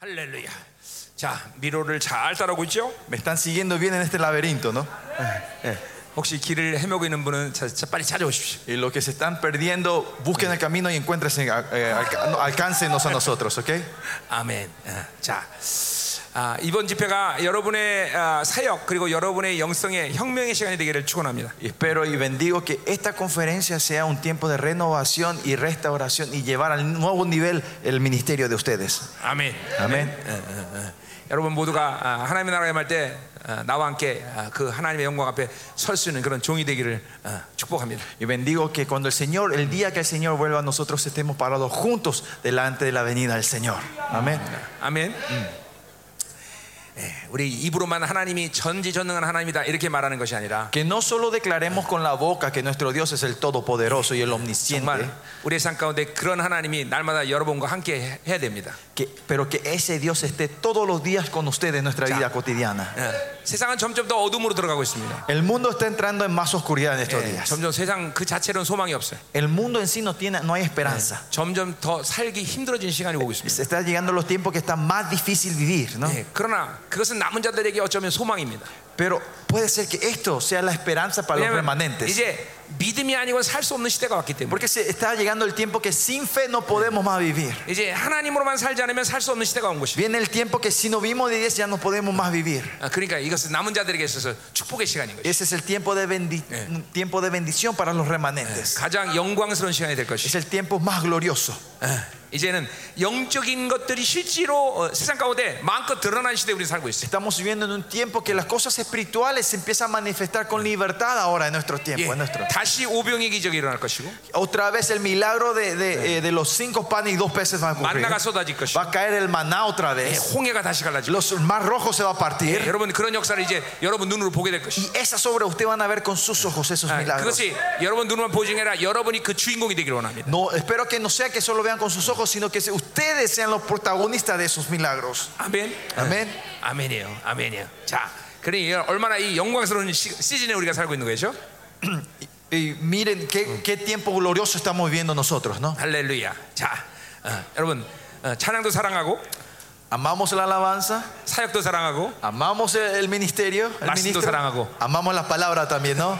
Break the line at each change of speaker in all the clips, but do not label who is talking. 할렐루야. 자, 미로를 잘 따라오고 있죠?
Me están siguiendo bien en este laberinto, ¿no?
예. 혹시 길을 헤매고 있는 분은 자, 자, 빨리 찾아오십시오.
Y los que se están perdiendo, busquen el camino y encuéntrense, eh, alca- no, alcáncenos a nosotros, ¿ok?
아멘. 아, 자, 아, 이번 집회가 여러분의 아, 사역 그리고 여러분의 영성의 혁명의 시간이 되기를 축원합니다.
Y espero y bendigo que esta conferencia sea un tiempo de renovación y restauración y llevar al nuevo nivel el ministerio de ustedes.
아멘.
아멘.
예, 예, 예. 여러분 모두가 아, 하나님의 나라에 말 때 나와 함께 아, 그 하나님의 영광 앞에 설 수 있는 그런 종이 되기를 아, 축복합니다.
Y bendigo que cuando el Señor, el día que el Señor vuelva a nosotros, estemos parados juntos delante de la venida del Señor. Amén.
아멘. 음. 예, 우리 입으로만 하나님이 전지전능한 하나님이다 이렇게 말하는 것이 아니라
Que no solo declaremos con la boca que nuestro Dios es el Todopoderoso y el Omnisciente,
정말 우리의 삶 가운데 그런 하나님이 날마다 여러분과 함께 해- 해야 됩니다.
que- pero que ese Dios esté todos los días con ustedes en nuestra vida cotidiana.
예. 세상은 점점 더 어둠으로 들어가고 있습니다.
El mundo está entrando en más oscuridad en estos
예,
días.
점점 세상 그 자체로는 소망이 없어요.
El mundo en sí no, tiene, no hay esperanza.
점점 더 살기 힘들어진 시간이 오고 있습니다.
Se está llegando los tiempos que está más difícil vivir, ¿no?
예, 그러나 그것은 남은 자들에게 어쩌면 소망입니다.
Pero puede ser que esto sea la esperanza para los
왜냐하면
remanentes.
이제 믿음이 아니고 살 수 없는 시대가 왔기 때문에
Porque se está llegando el tiempo que sin fe no podemos más vivir.
이제 하나님으로만 살지 않으면 살 수 없는 시대가 온 것입니다.
Viene el tiempo que si no vimos de 10 ya no podemos más vivir.
아, 그러니까 이것은 남은 자들에게 있어서 축복의 시간인 것입니다.
Ese es el tiempo de, bendi- tiempo de bendición para los remanentes.
가장 영광스러운 시간이 될 것이.
Es el tiempo más glorioso.
이제는 영적인 것들이 실제로 어, 세상 가운데 마음껏 드러난 시대에 우리 살고 있어요.
Estamos viviendo en un tiempo que las cosas espirituales se empiezan a manifestar con libertad ahora en nuestro
예,
tiempo. En nuestro...
다시 오병의 기적이 일어날 것이고
Otra vez el milagro de, de, eh, de los cinco panes y dos peces va a ocurrir.
만나가 쏟아질 것이고
Va a caer el maná otra
예,
vez.
홍해가 다시 갈라지고
Los, el mar rojo se va a
예,
partir.
여러분 그런 역사를 이제 여러분 눈으로 보게 될 것이고
Y esas obras usted van a ver con sus ojos
Ah,
esos milagros.
그것이 여러분 눈으로만 보증이 아니라 여러분이 그 주인공이 되기를 원합니다.
No, espero que no sea que solo vean con sus ojos, sino que se- ustedes sean los protagonistas de esos milagros.
아멘.
아멘.
아멘이에요. 아멘이에요. 자, 그러니 얼마나 이 영광스러운 시, 시즌에 우리가 살고 있는 거죠?
Y miren qué, qué tiempo glorioso estamos viviendo nosotros, ¿no?
할렐루야. 자, 어, 여러분 어, 찬양도 사랑하고
Amamos la alabanza,
사역도 사랑하고
amamos el, el ministerio, el
Marcito Sarangago.
amamos las palabras también, ¿no?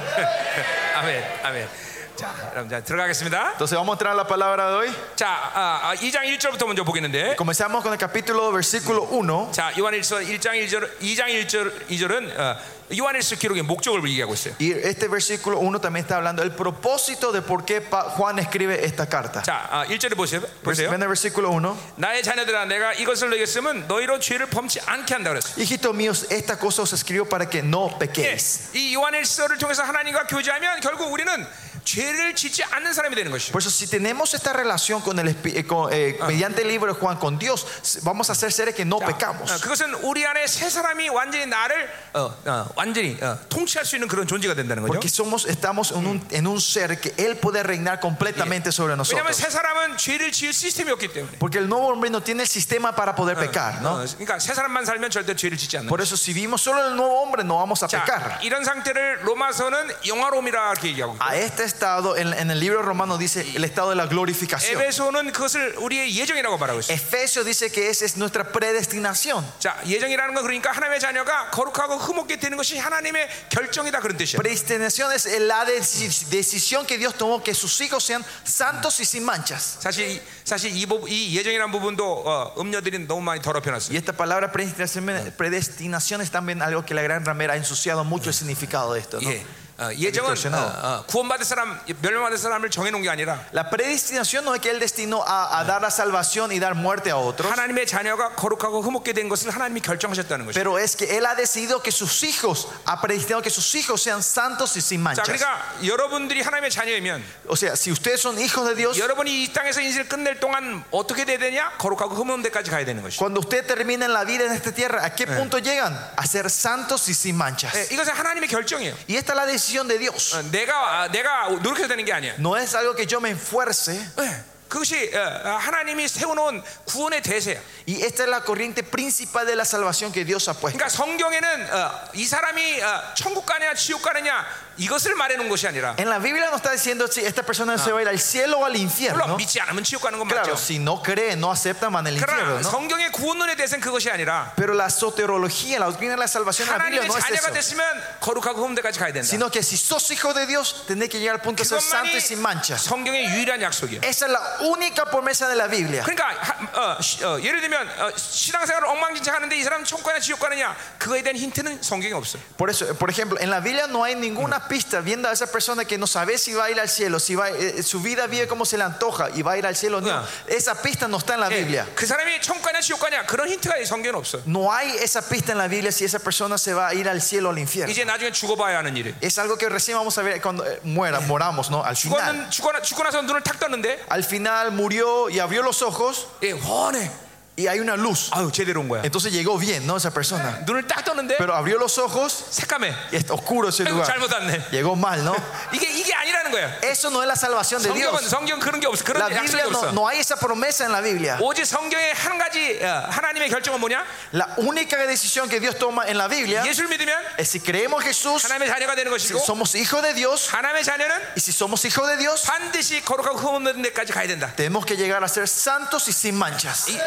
아멘, 아멘. 자, 여러분 자, 들어가겠습니다.
Entonces vamos a entrar a la palabra de hoy.
자, 아, 아, 2장 1절부터 먼저 보겠는데.
Comenzamos con el capítulo versículo 1.
자, 요한일서 1장 1절 2장 1절 2절은 어, 요한일서 기록의 목적을 얘기하고 있어요.
Y este versículo 1 también está hablando del propósito de por qué pa- Juan escribe esta carta.
자, 아, 1절을 보세요. 보세요.
Ven el versículo 1.
나의 자녀들아 내가 이것을 너에게 쓰면 너희로 죄를 범치 않게 한다 그랬어.
Hijitos míos, esta cosa os escribo para que no
예,
pequéis.
이 요한일서를 통해서 하나님과 교제하면 결국 우리는 죄를 짓지 않는 사람이 되는 것이죠.
Por eso, si tenemos esta relación con el espi- eh, con, eh, mediante el libro de Juan con Dios, s- vamos a ser seres que no
어,
pecamos.
그것은 우리 안에 새 사람이 완전히 나를 어, 어, 완전히 어, 통치할 수 있는 그런 존재가 된다는 거죠.
Porque somos, estamos en un, en un ser que Él puede reinar completamente sobre
왜냐하면
nosotros.
새 사람은 죄를 지을 시스템이 없기 때문에.
Porque el nuevo hombre no tiene el sistema para poder
어,
pecar, ¿no?
그러니까 새 사람만 살면 절대 죄를 짓지 않는.
Por eso, si vivimos solo en el nuevo hombre, no vamos a
자,
pecar.
이런 상태를 로마서는 영화롬이라 이렇게 얘기하고 있고
A este estado, en, en el libro romano dice el estado de la
아,
glorificación.
에베소는 그것을 우리의 예정이라고 말하고 있어요.
Efesios dice que esa es nuestra predestinación.
자, 예정이라는 건 그러니까 하나님의 자녀가 거룩하고 흠없게 되는 것이 하나님의 결정이다 그런 뜻이에요.
Predestinación es la deci- decisión que Dios tomó que sus hijos sean santos y sin manchas.
사실 이- 사실 이, 부분, 이 예정이라는 부분도 어, 음녀들이 너무 많이
Y
더럽혀놨어요.
esta palabra predestinación, predestinación es también algo que la gran ramera ha ensuciado mucho el significado de esto. ¿no?
예, 어, 예정은 어, 어, 구원받을 사람, 멸망받을 사람을 정해놓은 게 아니라
La predestinación no es que él destinó a, a dar la salvación y dar muerte a otros,
하나님의 자녀가 거룩하고 흠없게 된 것을 하나님이 결정하셨다는 것이죠.
pero es que él ha decidido que sus hijos, ha predestinado que sus hijos sean santos y sin
자,
manchas.
그러니까 여러분들이 하나님의 자녀이면
O sea, si ustedes son hijos de Dios,
여러분이 이 땅에서 인생을 끝낼 동안 어떻게 돼야 되냐? 거룩하고 흠없는 데까지 가야 되는 것이죠.
cuando ustedes terminan la vida en esta tierra, ¿a qué punto llegan? A ser santos y sin manchas.
예, 이것은 하나님의 결정이에요.
Y esta es la
Eh.
decisión de Dios.
어, 내가 아, 내가 노력해서 되는 게 아니야.
No es algo que yo me esfuerce,
예, 그것이 어, 어, 하나님이 세워놓은 구원의 대세야.
Y esta es la corriente principal de la salvación que Dios ha puesto.
그러니까 성경에는 어, 이 사람이 어, 천국 가느냐 지옥 가느냐 이것을 말해놓은 것이 아니라
En la Biblia no está diciendo si esta persona se va a ir al cielo o al
물론
infierno.
믿지 않으면 지옥 가는 건
Claro,
맞죠.
si no cree, no aceptan, van al infierno.
그러나
¿no?
성경의 구원론에 대해서는 그것이 아니라
Pero la soterología, la doctrina de la salvación en la Biblia
하나님의
no es eso.
자녀가 됐으면 거룩하고 흠대까지 가야 된다.
Sino que si sos hijo de Dios, tenés que llegar al punto de ser santo y sin
그것만이
manchas.
성경의 유일한 약속이야.
Esa es la única promesa de la Biblia.
그러니까 하- 어, 시- 어, 예를 들면 어, 신앙생활을 엉망진창하는데 이 사람 천국가냐 지옥 가느냐 그거에 대한 힌트는 성경에 없어요.
Por eso, por ejemplo, en la Biblia no hay ninguna pista viendo a esa persona que no sabe si va a ir al cielo, si va, eh, su vida vive como se le antoja y va a ir al cielo. No,
Ah. Eh.
esa pista no está en la
예,
Biblia.
그 사람이 천국가냐 지옥 가냐 그런 힌트가 이 성경에 없어요.
No hay esa pista en la Biblia si esa persona se va a ir al cielo o al infierno.
이제 나중에 죽어봐야 하는 일이에요.
Es algo que recién vamos a ver cuando eh, muera, moramos, ¿no? Al final.
죽었는, 죽어, 죽고 나서 눈을 탁 떴는데
Al final murió y abrió los ojos
예, 훤해.
y hay una luz.
아유 제대로 온 거야.
Entonces llegó bien, ¿no? Esa persona.
눈을 딱 떴는데
Pero abrió los ojos
새까매.
y está oscuro ese
아이고,
lugar.
잘못 왔네.
Llegó mal, ¿no?
이게 이게 아니라는 거야.
Eso no es la salvación de
성경은
Dios.
성경 그런 게 네, 없어.
La
그런 약속이
Biblia no,
없어.
no hay esa promesa en la Biblia.
오직 성경의 한 가지 어, 하나님의 결정은 뭐냐?
La única decisión que Dios toma en la Biblia
예수를 믿으면
es si creemos en Jesús,
하나님의 자녀가 되는
si
것이고
somos hijos de Dios,
하나님의 자녀는
y si somos hijos de Dios,
반드시 거룩하고 흠없는 데까지 가야 된다.
tenemos que llegar a ser santos y sin manchas.
이,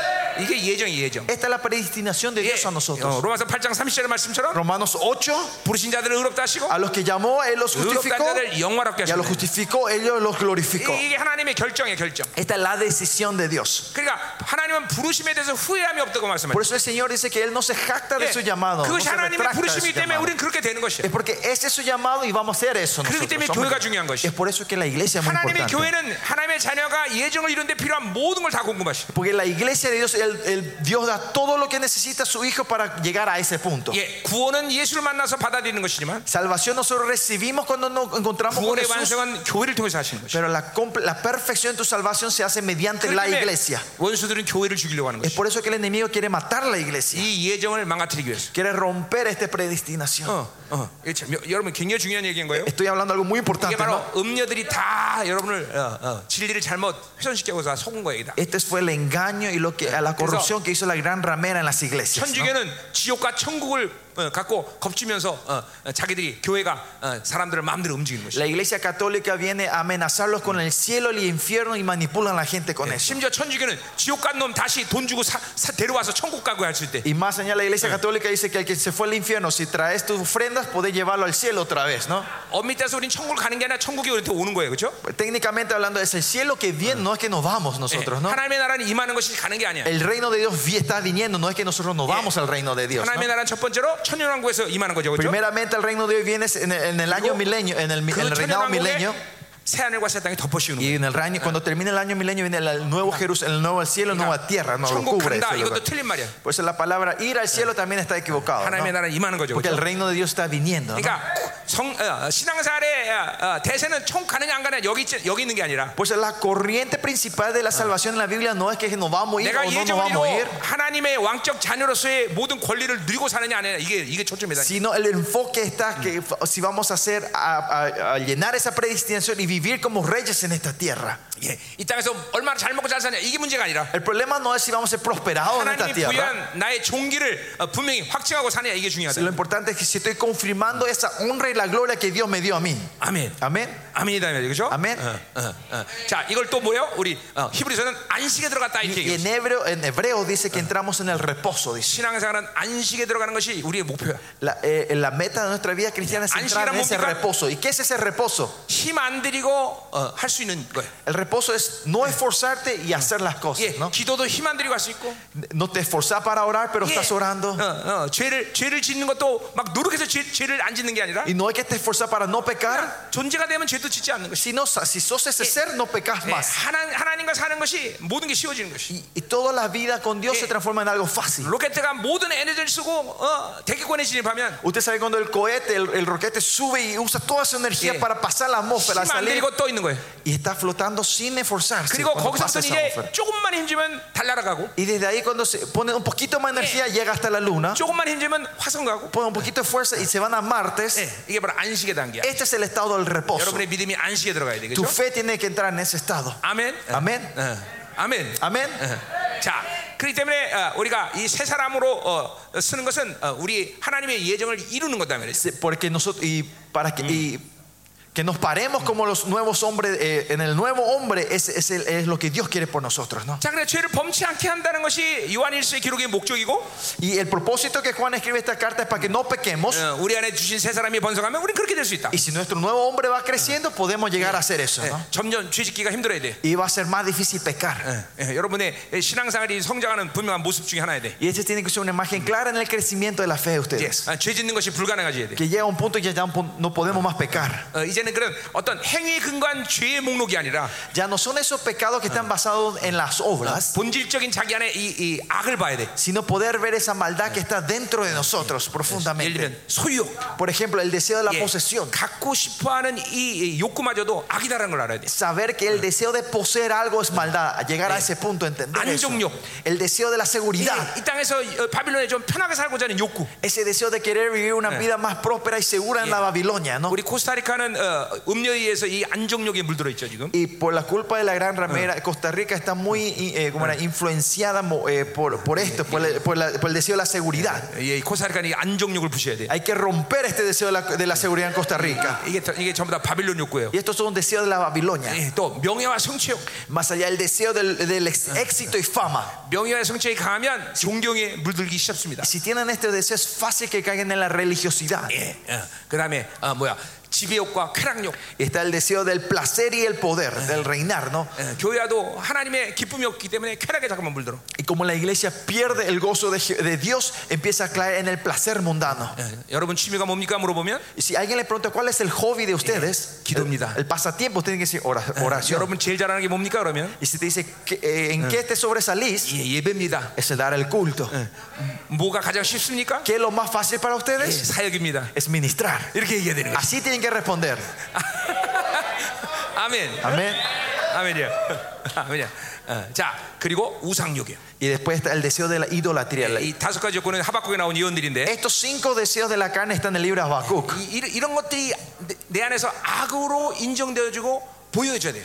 이게 예정이 예정.
Esta es la predestinación de
예,
Dios a
어,
nosotros.
로마서 8장 30절의 말씀처럼
Romanos 8,
부르신 자들을 의롭다 하시고
a los que llamó, Él los
의롭다
justificó,
한 자들 영화롭게
y a los
하시고
justificó, ellos los glorificó.
이게 하나님의 결정이에요 결정.
Esta es la decisión de Dios.
그러니까 하나님은 부르심에 대해서 후회함이 없다고
Por
말씀하셨어요.
eso el Señor dice que Él no se jacta
예,
de su llamado. Eh, no
그것이
se
하나님의
retracta de su
부르심이기 때문에
llamado.
우리는 그렇게 되는 것이에요.
Es porque ese es su llamado y vamos a hacer eso.
그렇기
nosotros.
때문에
Somos-
교회가 중요한 것이.
Es por eso que la iglesia es muy
하나님의
importante.
교회는 하나님의 자녀가 예정을 이룬 데 필요한 모든 걸 다 공급하시고
Porque la iglesia de Dios, el, el Dios da todo lo que necesita a su hijo para llegar a ese punto.
예, 구원은 예수를 만나서 받아들이는 것이지만
Salvación nosotros recibimos cuando nos encontramos con
구원의
Jesús.
완성은 교회를 통해서 하시는 것이에요.
Pero la, comple- la perfección de tu salvación se hace mediante la
그렇기 때문에
iglesia.
원수들은 교회를 죽이려고 하는
Es
것이에요.
por eso que el enemigo quiere matar la iglesia.
이 예정을 망가뜨리기 위해서.
Quiere romper esta predestinación.
어, 어. 이게 참, 여- 여러분 굉장히 중요한 얘기인 거예요.
Estoy hablando de algo muy
이게
importante.
바로
¿no?
음녀들이 다 여러분을 어, 어, 진리를 잘못 훼손시켜서 속은 거예요다.
Este fue el engaño y lo que, a la corrupción que hizo la gran ramera en las iglesias. ¿no?
천주교는 지옥과 천국을 어, 갖고 겁주면서 어, 어, 자기들이 교회가 어, 사람들을 마음대로 움직이는 것이에요.
La iglesia católica viene a amenazarlos con el cielo y el infierno y manipulan a la gente con eso.
심지어 천주교는 지옥 간 놈 다시 돈 주고 사, 사- 데려와서 천국 가고 할 수 있대.
Y más allá, la iglesia católica dice que el que se fue al infierno, si traes tus ofrendas, podés llevarlo al cielo otra vez, ¿no?
엄밀히 따서 우린 천국을 가는 게 아니라 천국이 우리한테 오는 거예요. 그렇죠?
Técnicamente hablando, es el cielo que viene, no es que nos vamos nosotros, ¿no?
예. 하나님의 나라는 임하는 것이 가는 게 아니야.
El reino de Dios vi- está viniendo, no es que nosotros nos vamos al reino de Dios. ¿no?
하나님의 나라는 첫 번째로 천연왕국에서 임하는 거죠. 그렇죠?
Primeramente, el reino de Dios viene en el, en el año milenio, en el, mi- el
그
reinado
천연왕국에
milenio.
새 하늘과 새 땅이 덮어씌우는 거예요.
Y en el reino, cuando termine el año milenio, viene el nuevo Jerusalén, el nuevo cielo, la nueva tierra, no lo
그러니까 천국
cubre.
간다
ese lugar.
이것도 틀린 말이야.
Por eso Pues la palabra ir al cielo también está equivocada.
하나님의 나라 임하는 거죠.
Porque el
그렇죠?
reino de Dios está viniendo. ¿no?
그러니까 성 어, 어, 신앙사의 어, 어, 대세는 총 가느냐 안 가느냐 여기 있- 여기 있는 게 아니라
Pues la corriente principal de la salvación en la Biblia no es que nos vamos a ir
내가
o no nos
예정을 이루고
vamos a ir,
하나님의 왕적 자녀로서의 모든 권리를 누리고 사느냐 안 하느냐 이게 이게 초점이다.
sino el enfoque está que si vamos a hacer a, a- a llenar esa predestinación y vivir como reyes en esta tierra.
예, 이 땅에서 얼마나 잘 먹고 잘 사냐 이게 문제가 아니라
El problema no es si vamos a ser prosperados en esta
하나님이
tierra.
부여한 나의 종기를 어, 분명히 확증하고 사느냐 이게 중요하다.
Lo importante es que si estoy confirmando esa honra y la gloria que Dios me dio a mí.
아멘.
Amén.
아멘이다 말이죠. 그죠?
아멘.
어, 어, 어. 자, 이걸 또 뭐예요? 우리 어, 히브리서는 안식에 들어갔다 이렇게
Y
얘기해요.
en hebreo, en hebreo dice que entramos en el reposo, dice.
신앙생활은 안식에 들어가는 것이 우리의 목표야.
La, eh, la meta de nuestra vida cristiana es entrar en ese reposo. ¿Y qué es ese reposo?
힘 안 들이고 어, 할 수 있는 거예요.
El reposo es no esforzarte y hacer las
예,
cosas. ¿no?
기도도 힘 안 들이고 할 수 있고.
No te esforzás para orar, pero
예,
estás orando.
어, 어, 죄를 죄를 짓는 것도 막 노력해서 죄, 죄를 안 짓는 게 아니라
Y no hay que te esforzar para no pecar,
그냥 존재가 되면 죄도 짓지 않는 것이.
Si no si sos ese
예.
ser, no pecas
예,
más.
하나 하나님과 사는 것이 모든 게 쉬워지는 것이.
Y, y toda la vida con Dios
예.
se transforma en algo fácil.
로켓트가 모든 에너지를 쓰고 어, 대기권에 진입하면
Usted sabe cuando el cohete, el, el roquete sube y usa toda su energía
예.
para pasar la atmósfera,
힘 안
salir
들이고 떠 있는 거예요.
y está flotando sin esforzarse.
그리고
cuando
거기서부터
pasa esa
이제
atmósfera.
조금만 힘주면 달 날아가고
Y desde ahí cuando se pone un poquito más energía llega hasta la luna,
조금만 힘주면 화성 가고
pone un poquito de fuerza y se van a Martes.
예, 이게 바로 안식의 단계야.
Este es el estado del reposo.
여러분의 믿음이 안식에 들어가야 되겠죠.
Tu fe tiene que entrar en ese estado.
아멘.
아멘.
어, 아멘.
Amén.
어. 자, 그렇기 때문에 어, 우리가 이 세 사람으로 어, 쓰는 것은 어, 우리 하나님의 예정을 이루는 거다 말이에요.
Sí, Porque nosotros y para que y que nos paremos como los nuevos hombres eh, en el nuevo hombre es, es, el- es lo que Dios quiere por nosotros, ¿no?
자, 그래 죄를 범치 않게 한다는 것이 요한일서의 기록의 목적이고 어,
Y el propósito que Juan escribe esta carta es para que no pequemos.
우리 안에 주신 세 사람이 번성하면 우리는 그렇게 될 수 있다.
Y si nuestro nuevo hombre va creciendo, podemos llegar a hacer eso, ¿no?
예, 점점 죄짓기가 힘들어야 돼.
Y va a ser más difícil pecar.
예, 예, 여러분의 신앙생활이 성장하는 분명한 모습 중에 하나야 돼.
Y esta tiene que ser una imagen clara en el crecimiento de la fe de
예,
ustedes.
아, 죄 짓는 것이 불가능해져야 돼.
Que llega un punto que ya no no podemos más pecar.
어, 이제는 그런 어떤 행위에 근거한 죄의 목록이 아니라
Ya no son esos pecados que están basados en las obras,
본질적인 자기 안에 이, 이 악을 봐야 돼.
sino poder ver esa maldad que está dentro de nosotros
예를
profundamente.
들면 소유욕,
Por ejemplo, el deseo de la
예,
posesión.
갖고 싶어하는 이, 이 욕구마저도 악이다라는 걸 알아야 돼.
Saber que el deseo de poseer algo es maldad. Llegar a ese punto, entender eso.
안정욕.
El deseo de la
이,
seguridad.
이 땅에서 어, 바빌론에 좀 편하게 살고자 하는 욕구.
Ese deseo de querer vivir una vida más próspera y segura en la Babilonia, ¿no?
우리 코스타리카는 어, 음료에 의해서 이 안정욕에 물들어 있죠 지금.
Y por la culpa de la gran ramera, Costa Rica está muy eh, ¿cómo era? influenciada mo- eh, por, por esto, por, la- por la- por el deseo de la seguridad.
예, 이 코스타리카는 이 안정욕을 부셔야 돼.
Hay que romper este deseo de la, de la seguridad en Costa Rica.
이게 다- 이게 전부 다 바빌론 욕구예요.
Y esto es un deseo de la Babilonia.
예, 또 명예와 성취욕,
Más allá del deseo del, del ex- éxito y fama.
명예와 성취욕이 강하면 존경에 물들기 쉽습니다.
Si tienen este deseo, es fácil que caigan en la religiosidad.
예, 예. 그다음에 아, 뭐야 지배욕과 쾌락욕.
Está el deseo del placer y el poder, del reinar, ¿no?
예, 교회와도 하나님의 기쁨이 없기 때문에 쾌락에 자꾸만 물들어.
Y como la iglesia pierde el gozo de, Je- de Dios, empieza a caer en el placer mundano.
예, 여러분 취미가 뭡니까 물어보면
Y si alguien le pregunta cuál es el hobby de ustedes,
기도입니다.
El, el pasatiempo, tienen que decir ora- oración.
여러분 제일 잘하는 게 뭡니까 그러면
Y si te dice "¿Qué- eh, en qué te sobresalís,
예, 예배입니다.
es el dar el culto.
뭐가 가장 쉽습니까?
¿Qué es lo más fácil para
예,
ustedes?
사역입니다.
Es ministrar.
이렇게 얘기해야 되는 거예요.
Así tienen que responder.
아멘.
Amén.
아멘이야. 아멘이야. 어, 자 그리고 우상욕이요.
Y después está el deseo de la idolatría. La-
이 다섯 가지 욕구는 하박국에 나온 예언들인데
Estos cinco deseos de la carne están en el libro de Habacuc.
이, 이- 이런 것들이 내, 내 안에서 악으로 인정되어지고 보여져야 돼요.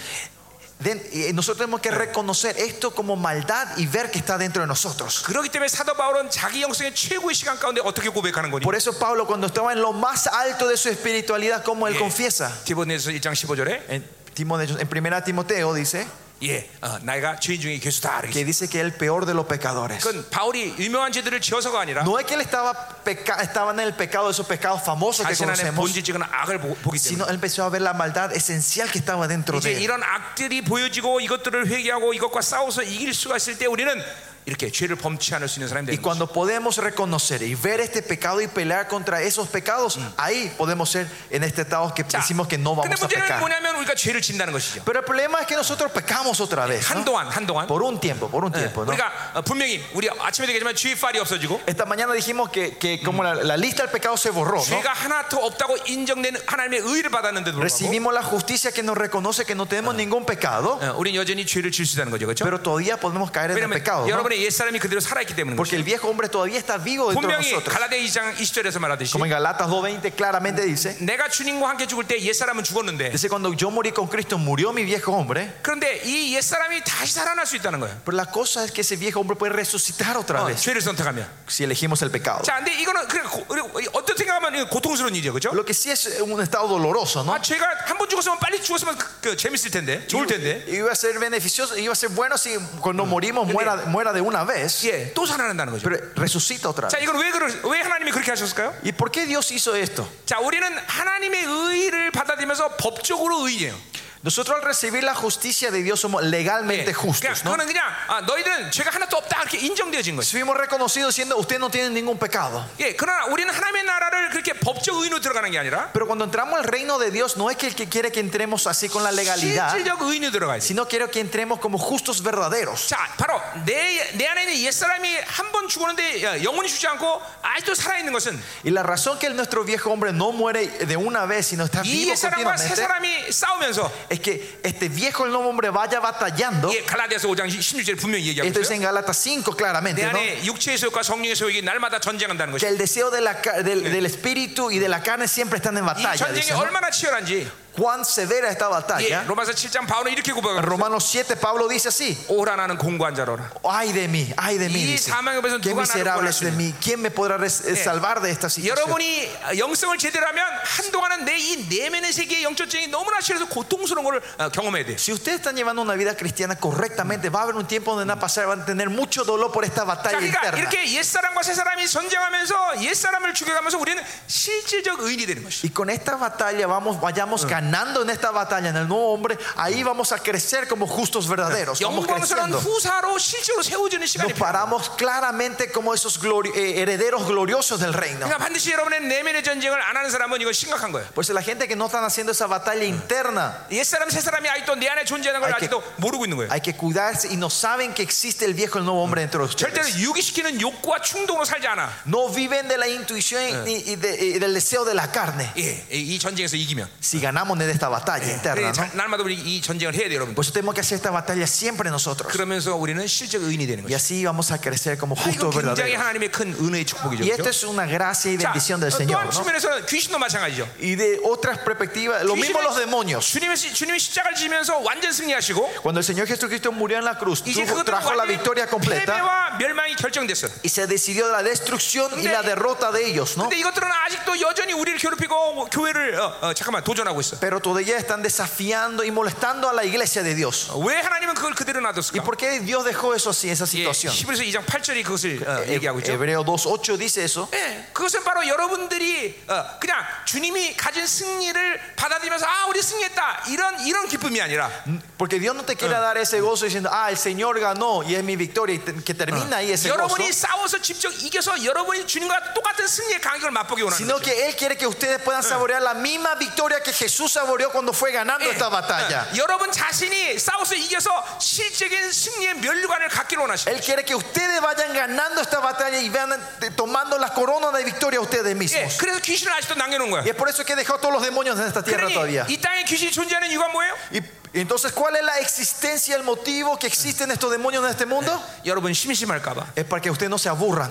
Den- y nosotros tenemos que reconocer esto como maldad y ver que está dentro de nosotros.
그렇기 때문에 사도 바울은 자기 영성의 최고의 시간 가운데 어떻게 고백하는 거니?
Por eso Pablo cuando estaba en lo más alto de su espiritualidad, como él
예.
confiesa,
디보네서 1장 15절에
en, Timoteo- en primera Timoteo dice
예, 어, 내가 죄인 중에 괴수다. 이렇게
que dice que es el peor de los pecadores.
그건 바울이 유명한 죄들을 지어서가 아니라
No es que él estaba, peca- estaba en el pecado de esos pecados famosos que
자신 그 안에
conocemos,
본질적인 악을 보, 보기 때문에
sino él empezó a ver la maldad esencial que estaba dentro
이제
de él.
이런 악들이 보여지고 이것들을 회개하고 이것과 싸워서 이길 수가 있을 때 우리는 이렇게 죄를 범치 않을 수 있는 사람이
Y
되는 거죠.
cuando podemos reconocer y ver este pecado y pelear contra esos pecados, ahí podemos ser en este estado que
자,
decimos que no
근데
vamos a
문제는
pecar.
뭐냐면 우리가 죄를 진다는 것이죠.
Pero el problema es que nosotros pecamos otra vez. ¿no?
한동안 한동안
Por un tiempo, por un
Eh,
tiempo. ¿no?
우리가 어, 분명히 우리 아침에 얘기했지만 죄의 팔이 없어지고
Esta mañana dijimos que, que como la, la lista del pecado se borró, ¿no?
죄가 하나도 없다고 인정되는 하나님의 의를 받았는데도 불구하고
recibimos la justicia que nos reconoce que no tenemos ningún pecado,
어, 우리는 여전히 죄를 지을 수 있다는 거죠. 그렇죠?
pero todavía podemos caer en el
왜냐면
pecado. ¿no?
여러분의 옛사람이 그대로 살아있기 때문에
Porque el viejo hombre todavía está vivo dentro de
분명히
nosotros.
갈라디아 2장 20절에서 말하듯이
Como en Galatas 2.20 claramente dice,
내가 주님과 함께 죽을 때 옛사람은 죽었는데
dice cuando yo morí con Cristo murió mi viejo hombre,
그런데 이 옛사람이 다시 살아날 수 있다는 거예요.
pero la cosa es que ese viejo hombre puede resucitar otra
어,
vez
죄를 선택하면.
si elegimos el pecado.
자, 근데 이거는 그냥 고- 그리고 이- 어떤 생각하면 이거 고통스러운 일이죠, 그렇죠?
Lo que sí es un estado doloroso, ¿no?
아, 죄가 한 번 죽었으면 빨리 죽었으면 그, 그 재밌을 텐데, 좋을 텐데.
Iba a ser beneficioso, iba a ser bueno si cuando morimos muera, muera de una vez,
예, 또 살아난다는 거죠.
pero resucita otra
자,
vez.
이건 왜 그러, 왜 하나님이 그렇게 하셨을까요?
¿Y por qué Dios hizo esto?
자, 우리는 하나님의 의를 받아들이면서 법적으로 의예요.
Nosotros al recibir la justicia de Dios somos legalmente
예. 그냥
justos, ¿no?
그거는 그냥 아, 너희들은 죄가 하나도 없다 이렇게 인정되어진 거죠.
Fuimos reconocidos siendo usted no tiene ningún pecado.
예, 그러나 우리는 하나님의 나라를 그렇게 법적 의로 들어가는 게 아니라
Pero cuando entramos al reino de Dios no es que el que quiere que entremos así con la legalidad,
실질적 의로 들어가야 돼.
sino quiero que entremos como justos verdaderos.
자, 바로 내, 내 안에 있는 옛사람이 한 번 죽었는데 야, 영원히 죽지 않고 아직도 살아있는 것은
Y la razón que el nuestro viejo hombre no muere de una vez, sino está
이
vivo
옛사람과 새
continuamente,
사람이 싸우면서
es que este viejo el nuevo hombre vaya batallando.
예, 갈라디아서 5장 16절에 분명히 얘기하고
Esto es
있어요.
en Gálatas 5
내
claramente, ¿no?
안에 육체의 소욕과 성령의 소욕이 날마다 전쟁한다는
Que
것이.
el deseo de la ca- del, del espíritu y de la carne siempre están en
이
batalla.
전쟁이
dice, ¿no?
얼마나 치열한지
Cuán severa esta
예,
batalla.
로마서 7장 바울은 이렇게
En
고백하고
Romanos 7 Pablo dice así.
오라 나는 공고한 자로라.
Ay de mí, ay de mí.
Y
dice.
사망 앞에서
Qué
누가 나를
miserable es de
구원하시냐.
mí. ¿Quién me podrá res- eh, salvar de esta situación?
여러분이 영성을 제대로 하면 한동안은 내 이 내면의 세계의 영적증이 너무나 싫어서 고통스러운 걸 어, 경험해야 돼.
Si ustedes están llevando una vida cristiana correctamente, va a haber un tiempo donde van a pasar, van a tener mucho dolor por esta
자,
batalla
그러니까
interna.
이렇게 옛 사람과 새 사람이 전쟁하면서 옛 사람을 죽여가면서 우리는 실질적 의인이 되는 것이.
Y con esta batalla vamos, vayamos ganando en esta batalla en el nuevo hombre. Ahí vamos a crecer como justos
어,
verdaderos. Vamos
영광스러운
creciendo.
후사로 실제로 세워지는 시간이 필요합니다.
Nos paramos claramente como esos glori- eh, herederos gloriosos del reino.
그러니까 반드시 여러분의 내면의 전쟁을 안 하는 사람은 이건 심각한 거예요.
Por eso Pues la gente que no están haciendo esa batalla interna,
옛 사람 새 사람이 아직도 내 안에 존재하는 걸
아, 이렇게-
그 아직도 모르고 있는 거예요.
hay que cuidarse y no saben que existe el viejo y el nuevo hombre dentro de ustedes.
절대로 유기시키는 욕구와 충동으로 살지 않아.
No viven de la intuición y, y de- y del deseo de la carne.
예, 이 전쟁에서 이기면.
Si ganamos en esta batalla interna,
예, 자-
¿no?
날마다 우리 이 전쟁을 해야 돼요, 여러분.
Por eso tenemos que hacer esta batalla siempre nosotros.
그러면서 우리는 실적 의인이 되는
Y
거죠.
así vamos a crecer como
아, 이거
justos
굉장히
verdaderos.
예, 하나님의 큰 은혜의 축복이죠.
Y esto
그렇죠?
es una gracia y
자,
bendición del
어,
Señor.
또한
¿no?
측면에서는 귀신도 마찬가지죠.
Y de otras perspectivas, lo mismo los demonios.
주님의 시- 주님의 십자가를 지면서 완전 승리하시고
Cuando el Señor Jesucristo murió en la cruz,
이제
tuvo-
그것들은
trajo la
완전히
victoria completa
패배와 멸망이 결정됐어요.
y se decidió la destrucción y
근데-
la derrota de ellos, ¿no?
근데 이것들은 아직도 여전히 우리를 괴롭히고 교회를 어, 어, 잠깐만 도전하고 있어.
Pero todavía están desafiando y molestando a la iglesia de Dios.
왜 하나님은 그걸 그대로
¿Y
놔뒀을까?
por qué Dios dejó eso así, esa
예,
situación?
히브리서 2장 8절이 그것을 어, 얘기하고 있죠.
Hebreo 2.8 dice eso.
예, 그것은 바로 여러분들이 어, 그냥 주님이 가진 승리를 받아들이면서 아 우리 승리했다 이런 이런 기쁨이 아니라
네, Porque Dios no te quiere dar ese gozo diciendo, ah, el Señor ganó y es mi victoria, y te- que termina ahí ese gozo.
여러분이 싸워서 직접 이겨서 여러분이 주님과 똑같은 승리의 간격을 맛보기 원하는
Sino
거죠.
que Él quiere que ustedes puedan saborear la misma victoria que Jesús saboreó cuando fue ganando esta batalla.
예, 여러분 자신이 싸워서 이겨서 실적인 승리의 멸류관을 갖기를 원하십니다.
Él quiere que ustedes vayan ganando esta batalla y vean eh, tomando las coronas de victoria
예,
ustedes mismos.
그래서 귀신을 아직도 남겨놓은 거야.
Y es por eso que dejó a todos los demonios en esta tierra
그러니
todavía.
이 땅에 귀신이 존재하는 이유가 뭐예요?
Y entonces, ¿cuál es la existencia, el motivo que existen estos demonios en este mundo?
여러분 심심할까봐.
Es para que ustedes no se aburran,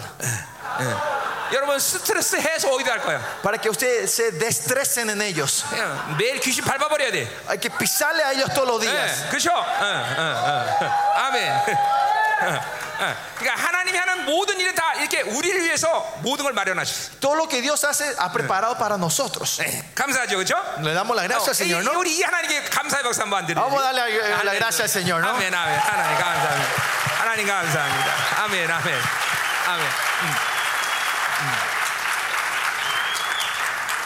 여러분 스트레스 해소 어디다 할 거야?
para que ustedes se destresen en ellos.
예, 매일 귀신 밟아버려야 돼.
Hay que pisarle a ellos todos los
Eh.
días.
예, 그렇죠? 예, 예, 예, 예. 아멘. 예, 예. 그러니까 하나님이 하는 모든 일은 다 이렇게 우리를 위해서 모든 걸 마련하셨어요.
Todo lo que Dios hace ha preparado para nosotros.
예, 감사하죠, 그렇죠?
Le damos la gracia al
이,
Señor, ¿no?
우리 이 하나님께 감사의 박수 한번 드리죠.
Vamos a darle eh, la, la gracia al Señor, ¿no?
아멘, 아멘. 하나님 감사합니다. 하나님 감사합니다. 아멘, 아멘, 아멘. 음. 음.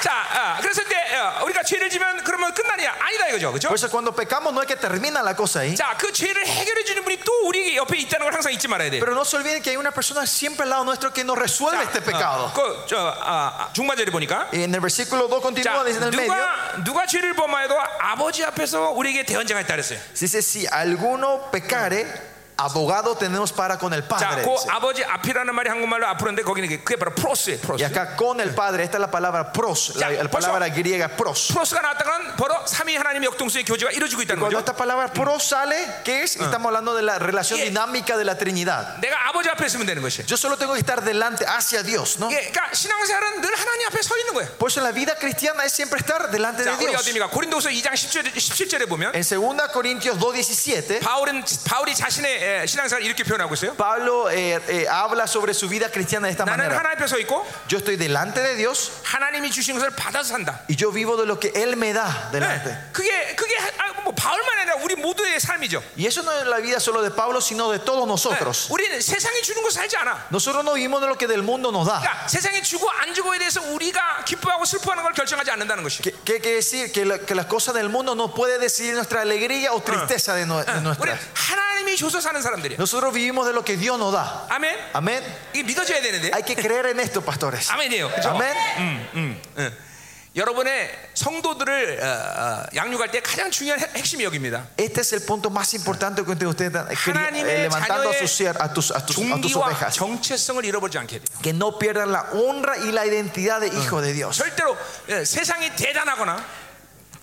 자, 아, 그래서 이제 어, 우리가 죄를 지면 그러면 끝나냐? 아니다 이거죠, 그렇죠?
Por eso cuando pecamos no es que termina la cosa ahí.
자, 그 죄를 해결해 주는 분이 또 우리 옆에 있다는 걸 항상 잊지 말아야 돼.
Pero no se olviden que hay una persona siempre al lado nuestro que nos resuelve este pecado.
그, 저, 아, 아, 중반절에 보니까
En el versículo 2
자,
continúa, dice en el medio.
누가 누가 죄를 범하여도 아버지 앞에서 우리에게 대언장했다 그랬어요.
Dice, si alguno pecare, abogado tenemos para con el
자,
Padre.
그
dice.
아버지 앞이라는 말이 한국말로 앞으로인데 거기는 그게- 그게 바로 프로스예요.
Y
프로스.
acá con el Padre, esta es la palabra pros, la,
Ya,
la
por eso-
palabra griega pros.
프로스가 나왔다는 건 바로 삼위 하나님의 역동성의 교제가 이루어지고 있다는
Cuando
거죠.
Ah. esta palabra pros sale, ¿qué es? Estamos hablando de la relación
Yeah.
dinámica de la Trinidad.
내가 아버지 앞에 있으면 되는 것이.
Yo solo tengo que estar delante, hacia Dios, ¿no?
예, 그러니까 신앙생활은 늘 하나님 앞에 서 있는 거예요.
Por eso la vida cristiana es siempre estar delante
자,
de
우리가
Dios.
어디입니까? 고린도서 2장 10절, 17절에 보면
En 2 Corintios 2.17,
바울은 바울이 자신의 에, 신앙생활을 이렇게 표현하고 있어요.
Pablo eh, eh, habla sobre su vida cristiana de esta
나는
manera.
하나님 앞에 서 있고
Yo estoy delante de Dios
하나님이 주신 것을 받아서 산다.
y yo vivo de lo que Él me da delante.
네. 그게 그게 하- 아, 뭐 바울만 아니라 우리 모두의 삶이죠.
Y eso no es la vida solo de Pablo, sino de todos
네.
nosotros.
우리는 세상이 주는 거 살지 않아.
Nosotros no vivimos de lo que del mundo nos da.
그러니까 세상이 주고 안 주고에 대해서 우리가 기뻐하고 슬퍼하는 걸 결정하지 않는다는 것이.
¿Qué qué quiere decir? Que, la- que las cosas del mundo no puede decidir nuestra alegría o tristeza de, nue- de
예, 우리
nuestra.
하나님이 줘서 사는 사람들이야.
Nosotros vivimos de lo que Dios nos da.
아멘.
Amén.
이 믿어져야 되는데.
Hay que creer en esto, pastores.
아멘이에요. 그죠? 음. 예.
Amén.
여러분의 성도들을 어, 어, 양육할 때 가장 중요한 핵- 핵심이 여기입니다.
Este es el punto más importante que ustedes están eh, cri-
하나님의
eh, levantando a
자녀의
sus, cier- a tus, a tus- a tus
종기와
ovejas.
정체성을 잃어버리지 않게 돼요.
Que no pierdan
Ah.
la honra y la identidad de hijo de Dios.
절대로 예, 세상이 대단하거나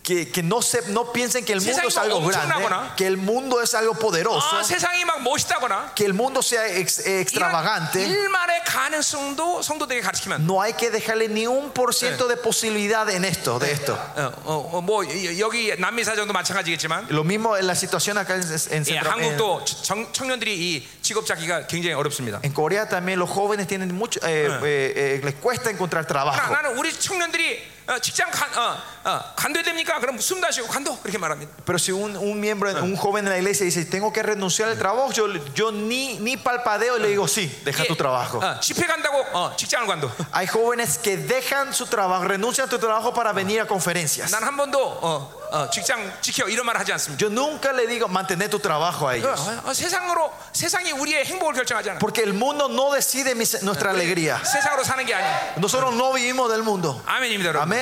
que, que no, se, no piensen que el mundo es algo grande,
엄청나거나,
que el mundo es algo poderoso,
아, 세상이 막 멋있다거나
que el mundo sea ex-
이런
eh, extravagante.
일만의 가능성도 성도들에게 가르치면 안
No hay que dejarle ni un por ciento de posibilidad en esto, de esto.
돼. 어, 어, 어, 뭐 이- 여기 남미 사정도 마찬가지겠지만
Lo mismo en la situación acá en, en
예,
Centro- en-
한국도 청- 청년들이 이 직업 잡기가 굉장히 어렵습니다.
En Corea también los jóvenes tienen mucho, eh, eh, eh, les cuesta encontrar
나-
trabajo.
나는 우리 청년들이 어, 직장 간, 어, 어, 간도됩니까? 그럼 숨 다시고 간도 그렇게 말합니다.
Pero si un, un miembro, un joven de la iglesia dice, tengo que renunciar al trabajo, yo, yo ni, ni palpadeo y le digo, sí, deja
예,
tu trabajo.
어, 집회 간다고 어, 직장을 관도.
Hay jóvenes que dejan su trabajo, renuncian a tu trabajo para venir a conferencias.
난 한 번도 어, 어, 직장 지켜 이런 말 하지 않습니다.
Yo nunca le digo, mantener tu trabajo
어,
a ellos.
어, 세상으로 세상이 우리의 행복을 결정하지 않아.
Porque el mundo no decide mis- nuestra alegría.
세상으로 사는 게 아니야.
Nosotros no vivimos del mundo.
아멘입니다, 여러분.
아멘.
어?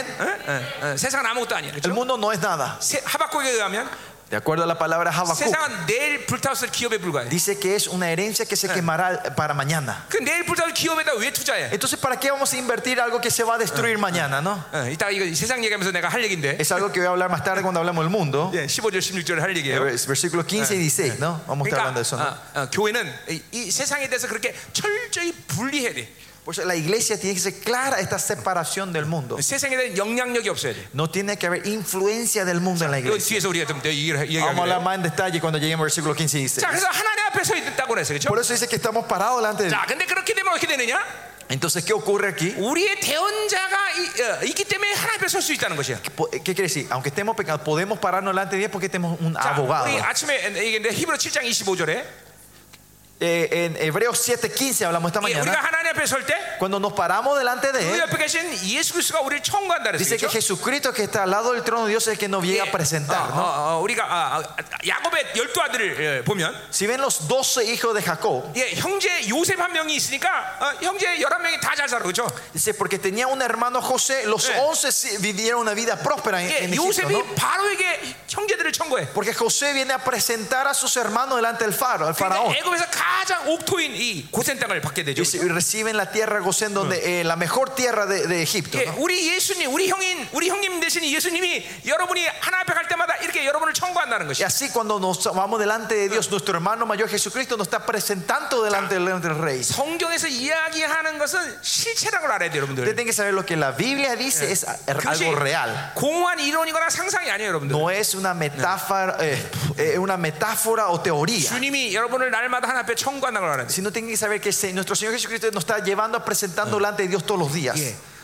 어, 어, 세상은 아무것도 아니야.
El
그렇죠?
mundo no es nada.
세- 하박국에 의하면
De acuerdo a la palabra
아,
Habacuc,
세상은 내일 불타올 기업에 불과해.
dice que es una herencia que se quemará para mañana.
그 내일 불타올 기업에다 왜 투자해?
Entonces, ¿para qué vamos a invertir algo que se va a destruir mañana, no?
어, 이따 이거 세상 얘기하면서 내가 할 얘긴데.
Es algo que voy a hablar más tarde cuando hablamos del mundo.
예, 15절 16절에 할
Eh,
얘기예요.
Versículo 15 y 16, ¿no? Vamos a estar hablando de eso, ¿no?
그러니까 어, 어, 교회는 이, 이 세상에 대해서 그렇게 철저히 분리해야 돼.
Por eso la iglesia tiene que ser clara esta separación del mundo.
세상에 대한 영향력이 없어야 돼.
No tiene que haber influencia del mundo en la
이거
iglesia.
그 뒤에서 우리가 좀 더 얘기를 해-
Vamos a
얘기하기로
hablar
해요.
más en detalle cuando lleguemos al versículo 15 y 16.
자, 그래서 하나님 앞에 서 있다고 그랬어요. 그렇죠?
Por eso dice que estamos parados delante de él.
자, 근데 그렇게 되면 어떻게 되느냐?
Entonces, ¿qué ocurre aquí?
우리의 대언자가 이- 어, 있기 때문에 하나님 앞에 설 수 있다는 것이야.
Po- eh, ¿Qué quiere decir? Aunque estemos pecados, podemos pararnos delante de Dios porque tenemos un
자,
abogado.
우리 아침에 얘기했는데 히브리 7장 25절에
Eh, en Hebreos 7:15 hablamos esta
우리가
mañana.
하나님 앞에 설 때 그
Cuando nos paramos delante de él,
옆에 계신 예수 그리스도가 우리를 청구한다 그랬어요.
dice que
그렇죠?
Jesucristo que está al lado del trono de Dios es el que nos llega a presentar.
어,
¿no?
어, 어, 우리가 아, 아, 야곱의 열두 아들을 예, 보면
Si ven los 12 hijos de Jacob,
예, 형제 요셉 한 명이 있으니까 어, 형제 열한 명이 다 잘 살아 그렇죠?
dice porque tenía un hermano José, los
Eh.
11 sí vivieron una vida próspera en, en
예,
Egipto. ¿no?
요셉이 바로에게 형제들을 청구해.
Porque José viene a presentar a sus hermanos delante del faro, al
그러니까
faraón.
애굽에서 가장 옥토인 이 고센 땅을 받게 되죠.
Dice, Y reciben la tierra Gosén, donde eh, la mejor tierra de, de Egipto.
예,
¿no?
우리 예수님, 우리 형인, 우리 형님 대신 예수님이 여러분이 하나 앞에 갈 때마다 이렇게 여러분을 청구한다는
Y
것이.
así cuando nos vamos delante de Dios, nuestro hermano mayor Jesucristo nos está presentando delante del del rey. Ustedes
성경에서 이야기하는 것은 실체라는 걸 알아야 돼요, 여러분들.
tienen que saber lo que la Biblia dice es a-
그것이
algo real.
공허한 이론이거나 상상이 아니에요, 여러분들.
No es una metáfora, eh, eh, una metáfora o teoría.
주님이 여러분을 날마다 하나 앞에 청구한다는 걸 알아야 돼요.
Sino tienen que saber que se- nuestro Señor Jesucristo nos está llevando a presentando delante de Dios todos los días.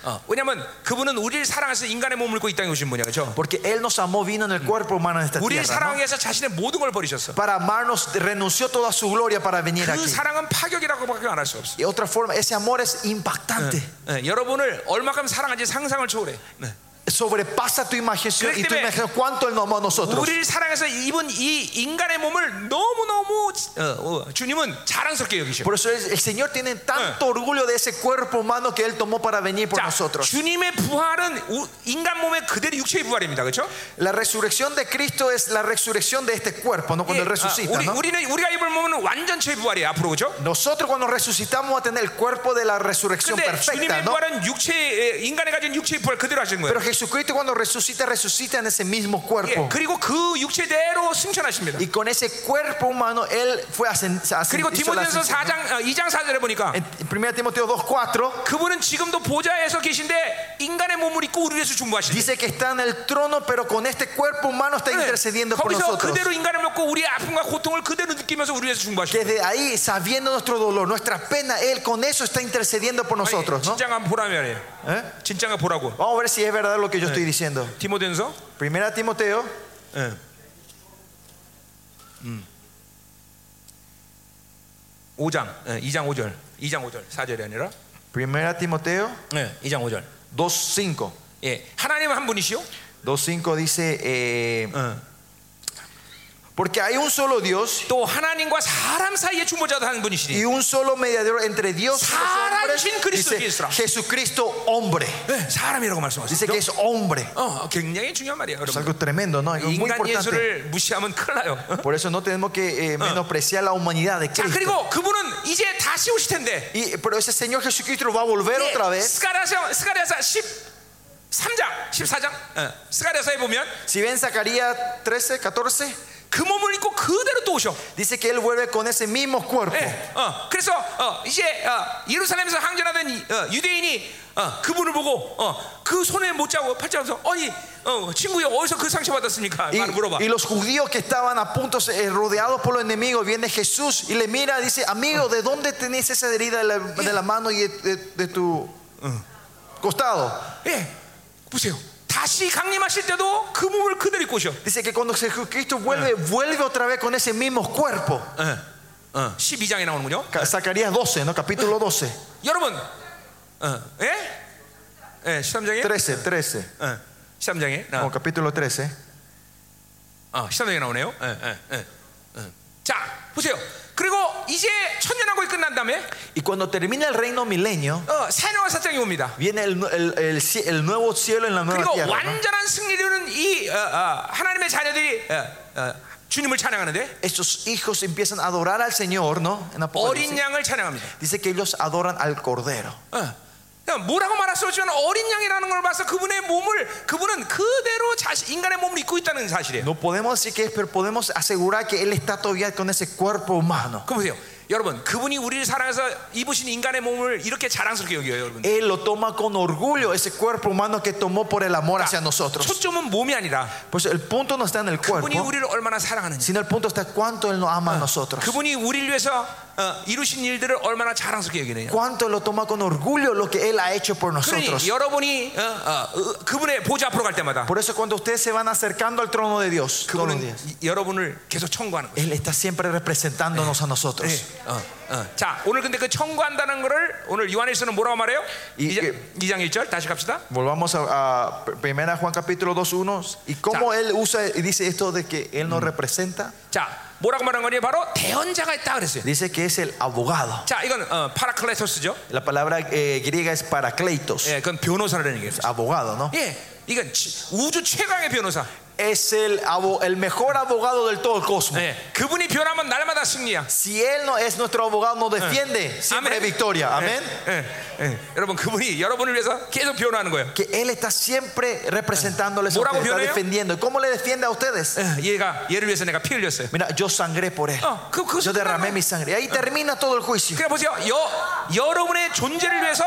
어, 왜냐면 그분은 우리를 사랑해서 인간의 몸을 입고 이 땅에 오신 분이야, 그렇죠?
Porque Él nos amó, vino en el cuerpo humano en esta
우리를
tierra. ¿no?
사랑해서 자신의 모든 걸 버리셨어.
Para amarnos, renunció toda su gloria para venir
그
aquí.
사랑은 파격이라고밖에 안 할 수 없어.
Y otra forma, ese amor es impactante.
예, 여러분을 얼마큼 사랑한지 상상을 초월해. 네.
Sobrepasa tu imaginación y tu
Créeme.
imaginación cuánto Él nos amó a nosotros.
우리를 사랑해서 입은 이 인간의 몸을 너무너무 어, 어, 주님은 자랑스럽게 여기셔.
Por eso el, el Señor tiene tanto orgullo de ese cuerpo humano que Él tomó para venir por
자,
nosotros.
주님의 부활은 우- 인간 몸의 그대로 육체의 부활입니다. 그렇죠?
La resurrección de Cristo es la resurrección de este cuerpo, ¿no? Cuando
Eh, ah,
Él resucita,
예. 아, 우리,
¿no?
우리는 우리가 입을 몸은 완전체의 부활이에요. 앞으로 그렇죠?
Nosotros cuando resucitamos vamos a tener el cuerpo de la resurrección
근데
perfecta,
주님의
¿no?
부활은 육체 인간이 가진 육체의 부활 그대로 하신 거예요.
Pero Jesucristo cuando resucita, resucita en ese mismo
예,
cuerpo.
그리고 그 육체대로 승천하십니다.
Y con ese cuerpo humano Él fue ascendido.
그리고 디모데전서 4장 어, 2장 4절에 보니까
En 1 Timoteo 2.4
그분은 지금도 보좌에서 계신데 인간의 몸을 입고 우리 위해서 중보하신다.
dice que está en el trono, pero con este cuerpo humano
Eh,
está intercediendo por
거기서
nosotros.
그대로 인간을 먹고 우리의 아픔과 고통을 그대로 느끼면서 우리 위해서
Que
중보하신다.
desde ahí, sabiendo nuestro dolor, nuestra pena, Él con eso está intercediendo por nosotros. ¿no?
진짜가 보라 말이에요.
¿Eh?
진짜가 보라고.
Vamos a ver si es verdad lo que yo estoy diciendo.
디모데전서
Primera Timoteo,
예. 음. 5장, 예, 2장 5절, 2장 5절, 4절이 아니라
Primera Timoteo
예, 2장 5절.
2.5.
예, 하나님은 한 분이시요.
2.5 dice, eh,
예.
porque hay un solo Dios
또 하나님과 사람 사이의 중보자도 한 분이시니.
y un solo mediador entre Dios y los
Sarachin
hombres.
Cristo
Dice,
Israel.
Jesucristo hombre.
예, 사람이라고 말씀하세요.
Dice que es hombre.
어, 굉장히 중요한 말이에요,
Es
여러분.
algo tremendo, ¿no? Algo muy
인간
importante.
예수를 무시하면 큰일 나요. 어?
Por eso no tenemos que eh, menospreciar la humanidad de
자,
Cristo.
그리고 그분은 이제 다시 오실 텐데.
네, Y, pero ese Señor Jesucristo va a volver otra vez.
스가랴서 스가랴서 10 3장, 14장, 어, 스가랴서에 보면
Si ven Zacarías 13, 14,
그 몸을 입고 그대로 또 오셔.
dice que él vuelve con ese mismo cuerpo.
예, 어, 그래서 어, 이제 어, 예루살렘에서 항전하던 이, 어, 유대인이 어, 그분을 보고 어, 그 손에 못 잡고 팔자면서 어이 어, 친구야 어디서 그 상처 받았습니까?
Y,
말 물어봐.
y los judíos que estaban a punto eh, rodeados por los enemigos, viene Jesús y le mira, dice, amigo, ¿de dónde tenés esa herida de la, de la mano y de, de- de tu costado?
예, 보세요. 다시 강림하실 때도 그 몸을 그대로 입고 오셔.
Dice que cuando Jesucristo vuelve, vuelve otra vez con ese mismo cuerpo.
12장에 예, 어, 나오는군요.
Ca- Zacarías 12, ¿no? Capítulo 12,
여러분, 어, 예, 예, 13장에,
13, 13.
어, 13장에, 나,
No, capítulo 13.
어, 13장에 나오네요. 예, 예, 예, 예. 자, 보세요. 그리고 이제 천년왕국이 끝난 다음에
Y cuando termina el reino milenio,
어, 새로운 사장이 옵니다.
viene el, nu- el- el ci- el nuevo cielo en la nueva
그리고
tierra. ¿no?
완전한 승리로는 이 어, 어, 하나님의 자녀들이 어, 어, 주님을 찬양하는데
Estos hijos empiezan a adorar al Señor, ¿no? En
어, 어린
Apocalipsis.
양을 찬양합니다.
Dice que ellos adoran al Cordero.
어. 그러니까 뭐라고 말할 수 없지만 어린 양이라는 걸 봐서 그분의 몸을 그분은 그대로 자신 인간의 몸을 입고 있다는 사실이에요.
No podemos decir que es, pero podemos asegurar que Él está todavía con ese cuerpo humano.
그 보세요, 여러분 그분이 우리를 사랑해서 입으신 인간의 몸을 이렇게 자랑스럽게 여겨요, 여러분.
Él lo toma con orgullo, ese cuerpo humano que tomó por el amor hacia nosotros.
초점은 몸이 아니라
Pues el punto no está en el
그분이
cuerpo,
우리를 얼마나 사랑하는지,
sino el punto está cuánto Él nos ama a nosotros.
그분이 우리를 위해서 어, 이루신 일들을 얼마나 자랑스럽게 여기느냐.
Cuánto lo toma con orgullo lo que Él ha hecho por
그러니
nosotros.
여러분이 어, 어, 어, 그분의 보좌 앞으로 갈 때마다
Por eso cuando ustedes se van acercando al trono de Dios, todos los
그분은
días,
이- 여러분을 계속 청구하는 거예요.
Él está siempre representándonos a nosotros.
어, 어. 자, 오늘 근데 그 청구한다는 거를 오늘 요한일서는 뭐라고 말해요?
이-
이장 2장
이-
1절 다시 갑시다.
Volvamos a, a primera Juan capítulo 2.1 y cómo él usa y dice esto de que él nos representa.
자, 뭐라고 말한 거니? 바로 대언자가 있다 그랬어요.
Dice que es el abogado.
자, 이건 어, 파라클레토스죠.
La palabra eh, griega es paracleitos,
예, 그건 변호사라는 얘기예요.
abogado, ¿no?
예, 이건 치- 우주 최강의 변호사.
Es el, abo- el mejor abogado del todo el cosmos.
예, 그분이 변하면 날마다 승리야.
Si él no es nuestro abogado, nos defiende siempre
Amén.
victoria. Amén.
예, 예. 여러분 그분이 여러분을 위해서 계속 변호하는 거예요.
Que él está siempre representándoles, a
Morado
ustedes, está
pionero.
defendiendo. ¿Cómo le Eh. defiende a ustedes?
예, 얘가 얘를 위해서 내가 피 흘렸어요.
Mira, yo sangré por él.
어, 그, 그,
Yo derramé mi sangre. Y ahí termina todo el juicio.
그러니까 보세요. 여, 여러분의 존재를 위해서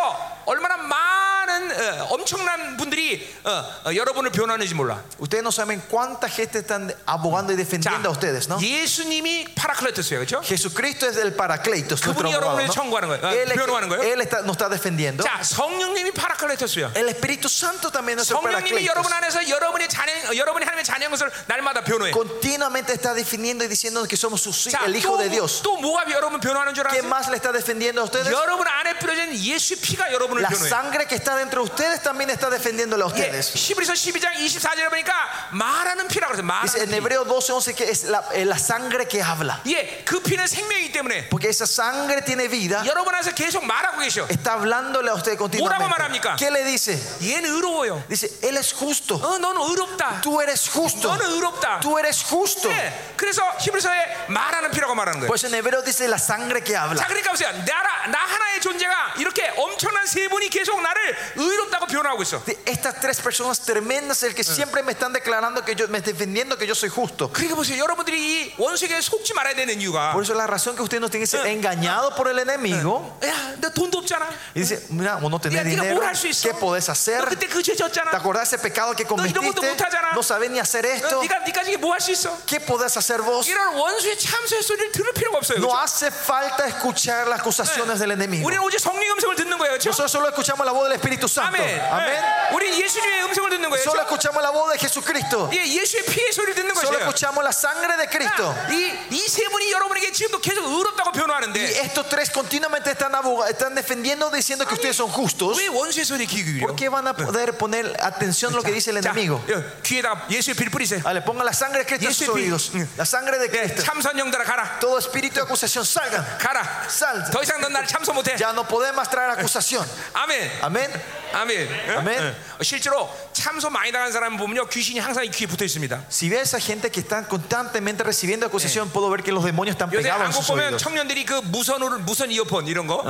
얼마나 많은 어, 엄청난 분들이 어, 어, 여러분을 변호하는지 몰라.
Ustedes no saben cuánta gente están abogando y
자,
defendiendo a ustedes, ¿no?
예수님이 파라클레토스예요, 그렇죠?
Jesucristo es el paracleitos, nuestro
그분이
abogado,
여러분을 청구하는 거예요.
¿no?
아,
Él, es-
변호하는 거예요.
él está, nos está defendiendo.
자, 성령님이 파라클레토스야.
El Espíritu Santo también es nuestro
성령님이
paracleitos.
여러분 안에서 여러분의 자녀, 어, 여러분이 하나님의 자녀인 것을 날마다 변호해.
Continuamente está defendiendo y diciendo que somos sus
자,
hijos, el Hijo de Dios.
또 뭐가 여러분 변호하는 줄
¿Qué
아세요?
más le está defendiendo a ustedes?
여러분 안에 뿌려진 예수 피가 여러분을
La
변호해.
sangre que está dentro de ustedes también está defendiéndole a
예,
ustedes.
히브리서 12장 24절에 보니까 말하는 피라고 그래서
Dice
말하는
en
피.
Hebreo 12, 11 que es la, eh, la sangre que habla.
예, 그 피는 생명이기 때문에
Porque esa sangre tiene vida.
여러분 안에서 계속 말하고 계셔.
Está hablándole a ustedes continuamente.
말합니까?
¿Qué le dice?
얘는 의로워요.
Dice, Él es justo.
어, 넌 의롭다.
Tú eres justo.
너는 의롭다.
Tú eres justo.
예, 그래서 히브리서에 말하는 피라고 말하는 거예요.
Pues en hebreo dice la sangre que
자,
habla.
그러니까 보세요. 나라, 나 하나의 존재가 이렇게 엄청난 세 분이 계속 나를 의롭다고 변호하고 있어.
De Estas tres personas tremendas, el que siempre me están declarando que yo me están defendiendo que yo soy justo.
그러니까 보세요. 여러분들이 이 원수에게 속지 말아야 되는 이유가
Por eso la razón que usted no tiene que ser engañado por el enemigo.
야, 나 돈도 없잖아.
Y dice, mira, vos no
야,
tenés
네가 뭘
dinero,
할 수 있어?
¿qué podés hacer?
너 그때 그 죄
¿Te
졌잖아. 어,
acordás ese pecado que cometiste? No sabés ni hacer esto.
네가 네까지 뭐 할 수 있어?
¿Qué podés hacer vos?
이런 원수의 참소의 소리를 들을 필요가 없어요.
No
그렇죠?
hace falta escuchar las acusaciones del enemigo.
우리는 오직 성령 음성을 듣는 거예요. 그렇죠?
Nosotros solo escuchamos la voz del Espíritu Santo.
아멘.
Amén.
예. 우리 예수님의 음성을 듣는 거예요.
Solo
그렇죠?
escuchamos la voz de Jesucristo.
예, 예수의 피의 소리를 듣는
Solo
것이에요.
escuchamos la sangre de Cristo.
이이세 분이 여러분에게 지금도 계속 의롭다고
Y
변호하는데
estos tres continuamente están, aboga- están defendiendo diciendo que ustedes son justos.
왜 원수의 소리 귀 기울여?
¿Por qué van a poder poner atención a lo que dice el
자,
enemigo?
예, 귀에다가 예수의 피를 뿌리세요.
Vale, pongan la sangre de Cristo en sus oídos. La sangre de
예,
Cristo.
참선 영달아 가라,
Todo espíritu de acusación, salgan.
가라.
Sal.
더 이상 넌 나를 참소 못해.
Ya no podemos traer acusación.
아멘.
Amén.
아멘. 응?
아멘.
응. 실제로 참소 많이 당한 사람 보면요 귀신이 항상 이 귀에 붙어 있습니다.
Si ve a esa gente que está constantemente recibiendo acusación, puedo ver que los demonios están
요새
pegados en
한국
sus
보면
oídos.
청년들이 그 무선으로 무선 이어폰 이런 거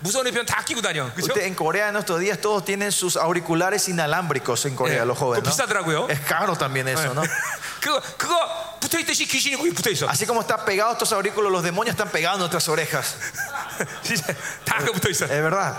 무선 이어폰 다 끼고 다녀. 그렇죠?
Usted, en Corea en estos días todos tienen sus auriculares inalámbricos en Corea,
Eh,
los jóvenes.
pues,
¿no?
비싸더라고요. 예.
Es caro también eso, ¿no?
그거 그거 붙어 있듯이 귀신이 거기 붙어 있어.
Así como están pegados estos aurículos, los demonios están pegados en nuestras orejas.
진짜 다 그거 붙어 있어.
Es verdad.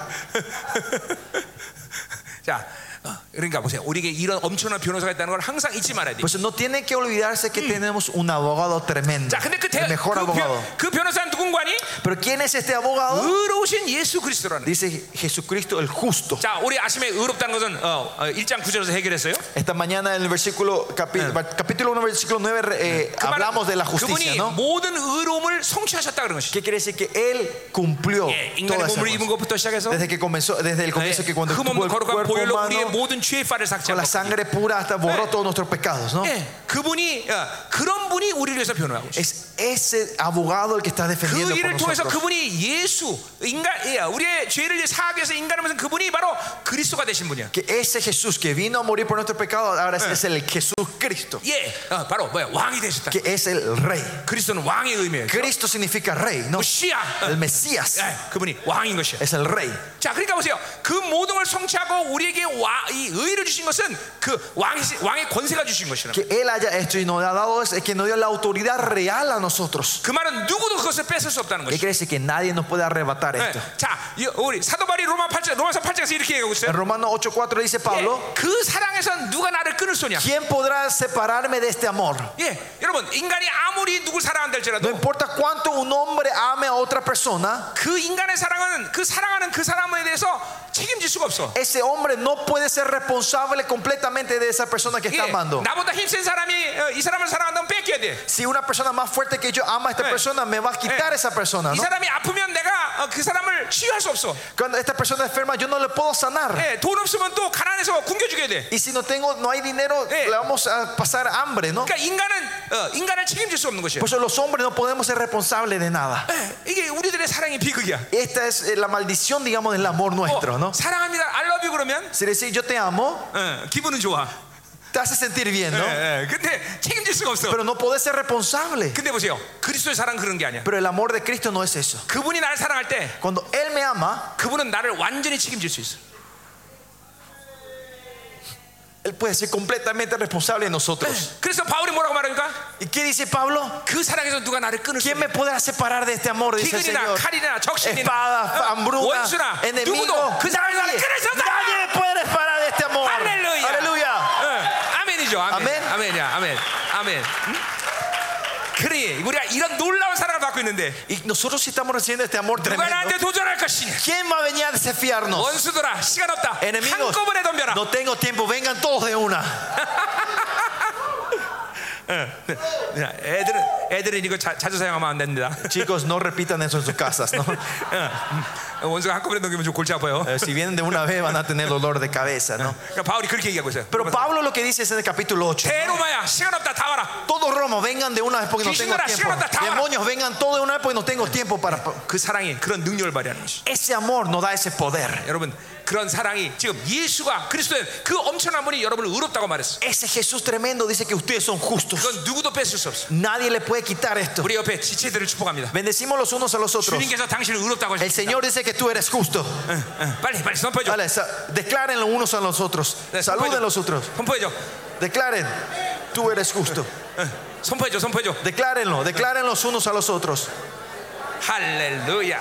자, 어, 그러니까 보세요. 우리에게 이런 엄청난 변호사가 있다는 걸 항상 잊지 말아야 돼.
Pues no tienen que olvidarse que tenemos un abogado tremendo.
자, 근데 그, 대,
El
그,
mejor abogado.
변, 그 변호사는 누군가니?
Pero ¿quién es este
어?
abogado?
의로우신 예수 그리스도라는.
Dice Jesucristo el justo.
자, 우리 아침에 의롭다는 것은 어, 어, 1장 9절에서 해결했어요.
Esta mañana en el versículo, capi- capítulo 1, versículo 9, eh,
그 말은
hablamos de la justicia,
그분이
¿no?
모든 의로움을 성취하셨다 그런 것이죠.
¿Qué quiere decir? Que Él cumplió
예, 인간의
todas esas
몸을 입은
cosas.
것부터 시작해서
Desde que comenzó, desde el comienzo Eh, que cuando tuvo
네. 흠없는
el
거룩한
cuerpo
보혈로 우리의
humano,
모든 죄의 파를
con la
삭제하고
sangre pura hasta borró
Eh.
todos nuestros pecados, ¿no?
예, 그분이 어, 그런 분이 우리를 위해서 변호하고 있어요.
Es ese abogado el que está defendiendo
그
por
일을 통해서
nosotros.
그분이 예수 인간 예, 우리의 죄를 위해 사하기 위해서 인간을 무슨 그분이 바로 그리스도가 되신 분이야.
Que ese Jesús que vino a morir por nuestros pecados, ahora es- es el Jesús Cristo,
예, 어, 바로 뭐야 왕이 되셨다.
que es el Rey.
그리스도는 왕의 의미예요. 그
Cristo significa Rey, ¿no?
시야.
El Mesías
예, 그분이 왕인 것이야.
es el Rey.
자, 그러니까 보세요. 그 모든 걸 성취하고 우리에게 와, 이 의를 주신 것은 그 왕의, 왕의 권세가 주신 것이라.
Que Él haya hecho y nos ha dado, es que nos dio la autoridad real a nosotros.
그 말은 누구도 그것을 뺏을 수 없다는
¿Qué
것이.
quiere decir? Que nadie nos puede arrebatar
예.
esto.
자, 이- 우리 사도 바리 로마 8장 로마서 8장에서 이렇게 얘기하고 있어요.
En Romanos 8:4 dice Pablo,
예, 그 사랑에선 누가 나를 끊을 소냐?
¿quién podrá separarme de este amor?
예, 여러분 인간이 아무리 누굴 사랑한다
No
할지라도
importa cuánto un hombre ame a otra persona,
그 인간의 사랑은 그 사랑하는 그 사람에 대해서 책임질 수가 없어.
ese hombre no puede ser responsable completamente de esa persona que
예,
está amando.
나보다 힘센 사람이 어, 이 사람을 사랑한다면 뺏겨야 돼.
Si una persona más fuerte que yo ama a esta
Eh.
persona, me va a quitar
Eh.
esa persona.
이
¿no?
사람이 아프면 내가 어, 그 사람을 치유할 수 없어.
Cuando esta persona enferma, yo no le puedo sanar.
예, 돈 없으면 또 가난해서 굶겨주게 돼.
Y si no tengo, no hay dinero,
Eh.
le vamos a pasar hambre, ¿no?
그러니까 인간은 어, 인간을 책임질 수 없는 것이에요.
Por eso los hombres no podemos ser responsables de nada.
예, 이게 우리들의 사랑의 비극이야.
Esta es eh, la maldición, digamos, del amor
어,
nuestro, ¿no?
사랑합니다. I love you 그러면
Si decir yo te amo,
어, 기분은 좋아.
te hace sentir bien, ¿no?
예, 예. 근데 책임질 수가 없어.
Pero no podés ser responsable.
근데 보세요. 그리스도의 사랑 그런 게 아니야.
Pero el amor de Cristo no es eso.
그분이 나를 사랑할 때
Cuando Él me ama,
그분은 나를 완전히 책임질 수 있어.
Él puede ser completamente responsable de nosotros.
그래서 바울이 뭐라고 말합니까?
¿Y qué dice Pablo?
그 사랑에서 누가 나를 끊을 수
¿Quién
있냐?
me podrá separar de este amor? Dice el
기근이나
Señor.
칼이나 적신이나
Espada,
어,
hambruna,
원수나
enemigo.
누구도 그 사랑에서 나를
Nadie,
끊을 수 없다.
nadie me puede separar de este amor.
할렐루야.
Aleluya.
어, 아멘이죠. 아멘.
아멘?
아멘이야. 아멘. 아멘. 응? 그러니 우리가 이런 놀라운 사랑을 받고 있는데
Y nosotros sí estamos recibiendo este amor
누가
tremendo.
나한테 도전할 것이냐?
¿Quién va a venir a desafiarnos?
원수들아 시간 없다.
Enemigos,
한꺼번에 덤벼라.
no tengo tiempo, vengan todos de una.
야, 애들은 애들은 이거 자, 자주 사용하면 안 됩니다.
Chicos, no repitan eso en sus casas, ¿no?
어, 음. 원수가 한꺼번에 넘기면 좀 골치 아파요.
Eh, Si vienen de una vez van a tener dolor de cabeza, ¿no?
그러니까 바울이 그렇게 얘기하고 있어요.
Pero Pablo lo que dice es en el capítulo 8.
대로마야 시간 없다 다 와라.
Todos romos, vengan de una vez porque no tengo
Quisiera,
tiempo.
llévate hasta ahora.
Demonios, vengan todos de una vez porque no tengo tiempo para.
그 사랑이 그런 능력을 발휘하는 것이.
Ese amor nos da ese poder.
여러분 그런 사랑이 지금 예수가 그리스도의 그 엄청난 분이 여러분을 의롭다고 말했어.
Ese Jesús tremendo dice que ustedes son justos.
그건 누구도 뺏을 수 없어.
Nadie le puede quitar esto.
우리 옆에 지체들을 축복합니다.
Bendecimos los unos a los otros.
주님께서 당신을 의롭다고
El
하셨어.
Señor dice que tú eres justo.
빨리 빨리 선포해줘.
Vale, sa- declaren los unos a los otros.
네,
Saluden los otros.
선포해줘.
Declaren, tú eres justo.
선포해줘. 선포해줘.
Declárenlo, declaren los unos a los otros.
할렐루야.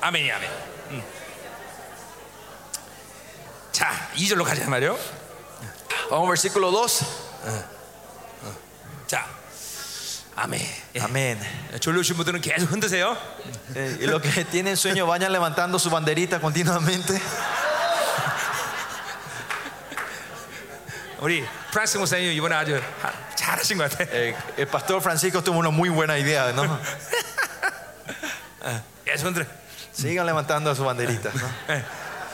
아멘이 아멘. 음. 자, 2절로 가자 말이요.
Vamos, versículo 2.
자. 아멘. 예.
Amén.
졸려오신 분들은 계속 흔드세요.
Eh, y los que tienen sueño vayan levantando su banderita continuamente.
우리 프랑스 목사님 이번에 아주 하- 잘하신 것 같아.
Eh, el pastor Francisco tuvo una muy buena idea, ¿no?
계속 흔들어.
Sigan levantando sus banderitas. ¿no?
예.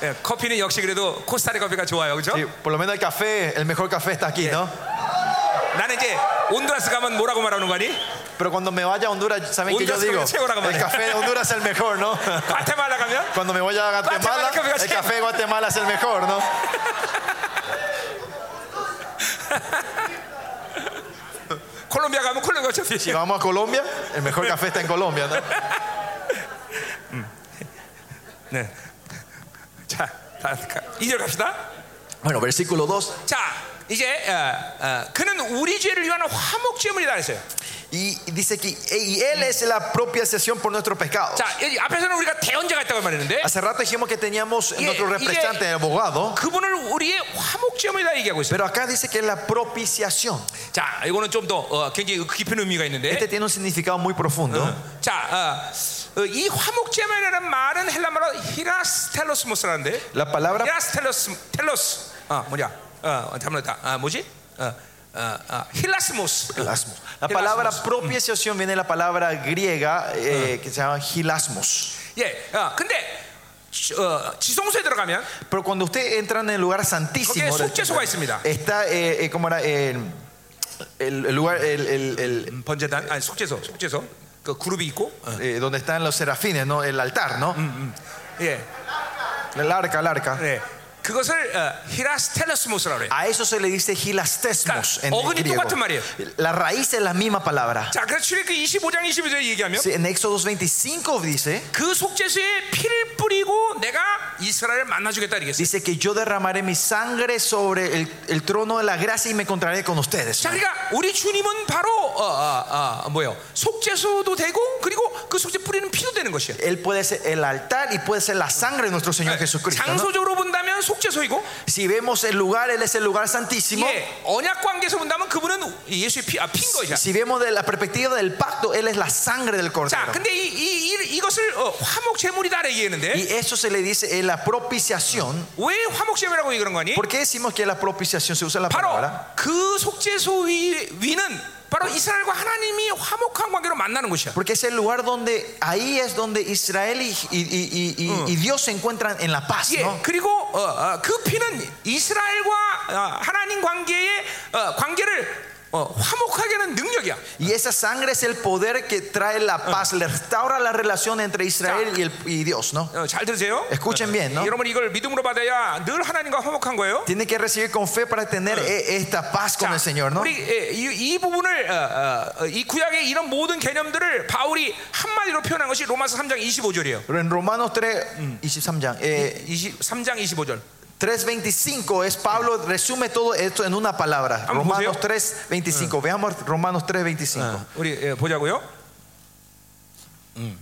예. 커피는 역시 그래도 코스타리 커피가 좋아요, 그렇죠?
Sí, por lo menos el café, el mejor café está aquí, ¿no?
나는 이제 온두라스 가면 뭐라고 말하는 거니?
Pero cuando me vaya a Honduras, ¿saben qué yo
Honduras
digo?
comienza con la comida.
El café de Honduras es el mejor, ¿no?
과테말라 가면
Cuando me voy a Guatemala,
Guatemala, que me
el
hace-
café de Guatemala es el mejor, ¿no?
콜롬비아 가면 콜롬비아
Si
차
vamos a Colombia, el mejor café está en Colombia, ¿no?
네. 자, 다, 가- 이절 갑시다.
Bueno, versículo 2.
자, 이제 어, 어, 그는 우리 죄를 위한 화목 제물이다 했어요.
Y dice que y Él es la propiciación por nuestro pecado.
자, 여기 앞에서는 우리가 대언자가 있다고 말했는데
Hace rato dijimos que teníamos
Y-
nuestro
y-
representante, el abogado,
그분을 우리의 화목 제물이다 얘기하고 있어요.
pero acá dice que es la propiciación.
자, 이거는 좀 더 어, 굉장히 그 깊은 의미가 있는데.
Este tiene un significado muy profundo.
자, 어, 어, 이 화목 제물이라는 말은 헬라말로 히라스텔로스모스라는데.
La palabra
히라스텔로스 텔로스. 아, 뭐냐? 어, 잘못했다. 아, 뭐지? 어, 어, 어, 힐라스모스.
Hilasmos. La palabra
Hilasmos.
propiciación viene de la palabra griega eh, que se llama hilasmos.
예, 어, 근데 시- 어, 지성소에 들어가면
Pero cuando usted entra en el lugar santísimo, este
거기에 속죄소가 있습니다.
está eh, eh, como era el, el- el lugar el- el- el,
음, 번제단 아니 속죄소, 속죄소 그 그룹이 있고, 어.
eh, donde están los serafines, ¿no? el altar, ¿no?
예,
El arca, el arca.
네, 그것을 어, 히라스텔로스모스라고 그래. 요
A eso se le dice gilastesmos en
Claro,
griego.
똑같은 말이에요.
La raíz es la misma palabra.
자, 그래서 출애굽 25장 22절 얘기하면
Sí, En Éxodo 25 dice,
그 속죄소에 피를 뿌리고 내가 이스라엘을 만나주겠다 이겠어요.
dice que yo derramaré mi sangre sobre el, el trono de la gracia y me encontraré con ustedes.
자, 그러니까 우리 주님은 바로 어, 어, 어, 뭐요? 속죄소도 되고 그리고 그 속죄 뿌리는 피도 되는 것이에요.
Él puede ser el altar y puede ser la sangre de nuestro
Eh,
Señor Jesucristo. ¿no?
장소적으로 본다면 속죄소이고,
Si vemos el lugar, Él es el lugar santísimo.
예, 언약 관계에서 본다면 그분은 예수의 피, 아, 핀 것이야.
Si vemos de la perspectiva del pacto, Él es la sangre del
자,
cordero.
근데 이, 이, 이 이것을 어, 화목 제물이다 얘기했는데
Y eso se le dice en la propiciación.
왜 화목 제물이라고 얘기하는 거니?
¿Por qué decimos que la propiciación se usa la palabra?
바로 그 속죄소 위, 위는 바로 이스라엘과 하나님이 화목한 관계로 만나는 곳이야.
Porque es el lugar donde ahí es donde Israel y, y- y- y- y- y Dios se encuentran en la paz.
예,
¿no?
그리고 어, 어, 그 피는 이스라엘과 어, 하나님 관계의 어, 관계를 어, 화목하게 하는 능력이야.
Y esa sangre es el poder que trae la paz, le restaura la relación entre Israel y, el- y Dios. ¿no?
어, 잘 들으세요.
Escuchen bien, ¿no?
여러분 이걸 믿음으로 받아야 늘 하나님과 화목한 거예요.
Tiene que recibir con fe para tener e- esta paz con el Señor. ¿no?
우리 예, 이, 이 부분을 어, 어, 어, 이 구약의 이런 모든 개념들을 바울이 한마디로 표현한 것이 로마서 3장 25절이에요. 예,
Pero en Romanos 3, 23, eh,
23장 25절.
3.25 es Pablo resume todo esto en una palabra.
Ah,
Romanos
¿museo?
3.25. Veamos Romanos 3.25.
우리 예, 보자고요. 음.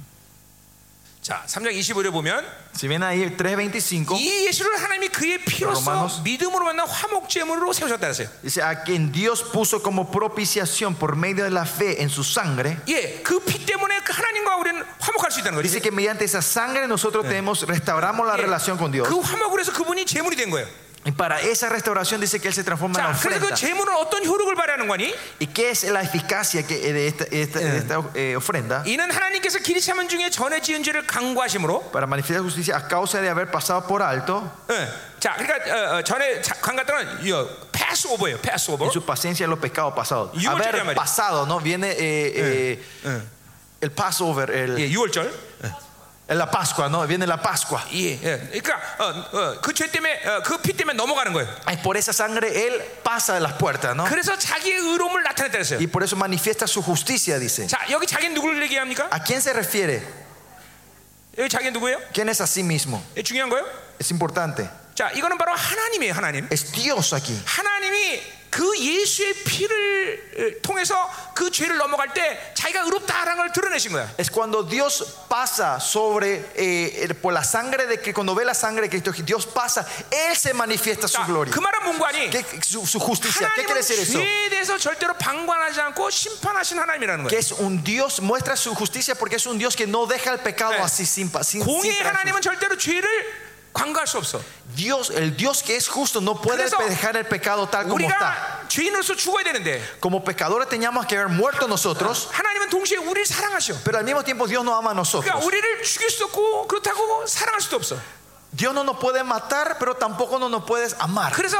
자, 3장 25절에 보면
Si ven ahí el 3.25.
이 예수를 하나님이 그의
로마노스.
피로써 믿음으로 만난 화목 제물로 세우셨다 그랬어요.
Dice, a quien Dios puso como propiciación por medio de la fe en su sangre.
예, 그 피 때문에 그 하나님과 우리는 화목할 수 있다는 거지.
Dice que mediante esa sangre nosotros tenemos, restauramos la
예,
relación con Dios.
그 화목으로 해서 그분이 제물이 된 거예요.
Y para esa restauración dice que Él se transforma en
자, 그래서 그
ofrenda.
제물은 어떤 효력을 발휘하는 거니?
¿Y qué es la eficacia que, eh, de esta, de esta- de esta, eh, ofrenda?
이는 하나님께서 기리차면 중에 전에 지은 죄를 강구하심으로.
Para manifestar justicia a causa de haber pasado por alto,
예, 자, 그러니까 어, 어, 전에 자- 강갔던 건 패스 오버예요. 패스 오버.
en su paciencia de los pecados pasados.
Oh. Y hubo
Haber
María.
pasado, ¿no? Viene eh, eh, el Passover, el,
예, 6월절.
la Pascua, ¿no? Viene la Pascua.
예, 예. 그러니까 그 죄 때문에 그 피 때문에 넘어가는 거예요.
Y por esa sangre Él pasa de las puertas, ¿no?
그래서 자기의 의로움을 나타냈다 그랬어요.
Y por eso manifiesta su justicia, dice.
자, 여기 자기는 누구를 얘기합니까?
¿A quién se refiere?
여기 자기는 누구예요?
¿Quién es a sí mismo?
예, 중요한 거예요.
Es importante.
자, 이거는 바로 하나님이에요, 하나님.
Es Dios aquí.
하나님이 그 예수의 피를 에, 통해서 그 죄를 넘어갈 때 자기가 의롭다라는 걸 드러내신 거야.
Es cuando Dios pasa sobre eh, eh, por la sangre de que cuando ve la sangre de Cristo, que Dios pasa, Él se manifiesta su
자,
gloria.
그 말은 뭔가 아니.
¿Qué- su, su justicia. ¿Qué quiere
하나님은
decir eso?
죄에 대해서 절대로 방관하지 않고 심판하신 하나님이라는
Que
거예요.
es un Dios, muestra su justicia porque es un Dios que no deja el pecado
Eh.
así sin pa- sin- sin
공의
trazos.
하나님은 절대로 죄를 관과할 수 없어.
Dios, el Dios que es justo, no puede
그래서
dejar el pecado tal como está.
우리가 죄인으로서 죽어야 되는데
Como pecadores teníamos que haber muerto nosotros,
하나님은 동시에 우리를 사랑하셔.
pero al mismo tiempo Dios nos ama a nosotros.
그러니까 우리를 죽일 수도 없고 그렇다고 사랑할 수도 없어.
Dios no nos puede matar, pero tampoco no nos puede amar.
그래서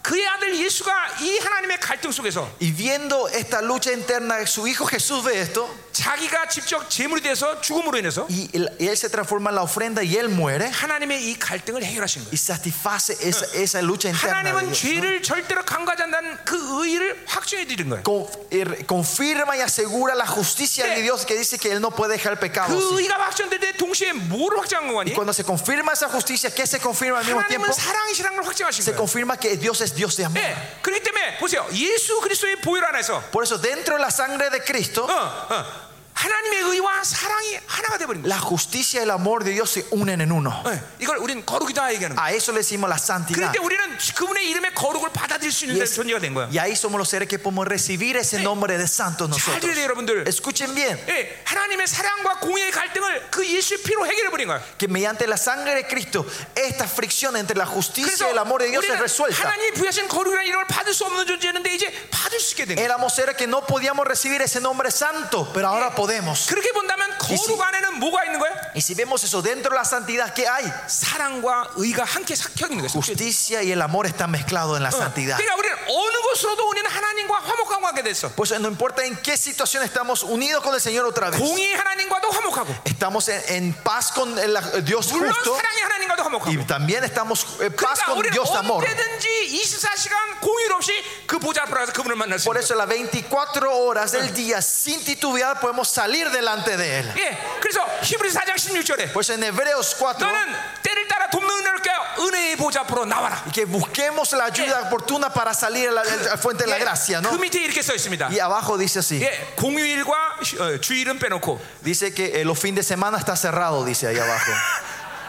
그 그의 아들 예수가 이 하나님의 갈등 속에서
Y viendo esta lucha interna, su hijo Jesús ve esto
자기가 직접 제물이 돼서 죽음으로 인해서
y él, y él se transforma en la ofrenda y él muere
하나님의 이 갈등을 해결하신 거예요.
y satisface esa, esa lucha interna. de
하나님은
Dios.
죄를 절대로 간과하지 않는 그 의의를 확증해 드리는 거예요.
Con- er, confirma y asegura la justicia de Dios que dice que él no puede dejar pecados.
그 의의가 확정될 때 동시에 뭐를 확정한 거니?
Cuando se confirma esa justicia, ¿qué se confirma al mismo tiempo?
하나님은 사랑이시라는 걸 확증하신
Se
거예요.
confirma que Dios es Dios de amor.
예, 그렇기 때문에 보세요. 예수 그리스도의 보혈 안에서
Por eso, dentro de la sangre de Cristo,
어, 어, 하나님의 의와 사랑이 하나가 되어버린 거예요.
la justicia y el amor de Dios se unen en uno.
예, 이걸 우리는 거룩이다 얘기하는 거예요.
A eso le decimos la
그럴
santidad.
때 우리는 그분의 이름의 거룩을 받아들일 수 있는
Yes.
존재가 된 거야.
Y ahí somos los seres que podemos recibir ese nombre de santos
잘
nosotros.
들으세요 여러분들.
Escuchen bien,
예, 하나님의 사랑과 공의의 갈등을 그 예수의 피로 해결해버린 거야.
que mediante la sangre de Cristo, esta fricción entre la justicia y el amor de Dios es
우리는
resuelta.
하나님이 부여하신 거룩이라는 이름을 받을 수 없는 존재였는데 이제 받을 수 있게 된 거야.
Éramos seres que no podíamos recibir ese nombre santo, pero ahora podemos.
그렇게 본다면 거룩
이시-
안에는 뭐가 있는 거야?
Y si vemos eso dentro de la santidad, ¿qué hay?
사랑과 의가 함께 삭혀 있는 거야. 삭혀 있는 거야.
Justicia y el amor están mezclados en la santidad.
그러니까 우리는 어느 곳으로도 우리는 하나님과 화목한 관계 됐어.
Pues no importa en qué situación estamos unidos con el Señor otra vez.
공의 하나님과도 화목하고
Estamos en, en paz con el- el Dios
물론
justo
사랑의 하나님과도 화목하고.
y también estamos en paz
그러니까
con
우리는
Dios de amor.
언제든지 24시간 공휴일 없이 그 보좌 앞으로 가서 그분을 만날 수
Por
있는
eso las 24 horas del día, sin titubear, podemos salir delante de Él.
거예요. 예, 그래서 히브리서 4장 16절에
Pues en Hebreos 4,
너는 때를 따라 돕는 은혜를 깨어 은혜의 보좌 앞으로 나와라.
que busquemos la ayuda oportuna para salir a la, a la fuente de la
예,
gracia, ¿no?
그 밑에 이렇게 써 있습니다.
Y abajo dice así,
예, 공휴일과 어, 주일은 빼놓고
dice que eh, los fines de semana está cerrado, dice ahí abajo.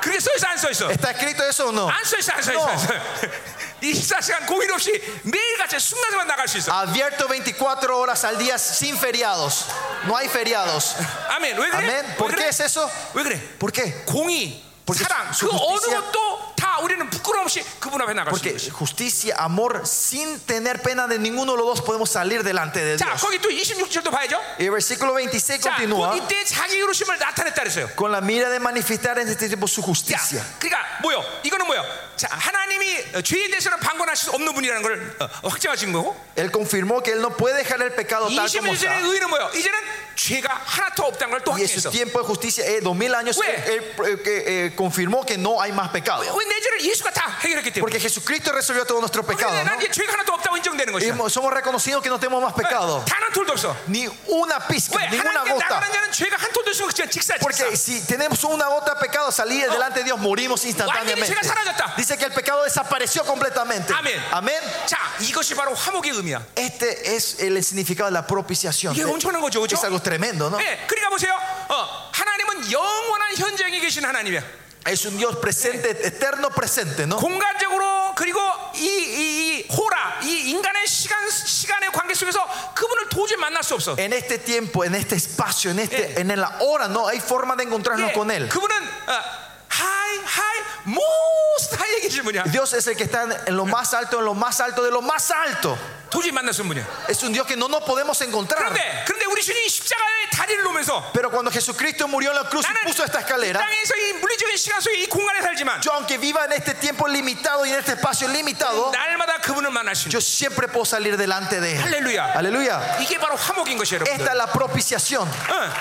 그게 써 있어 안 써 있어?
¿Está escrito eso o no?
안 써 있어 안 써 예. 있어. 안 써. 24시간 공휴일 없이 매일같이 순간순간 나갈 수 있어.
Abierto 24 horas al día sin feriados. No hay feriados.
아멘. 왜 그래?
Amén.
왜
¿Por qué
그래?
es eso?
왜 그래?
¿Por qué?
공의,
Porque
사랑
su
그 어느
justicia-
것도 다 우리는 부끄러움 없이 그분 앞에 나갈 수 있어.
Porque justicia, amor, sin tener pena de ninguno de los dos podemos salir delante de
자,
Dios.
거기 또 26절도 봐야죠.
Y el versículo 26
자, 곧
continúa.
이때 자기 그러심을 나타냈다 그랬어요.
con la mira de manifestar en este tiempo su
야,
justicia.
그러니까 뭐요? 이거는 뭐요? 자, 하나님이 어, 죄에 대해서는 방관하실 수 없는 분이라는 걸 어, 어, 확증하신 거고,
Él confirmó que él no puede dejar el pecado tal como
26절의
está.
의는 뭐요? 이제는 죄가 하나도 없다는 걸 또
Y en su
확증했어.
tiempo de justicia, eh, dos mil años,
Güey.
él, él, eh, que, eh, confirmó que no hay más pecado.
왜 내 죄를 예수가 다 해결했기 때문에?
Porque Jesucristo resolvió todo nuestro pecado.
그런데 난
¿no?
이제 죄가 하나도 없다고 인정되는 것이야.
Y somos reconocidos que no tenemos más pecado.
단한 톨도 없어.
Ni una
왜
pizca, ninguna
하나님께
gota.
나가는 자는 죄가 한 톨도 없으면 그냥 직사 직사.
Porque si tenemos una gota de pecado, salir delante de Dios, morimos instantáneamente.
완전히 죄가 사라졌다.
Dice que el pecado desapareció completamente.
Amén.
Amén.
자, 이것이 바로 화목의 의미야.
Este es el significado de la propiciación.
이게 엄청난 거죠, 그렇죠?
Es algo tremendo, ¿no?
예, 그러니까 보세요. 어, 하나님은 영원한 현장에 계신 하나님이야.
Es un Dios presente, eterno presente, ¿no?
공간적으로 그리고 이, 이, 이 호라 이 인간의 시간 시간의 관계 속에서 그분을 도저히 만날 수 없어.
En este tiempo, en este espacio, en,
Eh.
este, en la hora, no hay forma de encontrarnos
예,
con Él.
그분은 어, 하이 하이 모스트 하이에 계신 분이야.
Dios es el que está en, en lo más alto, en lo más alto de lo más alto.
도저히 만날 수 없는 분이야.
Es un Dios que no nos podemos encontrar.
그런데 그런데 우리 주님 이 십자가의 다리를 놓으면서
Pero cuando Jesucristo murió en la cruz y
나는
puso esta
이
escalera,
땅에서 이 물리적인 시간 속에 이 공간에 살지만
yo aunque viva en este tiempo limitado y en este espacio limitado,
날마다 그분을 만나신
yo siempre puedo salir delante de Él.
Aleluya.
Aleluya.
이게 바로 화목인 것이에요, 여러분들.
Esta es la propiciación.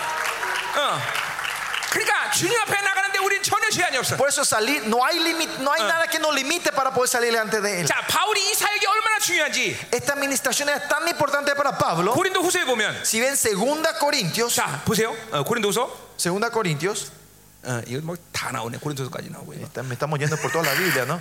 어, 어. 그러니까 주님 앞에 나가는데 우린 전혀 제한이 없어.
Por eso salir, no hay, límite no hay nada que nos limite para poder salir delante de Él.
자, 바울이 이 사역이 얼마나 중요한지
Esta administración es tan importante para Pablo.
고린도 후서에 보면
Si ven 2 Corintios,
자 보세요 어, 고린도서
2 Corintios,
어, 이건 뭐 다 나오네 고린도서까지 나오고 이거.
está- me estamos yendo por toda la Biblia, ¿no?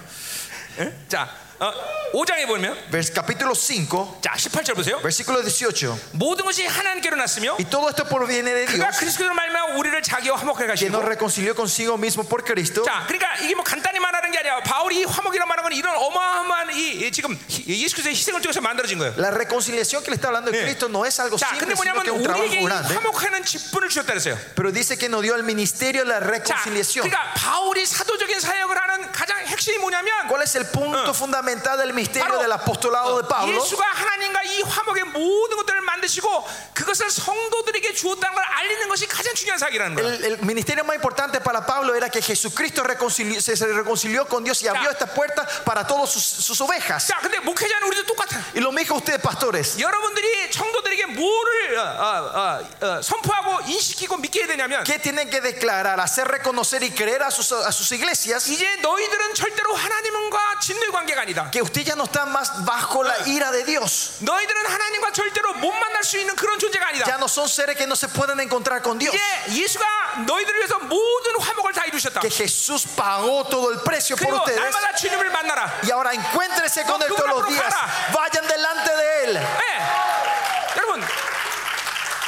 자 어, 5장에 보면
Vers- capítulo 5,
자 18절 보세요
versículo 18.
모든 것이 하나님께로 났으며
Y todo esto proviene de
그가
Dios,
그리스도로 말미암아 우리를 자기와 화목해
que nos
가시고
reconcilió consigo mismo por Cristo.
자 그러니까 이게 뭐 간단히 말하는 게 아니라 바울이 이 화목이란 말하는 건 이런 어마어마한 이, 이 지금 희- 예수 그리스도의 희생을 통해서 만들어진 거예요
La reconciliación que le está hablando de
Sí.
Cristo no es algo
자 근데
simple, sino
뭐냐면
que es
우리에게
un trabajo
이
grande.
화목하는 직분을 주셨다 그랬어요
Pero dice que nos dio el ministerio de la
자
reconciliación.
그러니까 바울이 사도적인 사역을 하는 가장 핵심이 뭐냐면 어, Ah,
어, ¿Cuál es el punto fundamental del misterio del apostolado de Pablo?
예수가 하나님 하나님과 이 화목의 모든 것들을 만드시고 그것을 성도들에게 주었다는 걸 알리는 것이 가장 중요한 사역이라는 거야.
El, el ministerio más importante para Pablo era que Jesucristo reconcilió- se se reconcilió con Dios y abrió esta puerta para todas sus, sus ovejas.
자, 근데 목회자는 우리도 똑같아.
Y lo mismo ustedes, pastores.
여러분들이 청도들에게 뭐를 어, 어, 어, 어, 선포하고 인식하고 믿게 해야 되냐면
¿Qué tienen que declarar, hacer reconocer y creer a sus, a sus iglesias?
이제 너희들은 절대로 하나님과 진노의 관계가 아니다.
Que usted ya no está más bajo la ira de Dios.
너희들은 하나님과 절대로 못 만날 수 있는 그런 존재가
Ya
아니다.
no son seres que no se pueden encontrar con Dios.
이제 예수가 너희들을 위해서 모든 화목을 다 이루셨다.
Que Jesús pagó todo el precio por
그리고
ustedes.
날마다 주님을 만나라.
Y ahora encuéntrese con Él todos los días. Vayan delante de Él.
예. 여러분,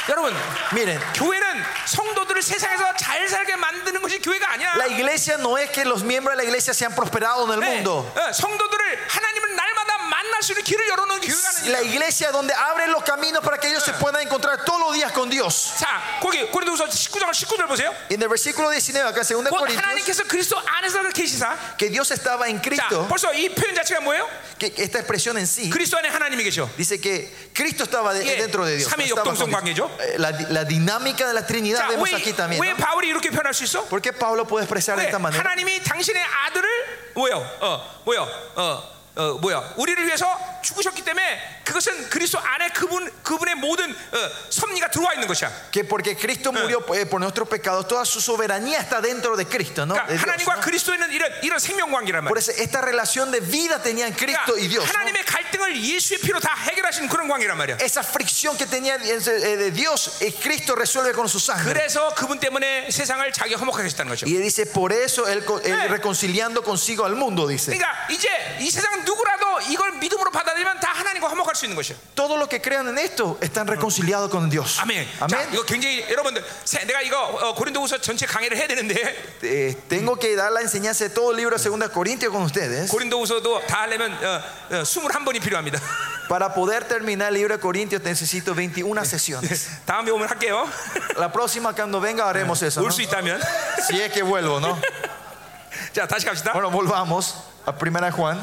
여러분,
Miren,
교회는 성도들을 세상에서 잘 살게 만드는 것이 교회가 아니야.
la iglesia no es que los miembros de la iglesia sean prosperados en el
예,
mundo.
예, 성도들을 하나님을 날마다 만날 수 있는 길을 열어놓은 교회가 아니야.
La iglesia es donde abre los caminos para que ellos se puedan encontrar todos los días con Dios.
자, 거기 고린도후서 19장 19절 보세요.
Y en el versículo 19, acá en 2
곧
Corintios,
하나님께서 그리스도 안에서 계시사.
que Dios estaba en
자,
Cristo,
벌써 이 표현 자체가 뭐예요?
que esta expresión en sí
그리스도 안에 하나님이 계셔.
dice que Cristo estaba de-
Yeah.
dentro de Dios. no
삼위
estaba con
역동성
Dios. Eh, La, la dinámica de la Trinidad
자,
vemos
왜,
aquí también.
왜
¿no?
바울이 이렇게 표현할 수 있어?
¿Por qué Pablo puede expresar de
왜
esta manera?
네, 하나님이 당신의 아들을 뭐요? 어, 뭐요? 어, 어, 뭐야? 우리를 위해서 죽으셨기 때문에 그것은 그리스도 안에 그분 그분의 모든 어, 섭리가 들어와 있는 것이야.
Que porque Cristo murió eh, por nuestros pecados, toda su soberanía está dentro de Cristo, ¿no?
그러니까
De Dios,
하나님과
¿no?
그리스도에 있는 이런 이런 생명 관계란
Por
말이야.
eso esta relación de vida tenían Cristo y Dios.
그러니까
¿no?
하나님의 갈등을 예수의 피로 다 해결하신 그런 관계란 말이야.
Esa fricción que tenía eh, de Dios, eh, Cristo resuelve con su sangre.
그래서 그분 때문에 세상을 자기 화목하게 하셨다는 거죠.
Y dice, por eso él, co- él
Eh.
reconciliando consigo al mundo, dice.
그러니까 이제 이 세상 누구라도 이걸 믿음으로 받아들이면 다 하나님과 화목할 수 있는 것이야.
Todos los que crean en esto están reconciliados con Dios.
아멘. 자,
Amén.
이거 굉장히 여러분들 세- 내가 이거 어, 고린도후서 전체 강의를 해야 되는데
Eh, tengo que dar la enseñanza de todo el libro de 2 Corintios con ustedes.
고린도후서도 다 하려면 어, 어, 21번이 필요합니다.
Para poder terminar el libro de Corintios necesito 21 sesiones.
다음에 오면 할게요.
La próxima cuando venga haremos eso. ¿no?
올 수 있다면.
Si es que vuelvo, ¿no?
자, 다시 갑시다.
Bueno, volvamos a Primera Juan.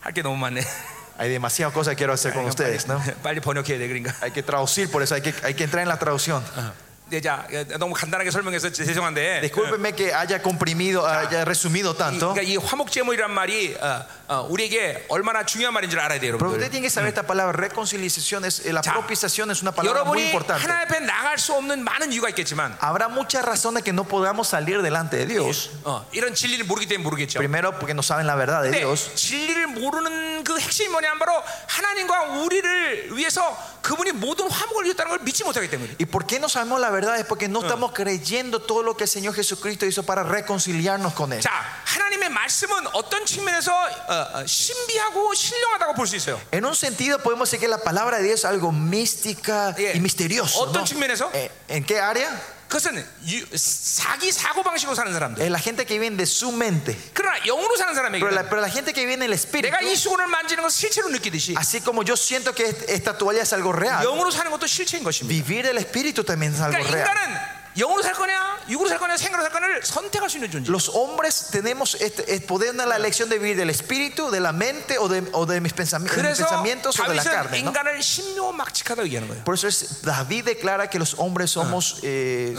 할 게 너무 많네.
Hay demasiadas cosas que quiero hacer con ustedes, ¿no?
빨리 번역해야 돼 그러니까.
Hay que traducir, por eso hay que, hay que entrar en la traducción.
네, 자, 어, 너무 간단하게 설명해서 제- 죄송한데.
Discúlpeme que haya comprimido, haya resumido
이-
tanto.
그러니까 이 화목제물이란 말이 어, 어, 우리에게 얼마나 중요한 말인지를 알아야 돼요,
Pero
여러분들.
usted tiene que saber esta palabra reconciliación, es, eh, la
Ya.
propiciación es una palabra muy
여러분이
importante.
하나님 앞에 나갈 수 없는 많은 이유가 있겠지만
Habrá muchas razones que no podamos salir delante de Dios.
어, 이런 진리를 모르기 때문에 모르겠죠.
Primero, porque no saben la verdad de
근데
Dios.
진리를 모르는 그 핵심이 뭐냐면 바로 하나님과 우리를 위해서 그분이 모든 화목을 이뤘다는 걸 믿지 못하기 때문에.
¿Y por qué no sabemos la verdad? Es porque no estamos creyendo todo lo que el Señor Jesucristo hizo para reconciliarnos con Él.
자, 하나님의 말씀은 어떤 측면에서 어, 어, 신비하고 신령하다고 볼 수 있어요.
En un sentido podemos decir que la palabra de Dios es algo mística
Yeah.
y misterioso.
¿Otro
¿no?
측면에서?
Eh, ¿En qué área?
그것은 유, 사기 사고 방식으로 사는 사람들.
Eh, la gente que viene de su mente.
그러나 영으로 사는
Pero
사람에게는
la, pero la gente que viene en el espíritu,
내가 이 수건을 만지는 것을 실체로 느끼듯이
así como yo siento que est- esta toalla es algo real,
영으로 사는 것도 실체인 것입니다.
vivir el espíritu también es algo
그러니까
real.
인간은 영으로 살 거냐, 육으로 살 거냐, 생으로 살 거냐를 선택할 수 있는 존재.
Los hombres tenemos este, el poder de la elección de vivir del espíritu, de la mente o de, o de mis, pensami- de mis
그래서
pensamientos o de la
다윗은
carne. ¿no?
인간을 신묘막측하다 얘기하는 거예요.
Por eso es- David declara que los hombres somos eh,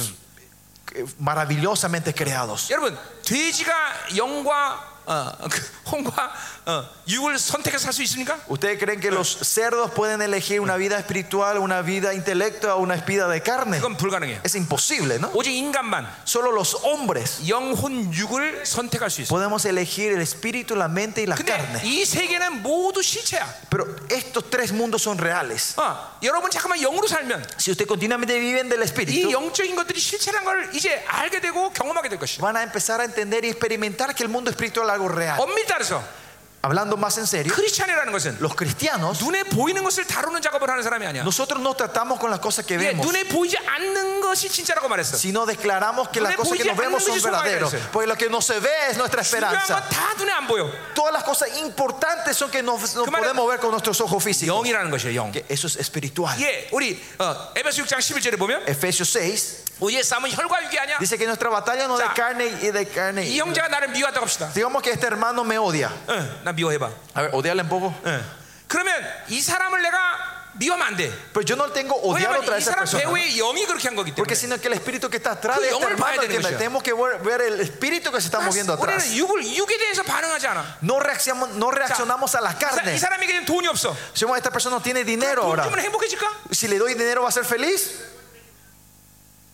eh, maravillosamente creados.
여러분 돼지가 영과 어, 그 홍과 어, 육을 선택해서 살 수 있습니까?
¿Ustedes creen que los cerdos pueden elegir una vida espiritual, una vida intelectual o una vida de carne?
그건 불가능해요.
Es imposible, ¿no?
오직 인간만
Solo los hombres
영혼 육을 선택할 수 있어요.
podemos elegir el espíritu, la mente y la
근데
carne.
이 세계는 모두 실체야.
Pero estos tres mundos son reales.
어, 여러분 잠깐만 영으로 살면
Si ustedes continuamente viven del
이
espíritu,
영적인 것들이 실체란 걸 이제 알게 되고 경험하게 될 것이야.
van a empezar a entender y experimentar que el mundo espiritual es algo real.
엄밀히 따라서
Hablando más en
예?
serio,
크리스찬이라는 것은
los cristianos,
눈에 보이는 것을 다루는 작업을 하는 사람이 아니야.
nosotros no tratamos con las cosas que
예,
vemos.
눈에 보이지 않는 것이 진짜라고 말했어.
sino declaramos que las
Donde
cosas que
voy
nos vemos
llegando,
son
yo soy
verdaderas.
vagancia.
Porque lo que no se ve es nuestra
중요한
esperanza.
건 다 눈에 안 보여.
Todas las cosas importantes son que no, no
말은-
podemos ver con nuestros ojos físicos.
영이라는 것이에요. 영.
Que eso es espiritual.
예, 우리 어, 에베소 6장 11절에 보면
Efesios 6
우리의 싸움은 혈과 육이 아니야.
dice que nuestra batalla no es
Ya.
de carne y de carne.
이
y-
형제가 나를 미워한다고 합시다.
Digamos que este hermano me odia.
응, 나 미워해봐.
A ver, odiarle un poco.
응. 그러면 이 사람을 내가 미워하면 안 돼.
Pero yo no tengo odiar
왜냐면 이
otra vez a esa
사람
persona. ¿no?
배우의 영이 어, 그렇게 한 거기 때문에.
Porque sino que el espíritu que está atrás
그
de este
영을 봐야
hermano
되는
¿entiendes?
것이야.
tenemos que ver ver el espíritu que se está moviendo atrás.
우리는 육을 육에 대해서 반응하지 않아.
No reaccionamos, no reaccionamos a la
이 사- 이
carne.
사람에게 지금 돈이 없어.
Si esta persona no tiene dinero
돈
ahora,
주면 행복해질까?
si le doy dinero va a ser feliz.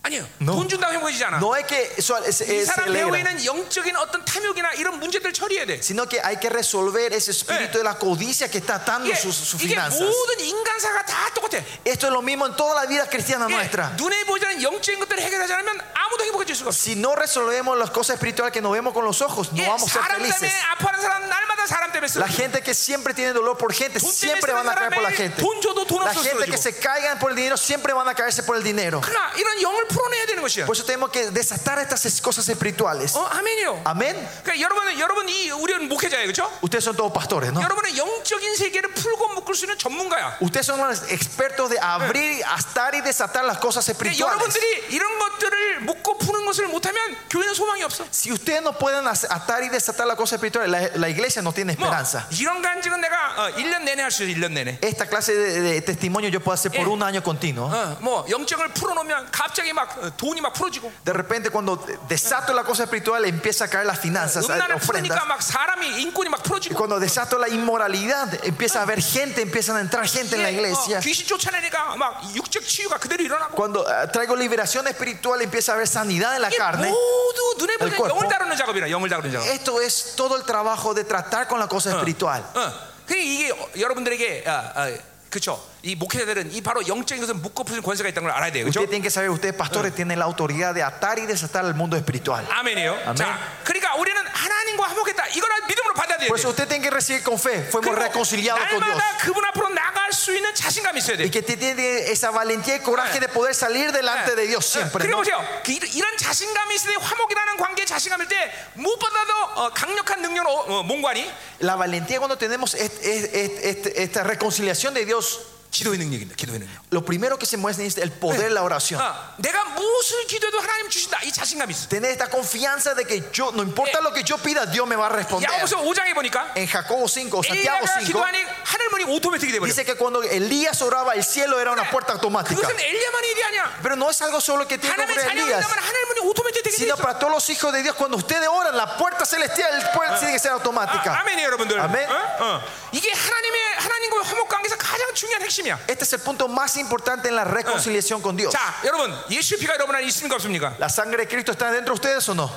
아니요.
No.
돈 준다고 행복해지지 않아.
No es que eso- es-
이
es- se
사람
alegra,
배우에는 영적인 어떤 탐욕이나 이런 문제들 처리해야 돼.
sino que hay que resolver ese espíritu de la codicia que está atando
이게,
sus, sus
이게
finanzas.
모든 인간사가 다 똑같아.
Esto es lo mismo en toda la vida cristiana
이게
nuestra.
눈에 보이지 않는 영적인 것들을 해결하지 않으면 아무도 행복해질 수가 없어.
Si no resolvemos las cosas espirituales que nos vemos con los ojos, no
이게
vamos a ser
사람
felices.
때문에 아파하는 사람 날마다 사람 때문에
La
쓰러져.
gente que siempre tiene dolor por gente,
돈
siempre van a
때문에
caer por la
사람이
gente.
돈 줘도 돈
La
없어
gente que
쓰러지고.
se caigan por el dinero, siempre van a caerse por el dinero.
그러나 이런 영을 풀어내야 되는 것이야.
Por eso tenemos que desatar estas cosas espirituales.
어, 아멘이요.
Amén.
그러니까 여러분은 여러분 이 우리는 목회자예요, 그렇죠?
Ustedes son todos pastores, ¿no?
여러분은 영적인 세계를 풀고 묶을 수 있는 전문가야.
Ustedes son los expertos de abrir, astar y desatar las cosas
근데
espirituales.
여러분들이 이런 것들을 묶고 푸는 것을 못하면 교회는 소망이 없어.
Si ustedes no pueden as- atar y desatar las cosas espirituales, la, la iglesia no tiene
뭐
esperanza.
이런 간증은 내가 어, 1년 내내 할 수 있어. 1년 내내.
Esta clase de, de testimonio yo puedo hacer
Eh.
por un año continuo.
어, 뭐 영적을 풀어놓으면 갑자기 막 어, 돈이 막 풀어지고
De repente cuando desato la cosa espiritual empieza a caer las finanzas,
음란을
ofrendas.
풀으니까 막 사람이 인권이 막
Y
풀어지고
cuando desato la inmoralidad, empieza a haber gente, empiezan a entrar gente en la
이게, 어,
iglesia.
귀신 쫓아내니까 막 육적 치유가 그대로 일어나고
Cuando eh, traigo liberación espiritual, empieza a haber sanidad en la
이게
carne.
모두 눈에 아, 보이는
cuerpo.
영을 다루는 작업이라 영을 다루는 작업.
Esto es todo el trabajo de tratar con la cosa espiritual.
어, 그 이게 어, 여러분들에게 아, 아, 그쵸? 이 목회자들은 이 바로 영적인 것은 묶고 푸는 권세가 있다는 걸 알아야 돼요. 그렇죠?
Ustedes tienen que saber, ustedes pastores tienen la autoridad de atar y desatar el mundo espiritual.
아멘이에요.
아멘.
자, 그러니까 우리는 하나님과 화목했다. 이걸 믿음으로 받아들여야
Por eso
돼요.
ustedes tienen que recibir con fe, fuimos reconciliados con Dios.
날마다 그분 앞으로 나갈 수 있는 자신감이 있어야
Y
돼요.
que tienen esa valentía y coraje de poder salir delante de Dios siempre.
그리고
¿no?
보세요. 그 이런- 이런 자신감이 있을 때 화목이라는 관계에 자신감일 때 무엇보다도 어, 강력한 능력은 어, 어, 뭔관이
La valentía cuando tenemos es- es- es- es- esta reconciliación de Dios,
기도의 능력입니다. 기도의 능력.
lo primero que se muestra es el poder de la oración.
어, 내가 무엇을 기도해도 하나님 주신다. 이 자신감이 있어.
Tener esta confianza de que yo, no importa lo que yo pida, Dios me va a responder.
야고보서 5장에 보니까
En Jacobo 5, o Santiago
엘리야가
5,
기도하니 하늘문이 오토매틱이 돼버려.
dice que cuando Elías oraba, el cielo era una puerta automática.
그것은 엘리야만 일이 아니야.
Pero no es algo solo que tiene
하나님의
sobre Elías,
자녀이다면 하늘문이 오토매틱 되게 돼
sino
있어.
para todos los hijos de Dios, cuando ustedes oran, la puerta celestial puede- tiene que ser
아,
automática.
아멘이에요, 여러분들. 어?
아멘.
어. 이게 하나님의 하나님과의 화목 관계에서 가장 중요한 핵심이야.
Este es el punto más importante en la reconciliación con Dios.
자, 여러분, 예수의 피가 여러분 안에 있습니까 없습니까?
¿La sangre de Cristo está dentro de ustedes o no?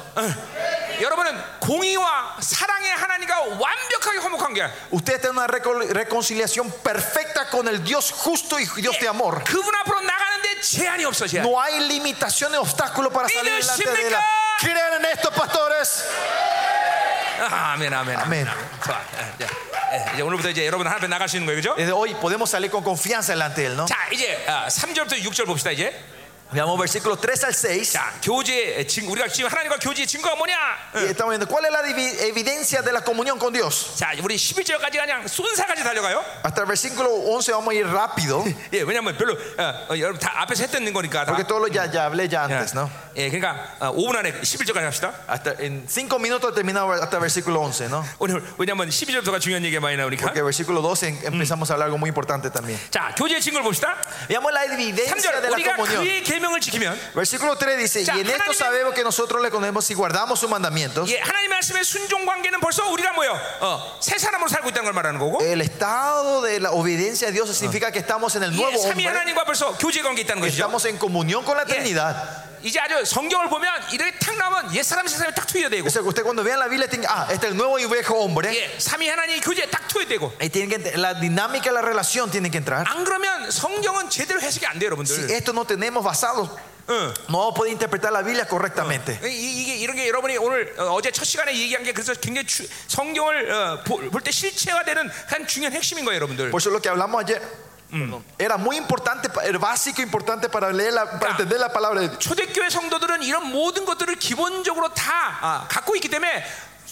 여러분은 공의와 사랑의 하나님과 완벽하게 화목 관계야.
Ustedes tienen una reco- reconciliación perfecta con el Dios justo y Dios de amor.
그분 앞으로 나가는데 제한이 없어, 제한.
No hay limitaciones, obstáculos para salir delante de la. Crean en esto, pastores.
아, 아멘, 아멘,
아멘.
아멘. 아멘. 좋아. 예, 예, 예, 이제 오늘부터 이제 여러분 하나님 앞에 나갈 수 있는 거예요, 그죠?
Desde hoy podemos salir con confianza delante de Él, ¿no?
자, 이제 아, 3절부터 6절 봅시다, 이제.
Veamos versículos 3 al 6.
자, 교제 증 우리가 지금 하나님과 교제의 증거가 뭐냐?
Y estamos viendo cuál es la divi- evidencia de la comunión con Dios.
자, 우리 11절까지 그냥 쏜사까지 달려가요.
Hasta el versículo 11 vamos a ir rápido,
예, 왜냐면 별로 어, 어, 여러분 다 앞에서 했던 거니까 다.
porque todo lo ya, ya hablé ya antes, ¿no?
예, 그러니까 어, 5분 안에 11절까지 합시다.
Hasta en 5 minutos terminamos hasta el versículo 11, ¿no?
오늘 왜냐면 12절부터가 중요한 얘기가 많이 나오니까.
Porque el versículo 12 em- empezamos a hablar algo muy importante también.
자, 교제의 증거를 봅시다.
Veamos la evidencia
3절
de la
우리가
comunión.
그의 계명을 지키면
Versículo 3 dice,
Ya,
y en esto
하나님의-
sabemos que nosotros le conocemos si guardamos sus mandamientos.
예, 하나님 말씀의 순종 관계는 벌써 우리가 뭐요? 어, 새 사람으로 살고 있다는 걸 말하는 거고.
El estado de la obediencia a Dios significa que estamos en el
예,
nuevo
삼위
hombre,
하나님과 벌써 교제 관계 있다는 것이죠.
estamos en comunión con la
Yeah.
Trinidad.
이제 아주 성경을 보면 이렇게 탁 나오면 옛 사람 새 사람이 딱 투여되고,
O sea, que usted cuando vean la Biblia, tiene- ah, este es el nuevo y viejo hombre.
예, 삼위 하나님 교제 딱 투여되고.
Ahí tienen que, la dinámica de la relación tiene que entrar.
안 그러면 성경은 제대로 해석이 안 돼요,
Si
여러분들.
esto no tenemos basado,
응.
no vamos a poder interpretar la Biblia correctamente.
이- 이게 이런 게 여러분이 오늘 어, 어제 첫 시간에 얘기한 게 그래서 굉장히 추- 성경을 어, 볼 때 실체화되는 한 중요한 핵심인 거예요, 여러분들.
Por eso lo que hablamos ayer era muy importante, pa- era básico importante para, leer la- para entender la palabra de Dios.
초대교회 성도들은 이런 모든 것들을 기본적으로 다 아, 갖고 있기 때문에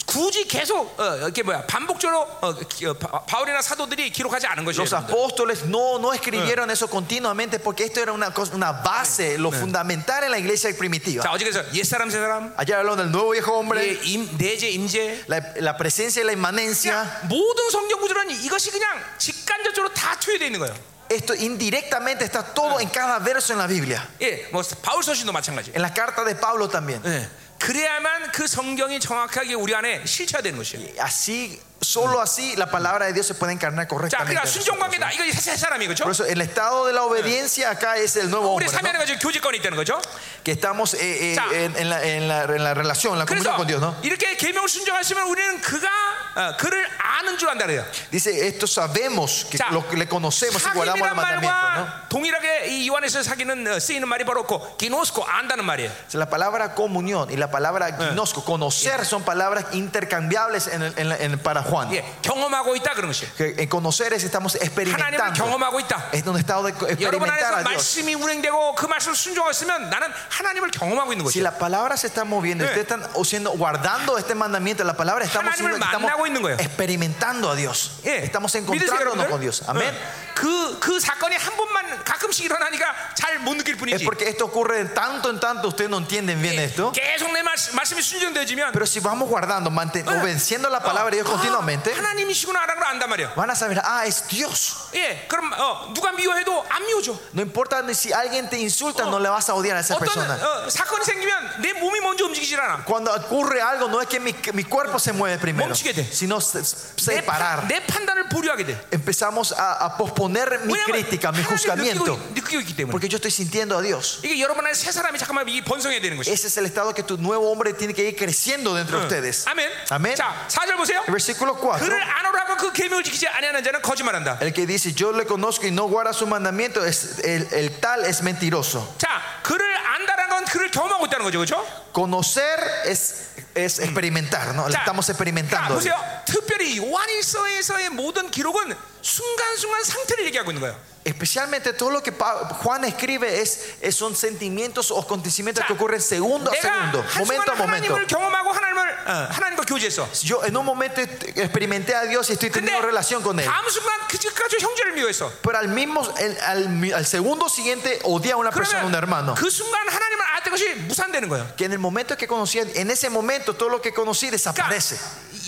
굳이 계속 어, 이렇게 뭐야 반복적으로 어, 기- 어, 바- 바울이나 사도들이 기록하지 않은 것이에요.
Los
여러분들.
apóstoles no, no escribieron eso continuamente porque esto era una, cosa- una base, lo fundamental en la iglesia primitiva.
자 어제 그래서 옛 사람 새 사람,
Allá habló del nuevo viejo
예,
hombre,
임, 내재 임재.
la, la presencia y la inmanencia.
그냥 모든 성경 구절은 이것이 그냥 직간접적으로 다 투여되어 있는 거예요.
Esto indirectamente está todo en cada verso en la Biblia.
예, 뭐 바울 서신도 마찬가지.
En la carta de Pablo también.
예, 그래야만 그 성경이 정확하게 우리 안에 실체화되는 것이에요.
Así, solo así, la palabra de Dios se puede encarnar
자,
correctamente.
그러니까
en
순종
nosotros.
관계다. 이거 새 사람이 그죠?
Por eso, el estado de la obediencia acá es el nuevo
그렇죠? 우리
hombre,
사면에 가지고 교제권이 있다는 거죠.
¿no? que estamos eh, eh,
Ya.
en, en la, en la- en la relación, en la
그래서
comunión con Dios. ¿no?
이렇게 계명 순종하시면 우리는 그가 어, 그를 아는 줄 안다 그래요.
Dice, esto sabemos, que
Ya.
lo que le conocemos y guardamos el
사귐이란
mandamiento. ¿no?
말과 동일하게 이 요한에서 사귀는 어, 쓰이는 말이 바로 그 기노스코 안다는 말이에요.
O sea, La palabra comunión y la palabra gnosco, conocer, son palabras intercambiables en el- en la- en- para Juan.
예, 경험하고 있다 그런 것이에요.
Que en conocer es estamos
하나님을
experimentando.
경험하고 있다.
Es un estado de
예, 여러분
experimentar
안에서
a Dios.
말씀이 운행되고 그 말씀을 순종했으면 나는 하나님을 경험하고 있는
Si
것이에요.
la palabra se está moviendo,
Sí.
ustedes están haciendo- guardando este mandamiento, la palabra estamos,
하나님을
siendo- estamos
만나고 있는 거예요.
experimentando a Dios.
예,
Estamos
믿으세요,
encontrándonos
여러분들?
con Dios. Amén.
어. 그, 그 사건이 한 번만 가끔씩 일어나니까 잘 못 느낄
Es
뿐이지.
porque esto ocurre de tanto en tanto, ustedes no entienden bien esto.
계속 내 말씀, 말씀이 순종되어지면 어,
Pero si vamos guardando, manten- obedeciendo la palabra de Dios continuamente,
아, 하나님이시구나라는 걸 안단 말이야.
van a saber, ah, es Dios.
예, 그럼 어, 누가 미워해도 안 미워져.
No importa ni si alguien te insulta, Oh. no le vas a odiar a esa
어떤
persona.
어, 사건이 생기면 내 몸이 먼저 움직이질 않아.
Cuando ocurre algo, no es que mi, que mi cuerpo se mueve primero,
멈추게 돼.
sino se-
내, 파-
separar.
내 판단을 보류하게 돼.
Empezamos a, a posponer mi
왜냐면
crítica, mi
하나님
juzgamiento,
느끼고, 느끼고 있기 때문에.
porque yo estoy sintiendo a Dios.
이게 여러분 안에 새 사람이 잠깐만 이 번성해야 되는 것이.
Ese es el estado que tu nuevo hombre tiene que ir creciendo dentro de ustedes.
아멘.
Amén.
자, 4절 보세요.
El versículo 4.
그를 안 오라고 그 계명을 지키지 아니하는 자는 거짓말한다.
El que dice yo le conozco y no guarda su mandamiento, es, el, el tal es mentiroso.
자, 그를 안다는 건 그를 경험하고 있다는 거죠. 그렇죠?
Conocer es, es experimentar, ¿no? Le
자,
estamos
자,
experimentando.
보세요. 특별히 요한일서에서의 모든 기록은 순간순간 상태를 얘기하고 있는 거예요.
Especialmente todo lo que Pa- Juan escribe es, es- son sentimientos o acontecimientos
자,
que ocurren segundo a
내가
segundo,
한순간
momento Uh. a momento.
하나님을 경험하고 하나님을 어, 하나님과 교제했어.
Yo en un momento experimenté a Dios y estoy
근데
teniendo relación con Él.
다음 순간 그까지 형제를 미워했어.
Pero al mismo, el- al, mi- al segundo siguiente odia a una persona, a un hermano.
그러면 그 순간 하나님을 알았던 것이 무산되는 거예요.
Que en el momento que conocí, en ese momento todo lo que conocí
그러니까
desaparece.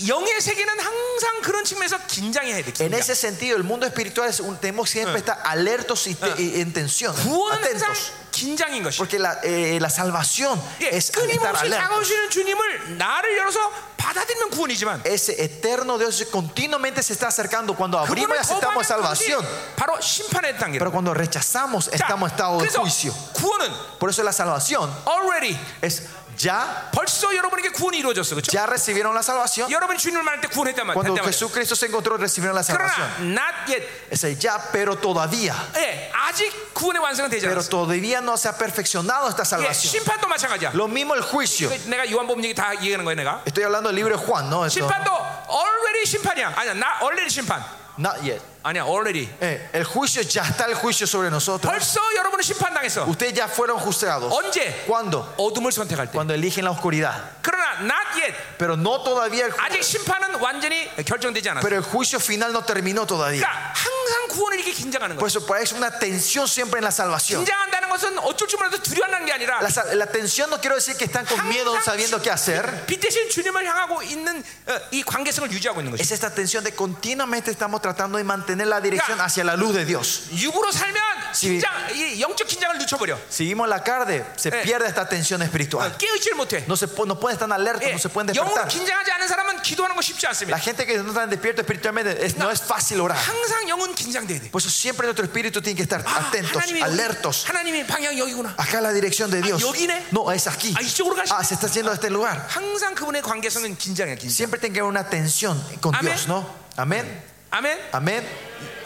영의 세계는 항상 그런 측면에서 긴장해야 돼.
En
긴장.
ese sentido, el mundo espiritual es un tenemos siempre estar alertos y, te- y en tensión,
구원은 항상
atentos.
긴장인 것이.
Porque la, eh, la salvación
예,
es estar
끊임없이
alerta.
다가오시는 주님을 나를 열어서 받아들이면 구원이지만
Ese eterno Dios continuamente se está acercando cuando abrimos
그분을
y aceptamos
거부하는 것이
salvación.
바로 심판의 단계로.
Pero cuando rechazamos, estamos en estado de
그래서
juicio.
구원은
Por eso la salvación
already
es ya
벌써 여러분에게 구원이 이루어졌어, 그렇죠?
ya recibieron la salvación.
여러분 주님을 만날 때 구원했단 말-
Cuando
됐단 말이에요.
Jesucristo se encontró, recibieron la salvación.
그러나 not yet.
Es el ya, pero todavía.
예, 아직 구원의 완성은 되지
Pero
않았어.
todavía no se ha perfeccionado esta
예,
salvación.
심판도 마찬가지야. 그
Lo mismo el juicio.
내가 요한복음 얘기 다 얘기하는 거야, 내가.
Estoy hablando del libro de Juan, ¿no? Esto,
심판도 already 심판이야. 아니야, 나 already 심판.
not yet.
아니야, already.
Eh, el juicio, ya está el juicio sobre nosotros.
벌써 여러분은 심판당했어.
Ustedes ya fueron juzgados.
언제?
¿Cuándo?
어둠을 선택할 때.
Cuando eligen la oscuridad.
그러나 not yet.
Pero no todavía el ju-
아직 심판은 완전히 결정되지 않았어.
Pero el juicio final no terminó todavía.
그러니까 항상 구원을 이렇게 긴장하는 거야.
Por eso, por eso una tensión siempre en la
그렇죠.
salvación.
긴장한다는 것은 어쩔 줄 몰라도 두려워하는 게 아니라
La, sal- la tensión no quiero decir que están con miedo, no sabiendo qué hacer.
빛 대신 주님을 향하고 있는 어, 이 관계성을 유지하고 있는 것이.
Es esta tensión de continuamente estamos tratando de mantener la dirección hacia la luz de Dios.
육으로 살면 긴장, 이 영적 긴장을 늦춰버려.
Seguimos la carne, se
Eh.
pierde esta tensión espiritual.
깨우질 못해.
No se pu- no pueden estar alertas,
예,
no se pueden
영으로
despertar.
긴장하지 않은 사람은 기도하는 거 쉽지
La
않습니다.
gente que no está despierta espiritualmente es- no es fácil orar.
항상 영은 긴장돼야 돼.
Por eso siempre nuestro espíritu tiene que estar
아,
atentos,
하나님이 여기-
alertos.
하나님이 방향 여기구나.
Acá la dirección de Dios.
¿여기네?
No, es aquí.
아, 이쪽으로 가시.
Ah, se está haciendo este lugar.
항상 그분의 관계성은 긴장이야, 긴장.
Siempre tiene que haber una tensión con
Amén.
Dios, ¿no? Amén.
아멘.
Amén.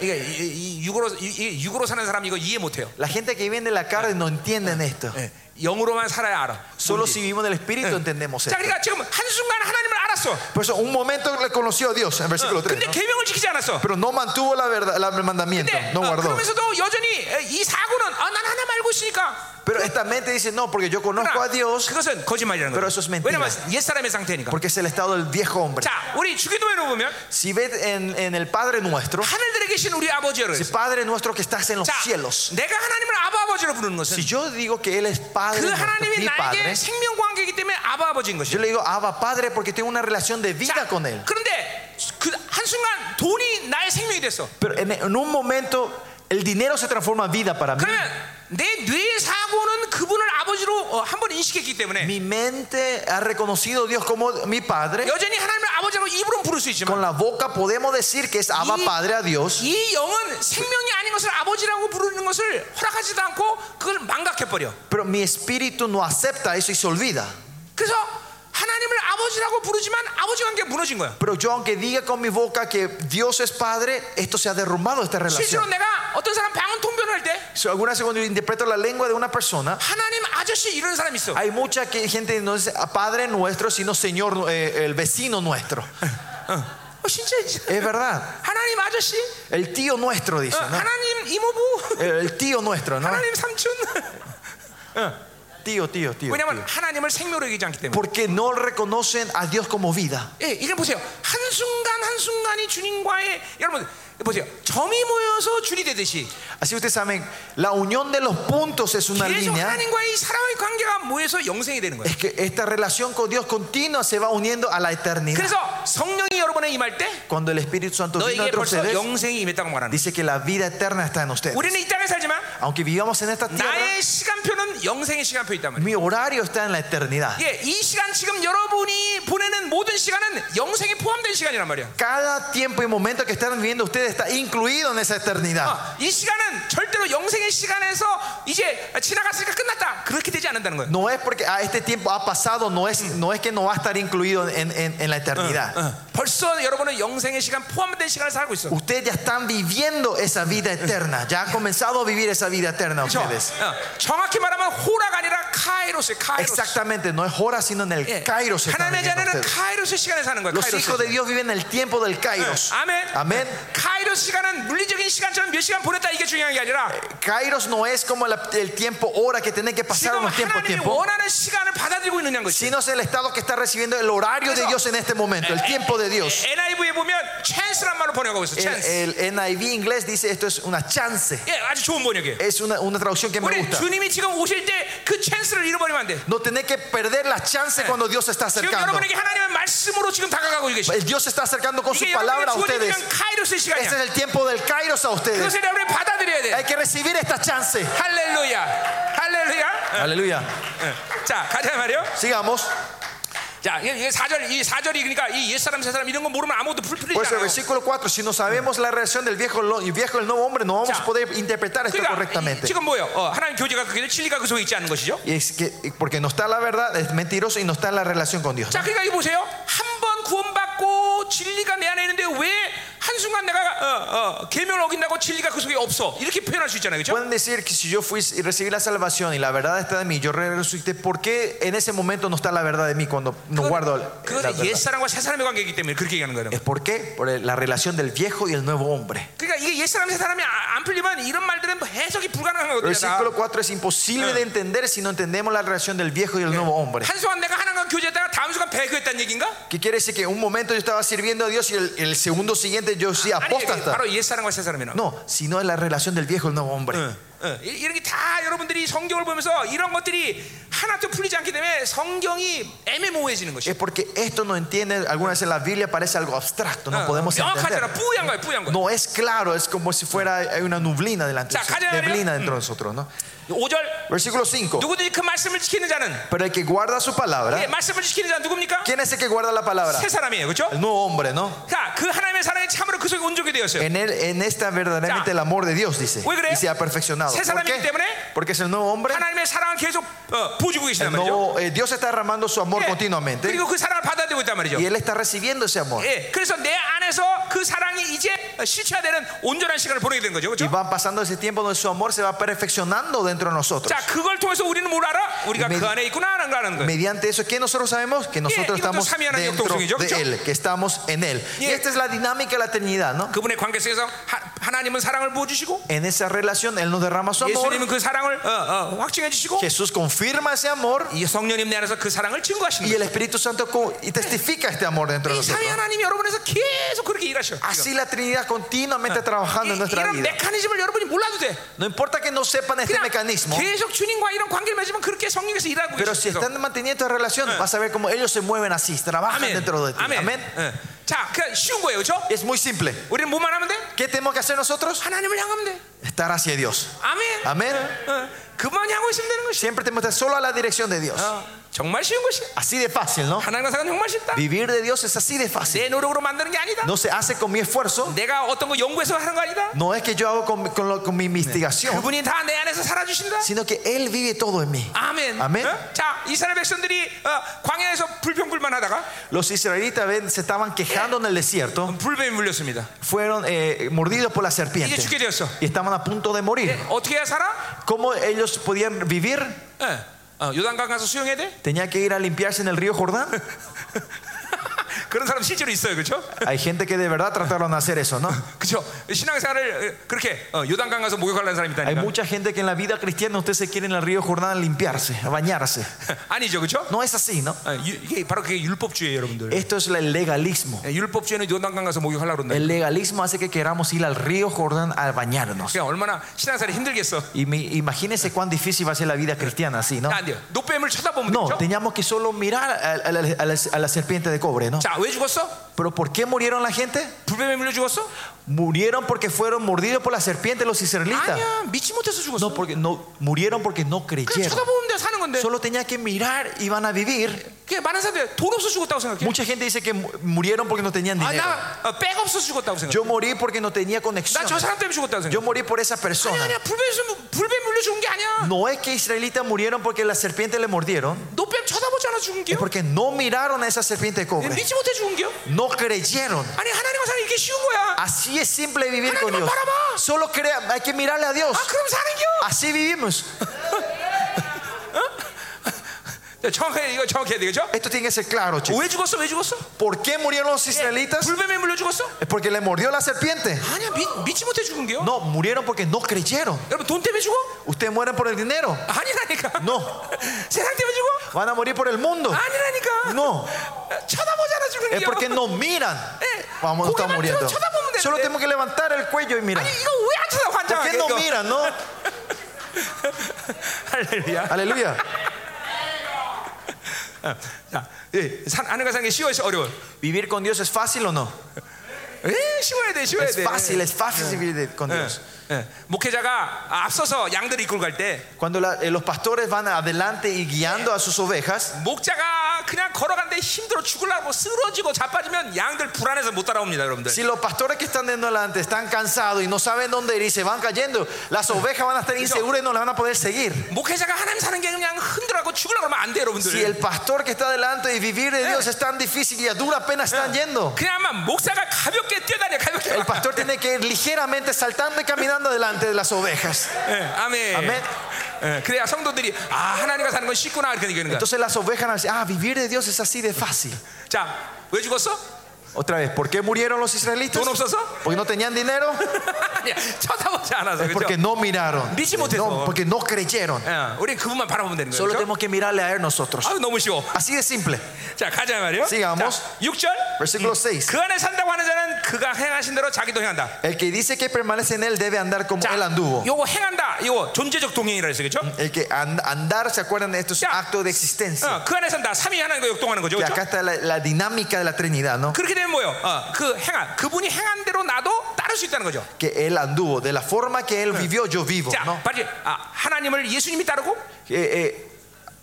이게 이- 이 육으로 이- 이 육으로 사는 사람 이거 이해 못 해요. 예,
La gente que viene de la carne no entienden esto.
Eh, 영으로만 살아야 알아.
Solo
뭔지.
si vivimos del espíritu entendemos
자,
esto.
그러니까 지금 한 순간 하나님을 알았어.
Por eso un momento le conoció a Dios, en versículo 3.
근데 계명을 지키지 않았어.
Pero no mantuvo la verdad, la- el mandamiento,
근데
no
어,
guardó.
그러면서도 여전히 에, 이 사고는 아, 난 하나 말고 있으니까.
Pero esta mente dice, no, porque yo conozco a
그러나
Dios,
그것은 거짓말이라는
Pero
거죠.
eso es mentira.
왜냐면 옛 사람의 상태니까.
porque es el estado del viejo hombre.
자, 우리 주기도회로 보면
Si ves en, en el Padre nuestro,
하늘들에 계신 우리 아버지로
si
해서
Padre nuestro que estás en los
자,
cielos,
내가 하나님을 아바 아버지로 부르는
si
것은
yo digo que Él es Padre,
그
nuestro,
하나님이
mi
나에게
Padre,
생명 관계이기 때문에 아바 아버지인 것이죠.
yo le digo, Abba Padre, porque tengo una relación de
자,
vida con Él.
그런데 그 한순간 돈이 나의 생명이 됐어.
Pero en, en un momento, el dinero se transforma en vida para mí.
그러면 내 뇌의 사고는 그분을 아버지로 어, 한번 인식했기 때문에
Mi mente ha reconocido a Dios como mi Padre.
여전히 하나님을 아버지라고 입으로는 부를 수
Con
있지만
la boca podemos decir que es Abba
Y-
Padre a Dios.
이 영은 생명이 아닌 것을 아버지라고 부르는 것을 허락하지도 않고 그걸 망각해버려.
Pero mi espíritu no acepta eso y se olvida.
그래서 하나님을 아버지라고 부르지만 아버지 관계가 무너진 거야.
Pero yo aunque diga con mi boca que Dios es Padre, esto se ha derrumbado esta
실제로
relación.
내가 어떤 사람 방언 통변을 할 때
Si alguna vez cuando yo interpreto la lengua de una persona,
하나님 아저씨 이런 사람 있어.
hay mucha que, gente que no dice "Ah, Padre nuestro, sino Señor, eh, el vecino nuestro.
어, 진짜 진짜.
Es verdad.
하나님 아저씨,
El tío nuestro dice,
어,
¿no?
하나님 이모부,
El tío nuestro, ¿no?
하나님 삼촌. 어.
Tío, tío, tío.
왜냐면
tío.
하나님을 생명으로 얘기하지 않기 때문에.
Porque no reconocen a Dios como vida.
예, 이걸 보세요. 한 순간 한 순간이 주님과의 여러분 보세요. 점이 모여서 줄이 되듯이
Así ustedes saben, la unión de los puntos es una
계속
línea.
하나님과의 사랑의 관계가 모여서 영생이 되는 거예요.
Es que esta relación con Dios continua se va uniendo a la eternidad.
그래서 성령이 여러분에 임할 때
Cuando el Espíritu Santo vino
너에게
entre
벌써
ustedes,
영생이 임했다고 말하는. 거예요.
dice que la vida eterna está en ustedes.
우리는 이 땅에 살지만
Aunque vivamos en esta tierra,
나의 시간표는 영생의 시간표 있단 말이에요.
mi horario está en la eternidad.
예, 이 시간 지금 여러분이 보내는 모든 시간은 영생에 포함된 시간이란 말이야.
Cada tiempo y momento que están viviendo ustedes está incluido en esa eternidad.
어, 이 시간은 절대로 영생의 시간에서 이제 지나갔으니까 끝났다. 그렇게 되지 않는다는 거예요.
No es porque a este tiempo ha pasado, no es, no es que no va a estar incluido en, en- en la eternidad.
어, 벌써 여러분은 영생의 시간 포함된 시간을 살고 있어.
Ustedes ya están viviendo esa vida eterna, ya han comenzado a vivir esa vida eterna
그렇죠?
ustedes.
어, 정확히 말하면 호라가 아니라 카이로스, 카이로스.
Exactamente, no es hora, sino en
예.
el Eh. Kairos. están
하나님의
viviendo
자녀는
ustedes.
카이로스 시간에 사는 거야.
Los
카이로스.
hijos de Dios viven el tiempo del Kairos.
아멘.
Eh, Amén.
카이로스 시간은 물리적인 시간처럼 몇 시간 보냈다 이게 중요한 게 아니라
Kairos no es como la- el tiempo hora que tiene que pasar
지금
unos tiempo
하나님이
tiempo,
원하는 시간을 받아들이고 있느냐는 거지.
sino es el estado que está recibiendo el horario de Dios en este momento, el tiempo de Dios.
NIV에 보면 chance란 말로 번역하고 있어.
El,
chance.
el NIV inglés dice esto es una chance.
예, 아주 좋은 번역이에요.
Es una, una traducción que me
우리
gusta.
주님이 지금 오실 때 그 chance를 잃어버리면 안 돼.
No tenés que perder la chance cuando Dios se está
지금
acercando.
여러분에게 하나님의 말씀으로 지금 다가가고 계시.
El Dios se está acercando con su
이게
palabra
여러분의 주어진
a ustedes.
그냥 카이로스의
Este
시간이야.
es el tiempo del Kairos a ustedes.
그것을 여러분이 받아들여야 돼.
Hay que recibir esta chance.
할렐루야, 할렐루야.
Aleluya.
예. 자, 가자 말이요.
Sigamos.
자, 이게 이게 사절, 이 사절이 그러니까 이 옛사람, 새사람 이런 거 모르면 아무것도
Por eso el
풀풀이잖아요.
versículo 4, si no sabemos la relación del viejo lo- y viejo el nuevo hombre, no vamos
Ya.
a poder interpretar esto
그러니까 이-
correctamente.
지금 뭐예요? 어, 하나님 교제가 그게 진리가 그 속에 있지 않은 것이죠.
Y es que, porque no está la verdad, es mentiroso y no está la relación con Dios.
자, 그러니까 이거 보세요. 한 번 구원받고 진리가 내 안에 있는데 왜 한순간 내가 어, 어, 계명을 어긴다고 진리가 그 속에 없어? 이렇게 표현할 수 있잖아요. 그렇죠?
Pueden decir que si yo fui y recibí la salvación y la verdad está de mí, yo resucité, ¿por qué en ese momento no está la verdad de mí cuando no guardo la verdad?
그것은 옛사람과 새사람의 관계이기 때문에 그렇게 얘기하는 거예요.
¿Es por qué? Por la relación del viejo y el nuevo hombre.
그러니까 이게 옛사람, 새사람이 아- 안 풀리면 이런 말들은 뭐 해석이 불가능한
El
거거든요. 다.
versículo 4 es imposible de entender si no entendemos la relación del viejo y el nuevo hombre.
한 순간 내가 하나님과 교제했다가 다음 순간 배교했다는 얘기인가?
¿Qué quiere decir? Que un momento yo estaba sirviendo a Dios y el, el segundo siguiente yo sí
아니, 이게
apóstata.
바로 옛사람과 새사람이나.
No, sino es la relación del viejo y el nuevo hombre.
어, 이- 이런 게 다 여러분들이 성경을 보면서 이런 것들이 하나도 풀리지 않기 때문에 성경이 애매모호해지는 것이에요.
Es porque esto no entiende, alguna vez en la Biblia parece algo abstracto,
Ah.
no podemos entender.
예, 명확하잖아. 뿌연 거야, 뿌연 거.
No es claro, es como si fuera hay una nublina delante
Ya,
de nosotros,
cállate,
neblina
Mario.
dentro de nosotros, ¿no?
5절
Versículo 5.
누구든지 그 말씀을 지키는 자는
Pero el que guarda su
예,
palabra,
말씀을 지키는 자는 누굽니까?
¿quién es el que guarda la palabra?
세 사람이에요, 그렇죠?
El nuevo hombre, ¿no?
자, 그 하나님의 사랑이 참으로 그 속에 온종이 되었어요.
En él, en esta verdaderamente
Ya.
el amor de Dios, dice,
¿Por qué?
y se ha perfeccionado.
¿Se
¿Por
sabe
qué?
mi temor?
Porque es el nuevo hombre.
하나님의 사랑을 계속 어, 보여주고 계시단
el
말이죠.
예, nuevo- eh, Dios está derramando su amor
예,
continuamente.
그리고 그 사랑을 되고 있단 말이죠.
Y él está recibiendo ese amor.
예, 그래서 내 안에서 그 사랑이 이제 실체화되는 온전한 시간을 보내게 된 거죠.
Y
그렇죠?
van pasando ese tiempo donde su amor se va perfeccionando dentro de nosotros.
자, 그걸 통해서 우리는 뭘 알아? 우리가
Me-
그 안에 있구나 하는 거 아는 거예요.
Mediante eso, ¿qué nosotros sabemos? Que
이것도
nosotros estamos
삼위하나님
dentro
역동성이죠,
de
그렇죠?
Él, que estamos en Él. Y
예.
esta es la dinámica de la eternidad, ¿no?
그분의 관계 속에서 하, 하나님은 사랑을 부어주시고
En esa relación, Él nos derrama su amor.
예수님은 그 사랑을 어, 어, 확증해 주시고
Jesús confirma ese amor
이 성령님 내 안에서 그 사랑을 증거하시는
y
거예요.
el Espíritu Santo co- y testifica este amor dentro de
이 삼위
nosotros.
하나님이 여러분에서 계속 그렇게 일하셔. 요
Así la Trinidad continuamente trabajando en nuestra
이런
vida.
메커니즘을 여러분이 몰라도 돼.
No importa que no sepan este
그냥
mecanismo,
계속 주님과 이런 관계를 맺으면 그렇게 성령에서 일하고
pero si
계시죠.
están manteniendo esta relación, vas a ver cómo ellos se mueven así, trabajan
아멘.
dentro de ti.
아멘.
Ah. Amén.
예. 자, 그냥 쉬운 거예요, 그렇죠?
Es muy simple.
우리는 뭐만 하면 돼?
¿Qué tenemos que hacer nosotros?
하나님을 향하면 돼.
Estar hacia Dios.
아멘.
Amén.
어, 그만 향하고 있으면 되는 것이.
Siempre tenemos que estar solo a la dirección de Dios.
어, 정말 쉬운 것이. 야
Así de fácil, ¿no?
하나님과 사는 정말 쉽다.
Vivir de Dios es así de fácil.
내 노력으로 만드는 게 아니다.
No se hace con mi esfuerzo.
내가 어떤 거 연구해서 하는 거 아니다.
No es que yo hago con, con lo- con mi investigación,
그분이 다 내 안에서 살아주신다.
sino que Él vive todo en mí.
아멘.
아멘.
어? 자, 이스라엘 백성들이 어, 광야에서 불평불만 하다가
Los israelitas ven, se estaban quejando en el desierto,
음, 불뱀이 물렸습니다.
fueron eh, mordidos por la
이제
serpiente
죽게 되었어.
y estaban a punto de morir.
예, 어떻게 해야 살아?
¿Cómo ellos podían vivir?
예. 어, 요단강 가서 수영해야 돼?
Tenía que ir a limpiarse en el río Jordán.
그런 사람 실제로 있어요, 그렇죠?
Hay gente que de verdad trataron de hacer eso, ¿no?
그렇죠. 신앙생활을 어, 그렇게 어, 요단강 가서 목욕하려는 사람이
Hay
있다니까. 뭐-
mucha gente que en la vida cristiana usted se quiere en el río Jordán limpiarse, a bañarse.
아니죠, 그렇죠?
No es así, ¿no?
아, 유- 이게 바로 그게 율법주의예요, 여러분들.
Esto es el legalismo.
예, 율법주의는 요단강 가서 목욕하려고 그런다.
El legalismo hace que queramos ir al río Jordán a bañarnos.
그러니까 얼마나 신앙생활이 힘들겠어.
Y me- imagínese cuán difícil va a ser la vida cristiana así, ¿no?
안 돼요. 노뱀을 쳐다보면
No,
되죠.
teníamos que solo mirar a, a la- a la, a la serpiente de cobre, ¿no?
자, 왜 죽었어?
Pero ¿por qué murieron la gente?
불뱀에 물려 죽었어?
Murieron porque fueron mordidos por la serpiente los israelitas.
아니야, 믿지 못해서
No,
죽었어.
porque no murieron porque no
그냥
creyeron.
쳐다보면 돼 사는 건데.
Solo tenía que mirar y van a vivir.
그게 많은 사람들이 돈 없어 죽었다고 생각해.
Mucha gente dice que mu- murieron porque no tenían
아,
dinero.
나백 없어 죽었다고 생각해.
Yo morí porque no tenía conexión.
나 저 사람 때문에 죽었다고
Yo
생각해.
morí por esa
아니
persona.
아니야, 불뱀 불뱀 물려 죽은 게 아니야.
No es que israelitas murieron porque la serpiente le mordieron.
노뱀 쳐다보지 않아 죽은
Es
게요.
porque no miraron a esa serpiente de cobre.
믿지 못해 죽은 게요.
No creyeron.
아니 하나님과 사는 게 이렇게 쉬운 거야.
Así es simple vivir con
Haranim을
Dios.
바라봐.
Solo crea, hay que mirarle a Dios.
아 그럼 사는 게요.
Así vivimos.
자, 정확해 이거 정확해야 되겠죠?
Esto tiene que ser claro, chicos.
왜 죽었어? 왜 죽었어?
¿Por qué murieron los israelitas?
불뱀에 물려 죽었어?
Es porque le mordió la serpiente.
아니야 믿, 믿지 못해 죽은 게요.
No, murieron porque no creyeron.
여러분 돈 때문에 죽어?
Ustedes mueren por el dinero.
아니라니까.
No.
세상 때문에 죽어?
Van a morir por el mundo.
아니라니까.
No.
쳐다보지 않아 죽은
Es
게요.
porque no miran. Vamos, estamos muriendo. Solo tenemos que levantar el cuello y mirar.
아니 이거 왜 안 쳐다
¿Por
환장하게
qué no
이거?
miran, no?
할렐루야.
Aleluya.
자, 예, 산 하늘과 산게 쉬워서 어려워.
¿Vivir con Dios es fácil o no?
에, 쉬워야 돼, 쉬워야
Es
돼.
fácil, es fácil vivir con
예,
Dios.
예. 목회자가 앞서서 양들 이끌고 갈 때,
Cuando la- eh, los pastores van adelante y guiando a sus ovejas,
목자가 그냥 걸어가는데 힘들어 죽으려고 쓰러지고 자빠지면 양들 불안해서 못 따라옵니다, 여러분들.
si los pastores que están yendo adelante están cansados y no saben dónde ir y se van cayendo, las ovejas van a estar inseguras y no las van a poder seguir.
목회자가 하나님 사는 게 그냥 흔들어가고 죽으려고 하면 안 돼, 여러분들.
Si el pastor que está adelante y vivir de Dios es tan difícil y a dura pena están yendo,
그냥만 목사가 가볍게 뛰어다녀, 가볍게.
el pastor tiene que ir ligeramente saltando y caminando delante de las ovejas.
예, 아멘.
아멘.
예, 그래야 성도들이 아 하나님과 사는 건 쉽구나 이렇게 느끼는 거야.
Entonces las ovejas van a decir, ah, vivir de Dios es así de fácil.
자, 왜 죽었어?
Otra vez, ¿por qué murieron los israelitas?
돈 없어서?
Porque no tenían dinero,
아니야, 쳐다보지 않아서 그죠?
porque no miraron,
Dice
No,
Montesor.
porque no creyeron.
예, 우린 그분만 바라보면 되는 거예요.
Solo
그죠?
tenemos que mirarle a él nosotros.
아유 너무 쉬워.
Así de simple.
자 가자 말이요.
Sigamos.
6절.
Versículo 6.
그 안에 산다고 하는 자는 그가 행하신 대로 자기도 행한다.
El que dice que permanece en él debe andar como
자,
él anduvo. 음.
요거 행한다. 요거 존재적 동행이라 했어요. 그죠?
El que and- andar, ¿se acuerdan de estos
Ya.
actos de existencia?
어, 그 안에 산다. 삼위 하나님과 역동하는 거죠.
Y
그죠?
acá está la, la dinámica de la Trinidad, ¿no?
그렇게 되면 뭐예요? 어, 그 행한 그분이 행한 대로 나도 따를 수 있다는 거죠.
Que él anduvo, de la forma que él vivió, yo vivo,
자,
¿no?
바로 아, 하나님을 예수님이 따르고
Eh, eh,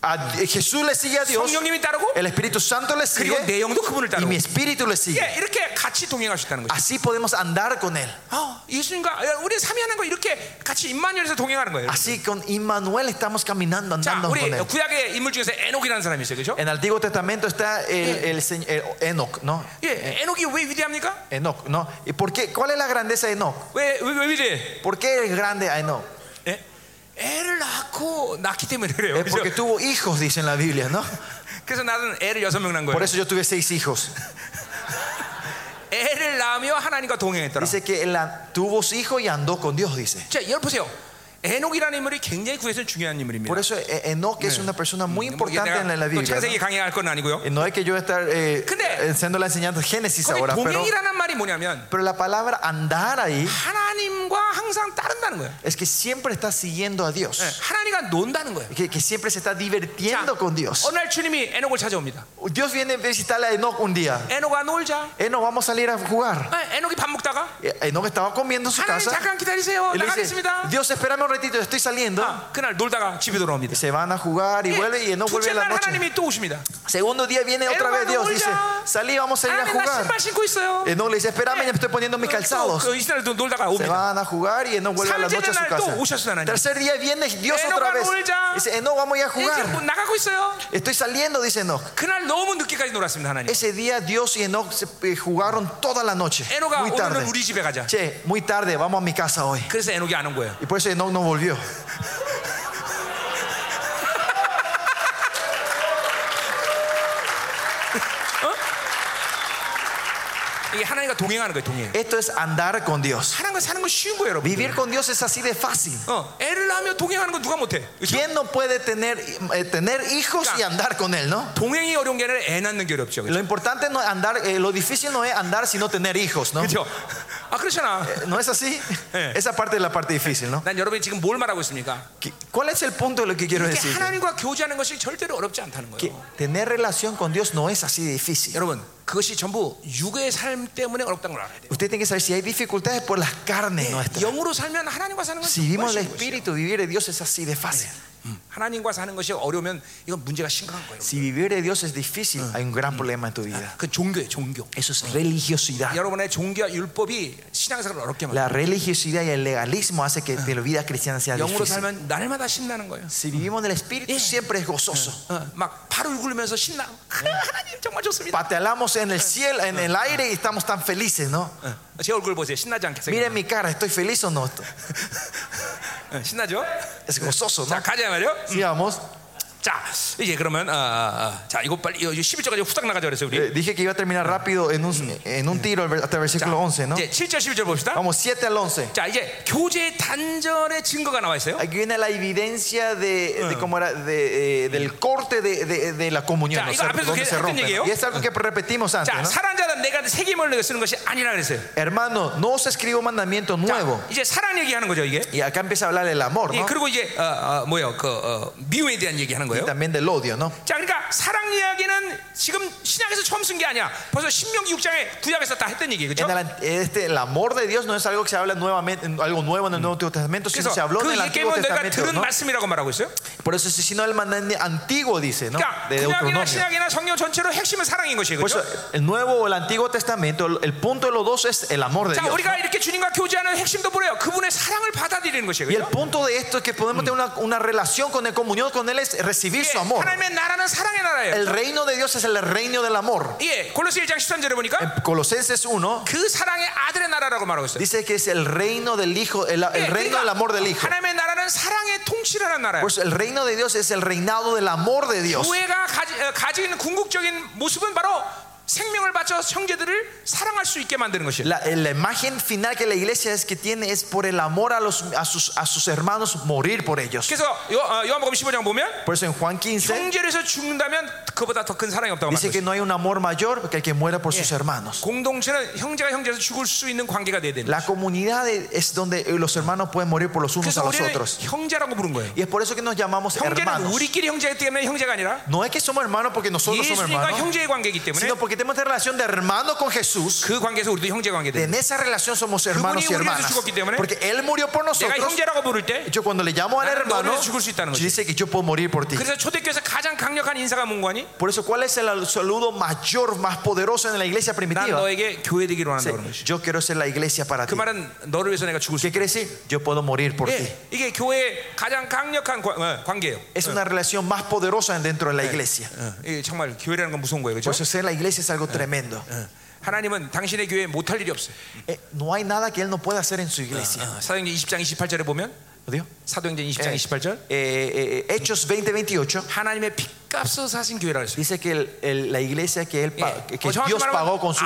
a- eh, Jesús le sigue a Dios,
성령님이 따르고
el Espíritu Santo le
그리고
sigue
내 영도 그분을
y
따르고.
mi espíritu le sigue.
예, 이렇게 같이 동행할 수 있다는 거죠.
Así podemos andar con Él.
아, 예수님과 우리 삼위하는 거 이렇게 같이 임마누엘에서 동행하는 거예요. 여러분.
Así con Immanuel estamos caminando,
자,
andando con
우리
Él.
구약의 인물 중에서 에녹이라는 사람이 있어요, 그렇죠?
En el Antiguo Testamento está el, el, señ- el Enoch, ¿no?
예, 에녹이 왜 위대합니까?
Enoch, ¿no? ¿Y por qué? ¿Cuál es la grandeza de Enoch?
왜, 왜, 왜 위대해?
¿Por qué es grande a Enoch?
예? 애를 낳고 낳기 때문에 그래요.
Es porque
그렇죠?
tuvo hijos, dice en la Biblia, ¿no?
그래서 나는 애를 여섯 명 낳은 거예요.
Por eso yo tuve seis hijos.
애를 낳으며 하나님과 동행했더라.
Dice que él an- tuvo hijos y andó con Dios, dice.
자, 여러분 보세요. 에녹이라는 인물이 굉장히 구에서는 중요한 인물입니다.
Por eso eh, Enoch es una persona
뭐
muy
이게
importante
내가
en la, en la
또
Biblia.
창세기 강의할 건 아니고요.
¿no? No es que yo estar eh,
근데-
enseñando la enseñanza de Génesis
거기
ahora, pero,
동행이라는 말이 뭐냐면
pero la palabra andar ahí
하나님과 항상 따른다는 거예요.
es que siempre está siguiendo a Dios.
예, 하나님과 논다는 거예요.
Que, que siempre se está divirtiendo con Dios.
어느 날 주님이 에녹을 찾아옵니다.
Dios viene a visitarle a Enoch un día.
에녹아 놀자.
Enoch, Eh, vamos a salir a jugar.
예, 에녹이 밥 먹다가
Eh, Enoch estaba comiendo en su
하나님
casa.
잠깐 기다리세요.
Y le dice,
나가겠습니다.
Dios, espérame un ratito, estoy saliendo.
아, 그날 놀다가 집에
Y
돌아옵니다.
se van a jugar y vuelve y Enoch
둘째
vuelve en la
날
noche.
하나님이 또 오십니다.
Segundo día viene otra
Hermano,
vez Dios,
voy
dice,
ya.
salí, vamos a ir a
하나님 나
jugar.
신발 신고 있어요.
Enoch le dice, espérame, ya me estoy poniendo mis calzados.
또 이스라엘 놀다가
Se
옵니다.
van a jugar y Enoch vuelve a la noche a su
Tercer día, Enoch, 오셨어요,
casa.
하나님.
Tercer día viene Dios
Enoch,
otra vez.
voy ya.
Dice, Enoch, vamos a ir a
이제 뭐
jugar.
나가고 있어요.
Estoy saliendo, dice Enoch.
그날 너무 늦게까지 놀았습니다 하나님.
Ese día Dios y Enoch se eh, jugaron toda la noche.
에녹아
Muy
오늘은
tarde.
우리 집에 뭐 가자.
Che, muy tarde, vamos a mi casa hoy.
그래서 에녹이 안 온 거예요.
Y por eso Enoch no volvió.
이게 하나님과 동행하는 거예요 동행.
Esto es andar con Dios.
하나님과 사는 건 쉬운 거예요 여러분.
Vivir con Dios es así de fácil.
어, 애를 낳으면 동행하는 건 누가 못해. 그렇죠?
¿Quién no puede tener, eh, tener hijos y andar con Él, no?
동행이 어려운 게 아니라 애 낳는 게 어렵죠.
Lo importante no es andar, eh, lo difícil no es andar sino tener hijos, ¿no?
그렇죠? 아 그렇잖아.
¿No es así?
Eh.
Esa parte es la parte difícil, ¿no?
난 여러분이 지금 뭘 말하고 있습니까?
Que- ¿Cuál es el punto de lo que quiero
이게
decir?
하나님과 교제하는 것이 절대로 어렵지 않다는
Que
거예요.
tener relación con Dios no es así de difícil.
여러분 그것이 전부 육의 삶 때문에 어렵다는 걸 알아야 돼요.
Usted tiene que saber si hay dificultades por las carnes nuestras.
영으로 살면 하나님과 사는 건
Si
정말
vivimos el
쉬운 거예요.
Espíritu, vivir de Dios es así de fácil.
하나님과 사는 것이 어려우면 이건 문제가 심각한 거예요. 여러분.
Si vivir de Dios es difícil, hay un gran problema en tu vida.
그 종교예요 종교.
Ah. Eso es religiosidad.
여러분의 종교와 율법이 신앙생활을 어렵게 만들어요.
La religiosidad y el legalismo hace
Ah.
que la vida cristiana sea
영으로
difícil.
살면 날마다 신나는 거예요.
Si vivimos del
Eh.
Espíritu, siempre es gozoso.
어, 막 발을 굴리면서 신나. 하나님 정말 좋습니다.
Patealamos
Ah.
en el cielo, en el aire y estamos tan felices, ¿no?
어, 제 얼굴 보세요. 신나지 않겠어요?
Miren mi cara, ¿estoy feliz o no?
어, 신나죠?
Es
Ah.
gozoso,
자
¿no?
가자 말이요.
Sigamos.
자 이제 그러면 어, 어, 어, 자 이거 빨리 이거 11절까지 후딱 나가자 그랬어요
Eh,
우리.
dije que iba a terminar
Ah.
rápido en
Mm.
un, en un tiro al ver- hasta el versículo 11, ¿no?
이제 네, 7절 11절 봅시다.
Vamos, 7 al 11.
자 이제 교제 단절의 증거가 나와 있어요.
Aquí viene la evidencia de,
Ah.
de cómo era, de, eh, del corte de, de- de la comunión.
Mm. Ya,
¿no?
이거
O sea,
앞에서
donde
que-
se rompe,
했던
¿no?
얘기예요.
Y es algo que repetimos antes.
자
¿no?
사랑자는 내가 세금을 내가 쓰는 것이 아니라 그랬어요.
Hermano, no os escribo mandamiento
자,
nuevo.
이제 사랑 얘기하는 거죠 이게.
Y acá empieza a hablar del amor,
예,
¿no?
그리고 이제 어, 어, 뭐요 그 어, 미움에 대한 얘기하는
Y
거예요.
también del odio, ¿no?
자, 그러니까 사랑 이야기는 지금 신약에서 처음 쓴 게 아니야. 벌써 신명기 6장에 구약에서 다 했던 얘기 그죠?
En el, este, el amor de Dios no es algo que se habla nuevamente, en algo nuevo en el Nuevo Testamento, sino
그래서
se habló en
그
el Antiguo
얘기하면 너희가
Testamento.
들은
¿no?
말씀이라고 말하고 있어요.
Por eso, sino el mandamiento antiguo dice, ¿no?
그러니까
De
구약이나
Deuteronomio.
신약이나 성경 전체로 핵심은 사랑인 것이에요.
Por eso,
그죠?
el Nuevo o el Antiguo Testamento, el- el punto de los dos es el amor de
자,
Dios.
우리가 이렇게 주님과 교제하는 핵심도 뭐래요? 그분의 사랑을 받아들이는 것이에요.
Y el
그죠?
punto de esto es que podemos tener una, una relación con el comunión con Él es recibir
예,
su amor.
하나님의 나라는 사랑의 나라예요.
El reino de Dios es el reino del amor.
예, 골로새 1장 13절에 보니까
En Colosenses 1
그 사랑의 아들의 나라라고 말하고 있어요.
dice que es el reino del Hijo, el, el
예,
reino del
그러니까
amor del Hijo.
하나님의 나라는 사랑의 통치를 하는 나라예요.
Por eso, el reino de Dios es el reinado del amor de Dios.
교회가 가지, 어, 가지고 있는 궁극적인 모습은 바로 생명을 바쳐 형제들을 사랑할 수 있게 만드는 것이에요.
La, la imagen final que la iglesia es que tiene es por el amor a, los, a, sus, a sus hermanos morir por ellos.
그래서 요, 어, 요한복음 15장 보면
Por eso en Juan 15
형제를 위해서 죽는다면 그보다 더 큰 사랑이 없다고
dice
말해요.
que no hay un amor mayor que el que muera por sus hermanos.
공동체는 형제가 형제에서 죽을 수 있는 관계가 돼야 됩니다.
La comunidad es donde los hermanos pueden morir por los unos a
그래서
los
우리는
otros.
형제라고 부른 거예요.
Y es por eso que nos llamamos
형제는
hermanos.
우리끼리 형제이기 때문에 형제가 아니라
No es que somos hermanos porque nosotros somos
예수님과
hermanos,
형제의 관계이기 때문에
sino porque tenemos esta relación de hermano con Jesús.
그 관계에서 우리도 형제 관계돼.
En esa relación somos hermanos y
우리를 위해서
hermanas.
죽었기 때문에
Porque Él murió por
내가
nosotros.
형제라고 부를 때
Yo cuando le llamo al
나는
hermano,
너를 죽을 수 있다는 거지.
dice que yo puedo morir por ti.
그래서 초대교회에서 가장 강력한 인사가 뭔가니? 거니?
Por eso, ¿cuál es el saludo mayor, más poderoso en la iglesia
난
primitiva?
너에게 교회 되기로
Sí,
한다는 것이.
yo quiero ser la iglesia para
그
ti.
말은 너를 위해서 내가 죽을 수.
¿Qué quiere decir? Yo puedo morir por ti.
예, 이게 교회의 가장 강력한 관- 어, 관계예요.
Es una relación más poderosa dentro de la iglesia.
어, 이게 정말 교회라는 건 무서운 거예요,
Por
그렇죠?
eso ser la iglesia es algo tremendo.
하나님은 당신의 교회 못할 일이 없어요.
Eh, no hay nada que él no pueda hacer en su iglesia.
어, 예. 사도행전 20장 28절에 보면
¿Dios?
사도행전 20장 28절
Eh, eh, Hechos 20, 28
하나님의 핏값으로 사신 교회라고 했어요.
dice que el- el- la iglesia que, él pa- que
어, 정확히
Dios
말하면
pagó con su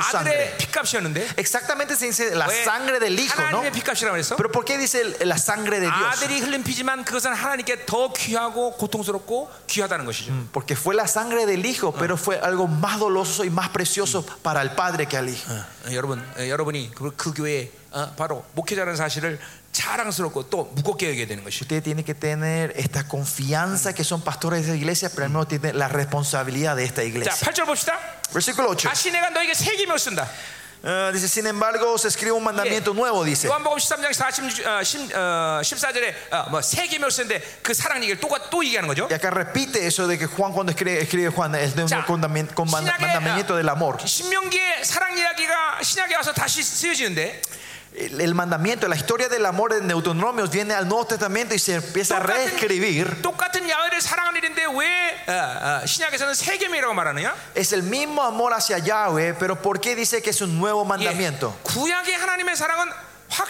아들의
sangre.
핏값이었는데
Exactamente se dice la
왜
sangre del hijo, ¿no?
하나님의 핏값이라고 했어?
Pero ¿por qué dice el- la sangre de
Ah,
Dios?
아들이 흘린 피지만 그것은 하나님께 더 귀하고 고통스럽고 귀하다는 것이죠.
Porque fue la sangre del hijo, pero fue algo más doloroso y más precioso para el padre que al hijo.
어, 여러분, 어, 여러분이 그, 그 교회 어, 바로 목회자라는 사실을 자랑스럽고 또 무겁게 여겨야 되는 것이.
Usted tiene que tener esta confianza que son pastores de esa iglesia, pero al mismo tiempo tiene la responsabilidad de esta
자,
iglesia.
8절 봅시다.
Versículo 8.
다시 내가 너에게 세 계명을 쓴다.
Eh, dice, sin embargo, se escribe un mandamiento nuevo, dice.
요한복음 13장 46, 어, 10, 어, 14절에 어, 뭐세 계명을 쓰는데 그 사랑 얘기를 또, 또 얘기하는 거죠.
Y acá repite eso de que Juan cuando escribe, escribe Juan, es de un
Ya.
condami- con man-
Sinague-
mandamiento del amor.
신명기의 사랑 이야기가 신약에 와서 다시 쓰여지는데
El, el mandamiento, la historia del amor en Deuteronomios viene al Nuevo Testamento y se empieza a reescribir.
똑같은 야외를 사랑하는 일인데 왜 어, 어, 신약에서는 세 계명이라고 말하느냐?
Es el mismo amor hacia Yahweh, pero ¿por qué dice que es un nuevo
예,
mandamiento?
구약의 하나님의 사랑은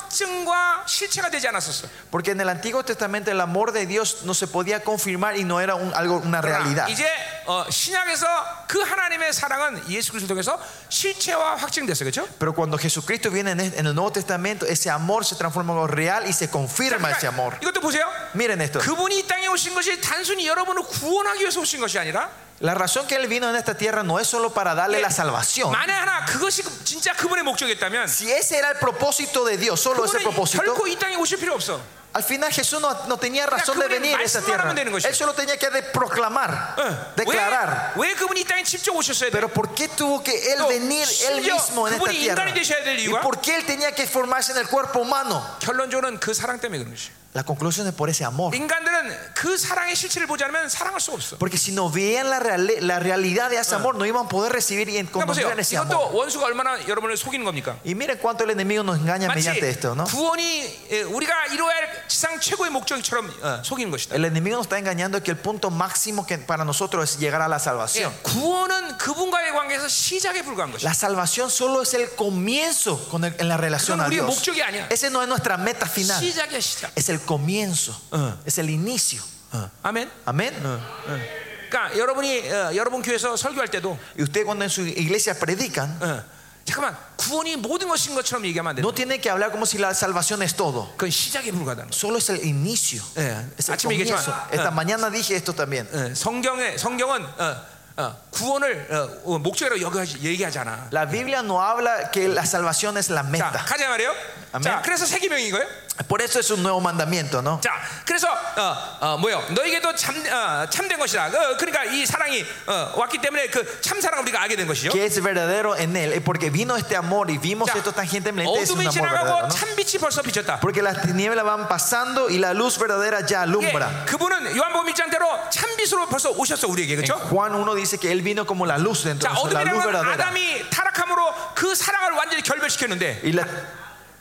확증과 실체가 되지 않았었어.
Porque en el Antiguo Testamento el amor de Dios no se podía confirmar y no era un- algo, una realidad.
이제 어, 신약에서 그 하나님의 사랑은 예수 그리스도 통해서 실체와 확증됐어, 그렇죠?
Pero cuando Jesucristo viene en, en el Nuevo Testamento, ese amor se transforma en algo real y se confirma ese amor.
그러니까 이것도 보세요.
Miren esto.
그분이 이 땅에 오신 것이 단순히 여러분을 구원하기 위해서 오신 것이 아니라
La razón que él vino en esta tierra no es solo para darle la salvación.
만에 하나 그것이 그- 진짜 그분의 목적이었다면
Si ese era el propósito de Dios, solo ese
그분은
propósito,
결코 이 땅에 오실 필요 없어.
al final Jesús no, no tenía razón de
그분이
venir a esta
말씀만
tierra.
하면 되는 것이야.
Él solo tenía que de- proclamar,
Uh,
declarar.
예. 왜, 왜 그분이 이 땅에 직접 오셨어야 돼?
Pero ¿por qué tuvo que él
No,
venir él
심지어
mismo en esta
그분이
tierra?
인간이 되셔야 될
¿Y
이유가?
por qué él tenía que formarse en el cuerpo humano?
결론적으로는 그 사랑 때문에 그런 것이.
La conclusión es por ese amor.
인간들은 그 사랑의 실체를 보지 않으면 사랑할 수가 없어.
Porque si no veían la, reali- la realidad de ese amor, no iban a poder recibir y
그러니까 보세요.
conocer ese amor.
이것도 원수가 얼마나 여러분을 속이는 겁니까?
Y miren cuánto el enemigo nos engaña
마치
mediante esto, ¿no?
구원이 예, 우리가 이루어야 할 지상 최고의 목적처럼 어, 속이는 것이다.
El enemigo nos está engañando que el punto máximo que para nosotros es llegar a la
예,
salvación.
구원은 그분과의 관계에서 시작에 불과한 것이다.
La salvación solo es el comienzo con el- en la relación
그건
a
우리의
Dios.
목적이 아니야.
Ese no es nuestra meta final.
시작이야 시작.
Es el comienzo. Es el inicio.
아멘.
Amén.
그러니까 여러분이 어, 여러분 교회에서 설교할 때도
Y usted cuando en su iglesia predican,
어, 잠깐만 구원이 모든 것인 것처럼 얘기하면 안 돼.
no tiene que hablar como si la salvación es todo.
그건 시작에 불과하다는 거.
Solo es el inicio.
예,
Es el
아침에
comienzo.
얘기했지만
Esta mañana dije esto también.
예, 성경에 성경은 어, 어, 구원을 어, 어, 목적으로 여기하지 얘기하지 않아.
La Biblia no habla que la salvación es la
자,
meta.
가자 말이요.
아멘.
자, 그래서 세계명인 거예요.
Por eso es un nuevo mandamiento, ¿no?
자, 그래서 어, 어, 뭐요? 너에게도 참 어, 참된 것이라. 어, 그러니까 이 사랑이 어, 왔기 때문에 그 참 사랑을 우리가 알게 된 것이죠.
que es verdadero en él, Eh, porque vino este amor y vimos
자,
esto tangentemente, es un
어둠이
amor verdadero,
지나가고
¿no?
참 빛이 벌써 비쳤다.
Porque las tinieblas van pasando y la luz verdadera ya
예,
alumbra.
그분은 요한복음 1장대로 참 빛으로 벌써 오셨어 우리에게 그렇죠?
Juan 1 dice que él vino como la luz dentro
자,
de nosotros, la luz
어둠이라는 건
verdadera.
아담이 타락함으로 그 사랑을 완전히 결별시켰는데
Y la,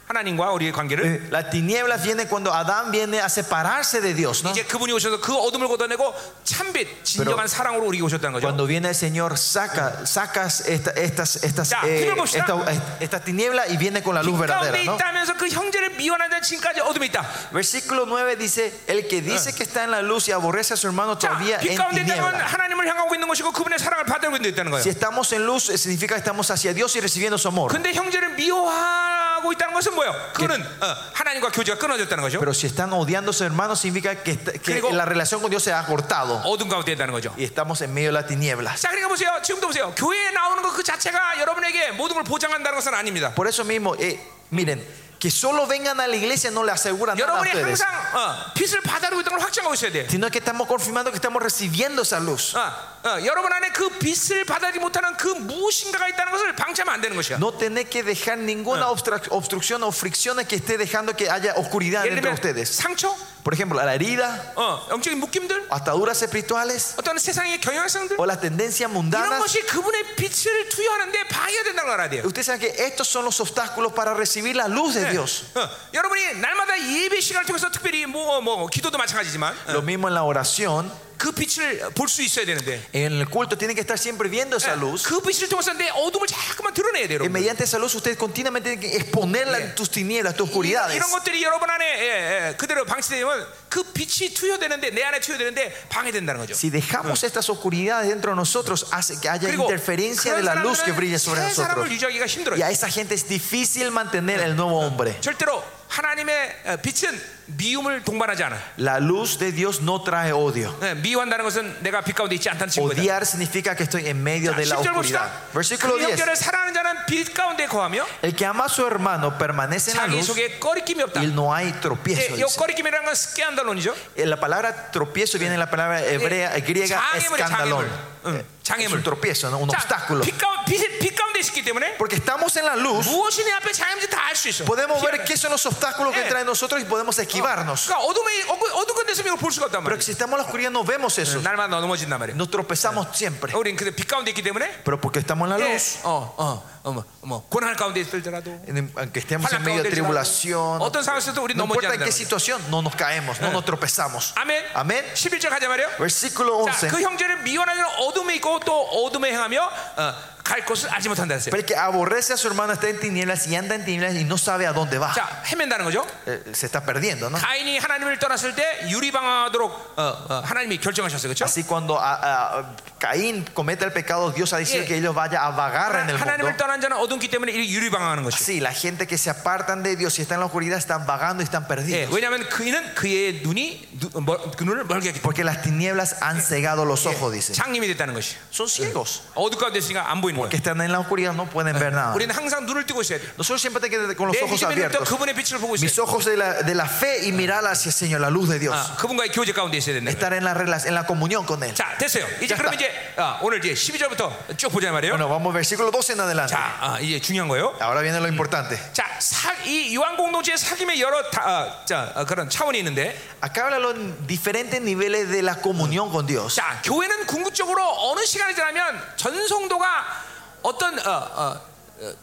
하나님과 우리의 관계를
eh, la tiniebla viene cuando Adán viene a separarse de Dios, ¿no?
이제 그분이 오셔서 그 어둠을 걷어내고 참빛 진정한 사랑으로 우리에게 오셨다는 거죠.
Cuando viene el Señor, saca, sacas esta- estas, estas,
Ya,
eh,
firme,
esta, esta tiniebla y viene con la luz verdadera,
가운데
¿no?
있다면서 그 형제를 미워하는 자는 지금까지 어둠에 있다.
Versículo 9 dice, el que dice que está en la luz y aborrece a su hermano
자,
todavía
빛
en
가운데 있다는 건
tiniebla.
하나님을 향하고 있는 것이고 그분의 사랑을 받들고 있다는 거예요.
Si estamos en luz, eh, significa que estamos hacia Dios y recibiendo su amor.
근데 형제를 미워하고 있다는 것은 뭐예요? 그거는 어, 하나님과 교제가 끊어졌다는 거죠.
Pero si están odiando a su hermano, significa que, est- que
Creo-
la relación con Dios se ha cortado
어둠 가운데 있다는 거죠.
y estamos en medio de las tinieblas.
자, 그러니까 보세요. 지금도 보세요. 교회에 나오는 것 그 자체가 여러분에게 모든 걸 보장한다는 것은 아닙니다.
Por eso mismo, eh, miren, que solo vengan a la iglesia no le asegura nada a
여러분이
ustedes,
항상 어, 빛을 받아들고 있다는 걸 확정하고 있어야 돼요.
sino que estamos confirmando que estamos recibiendo esa luz.
어, 어, 여러분 안에 그 빛을 받아들이지 못하는 그 무엇인가가 있다는 것을 방치하면 안 되는 것이야.
No tenés que dejar ninguna obstru- obstrucción o fricciones que esté dejando que haya oscuridad
예를
entre
들면
ustedes.
상처,
Por ejemplo, la herida,
어, 영적인 묶임들,
ataduras espirituales
어떤 세상의 경향성들
o las tendencias
이런
mundanas.
것이 그분의 빛을 투여하는데 방해가 된다는 걸 알아야 돼요.
Ustedes saben que estos son los obstáculos para recibir la luz de Dios.
어, 여러분이 날마다 예배 시간을 통해서 특별히 뭐, 뭐 기도도 마찬가지지만 어,
Lo mismo en la oración.
그 빛을 볼 수 있어야 되는데
En el culto tienen que estar siempre viendo
Eh.
esa luz.
그 빛을 통해서 내 어둠을 자꾸만 드러내야 돼요.
Y
여러분.
mediante esa luz ustedes continuamente tienen que exponerla en tus tinieblas,
이런,
tus oscuridades.
이런 것들이 여러분 안에 예, 예, 그대로 방치되면 그 빛이 투여되는데 내 안에 투여되는데 방해된다는 거죠.
Si dejamos estas oscuridades dentro de nosotros, hace que haya
그리고
interferencia de
그런
la luz que
사람들은
brilla sobre
새 사람을
nosotros.
유지하기가
Y
힘들어요.
a esa gente es difícil mantener el nuevo hombre.
절대로 하나님의 어, 빛은 미움을 동반하지 않아.
La luz de Dios no trae odio.
예, 미워한다는 것은 내가 빛 가운데 있지 않다는 친구다.
Odiar significa que estoy en medio de la
10절
oscuridad.
봅시다.
Versículo
그
10.
형제를 사랑하는 자는 빛 가운데 거하며
El que ama a su hermano permanece en la
자기
luz
속에 꺼리낌이 없다.
y no hay
예,
tropiezo.
이
dice.
꺼리낌이라는 건 스케한다 논이죠.
Eh, La palabra tropiezo viene de la palabra hebrea, eh, griega
장애물이에요,
escandalón.
장애물. 응,
Eh, Es
장애물.
un tropiezo, ¿no? un
자,
obstáculo.
빛, 가운, 빛, 빛 가운데 있기 때문에
Porque estamos en la luz,
무엇이 내 앞에 자연지 다 알 수 있어.
podemos ver qué son los obstáculos que
Eh.
traen nosotros y podemos esquivarnos.
그러니까 어둠에 어두- 어두운 데서 이걸 볼 수가 없단
Pero
말이야.
si estamos en la oscuridad no vemos eso.
날마다 넘어진단 말이야.
Nos tropezamos siempre.
우린 근데 빛 가운데 있기 때문에
Pero porque estamos en la
예,
luz,
어, 어, 어머, 어머, 고난 가운데 있을더라도
en- aunque estemos en
환란
medio de
가운데
tribulación,
있더라도 어떤 상황에서도 우리
no
넘어지지
importa en qué
않는다.
situación, no nos caemos, no nos tropezamos.
아멘.
Amén.
11절 가자 말이요.
Versículo
자,
11.
그 형제를 미워하는 자는 어둠에 있고 또 어둠에 행하며 어, 갈 곳을 알지 못한다 했어요.
Pero el que aborrece a su hermano está en tinieblas y anda en tinieblas y no sabe a dónde va.
자, 헤맨다는 거죠.
Eh, se está perdiendo, ¿no?
가인이 하나님을 떠났을 때 유리방황하도록 어, 어, 하나님이 결정하셨어요. 그렇죠?
Así cuando a- a- Caín comete el pecado, Dios ha dicho
Yeah.
que ellos vayan a vagar Eh. en el mundo.
하나님을 떠난 자는 어둡기 때문에 이 유리방황하는 것이.
Sí, la gente que se apartan de Dios y está en la oscuridad están vagando y están
예,
perdidos.
왜냐하면 그이는 그의 눈이 누- 멀- 그 눈을 멀게 했기 때문에
Porque las tinieblas han cegado los ojos, dice.
장님이 됐다는 것이.
Eh. Son ciegos.
어둡 가운데 있으니까 안 보이는 거예요.
Que están en la oscuridad, no pueden ver nada.
우리는 항상 눈을 뜨고 있어야 돼.
Nosotros siempre tenemos que con los
내
ojos
믿음의 눈도
abiertos.
그분의 빛을 보고 있어야
Mis
돼.
ojos de la, de la fe y mirar hacia el Señor, la luz de Dios.
아, 그분과의 교제 가운데 있어야 된다.
Estar en la, rela- en la comunión con Él.
자, 네. 됐어요. 이제
자,
그럼
자.
이제 아, 오늘 이제 12절부터 쭉 보자 말이에요.
Bueno, vamos versículo 12 en adelante.
자, 아, 이제 중요한 거예요.
Ahora viene lo importante.
자, 사, 이 유한 공동체의 사귐의 여러 다, 아, 자, 아, 그런 차원이 있는데,
Acá habla los diferentes niveles de la comunión con Dios.
자, 교회는 궁극적으로 어느 시간이 지나면 전성도가 어떤 어, 어, 어,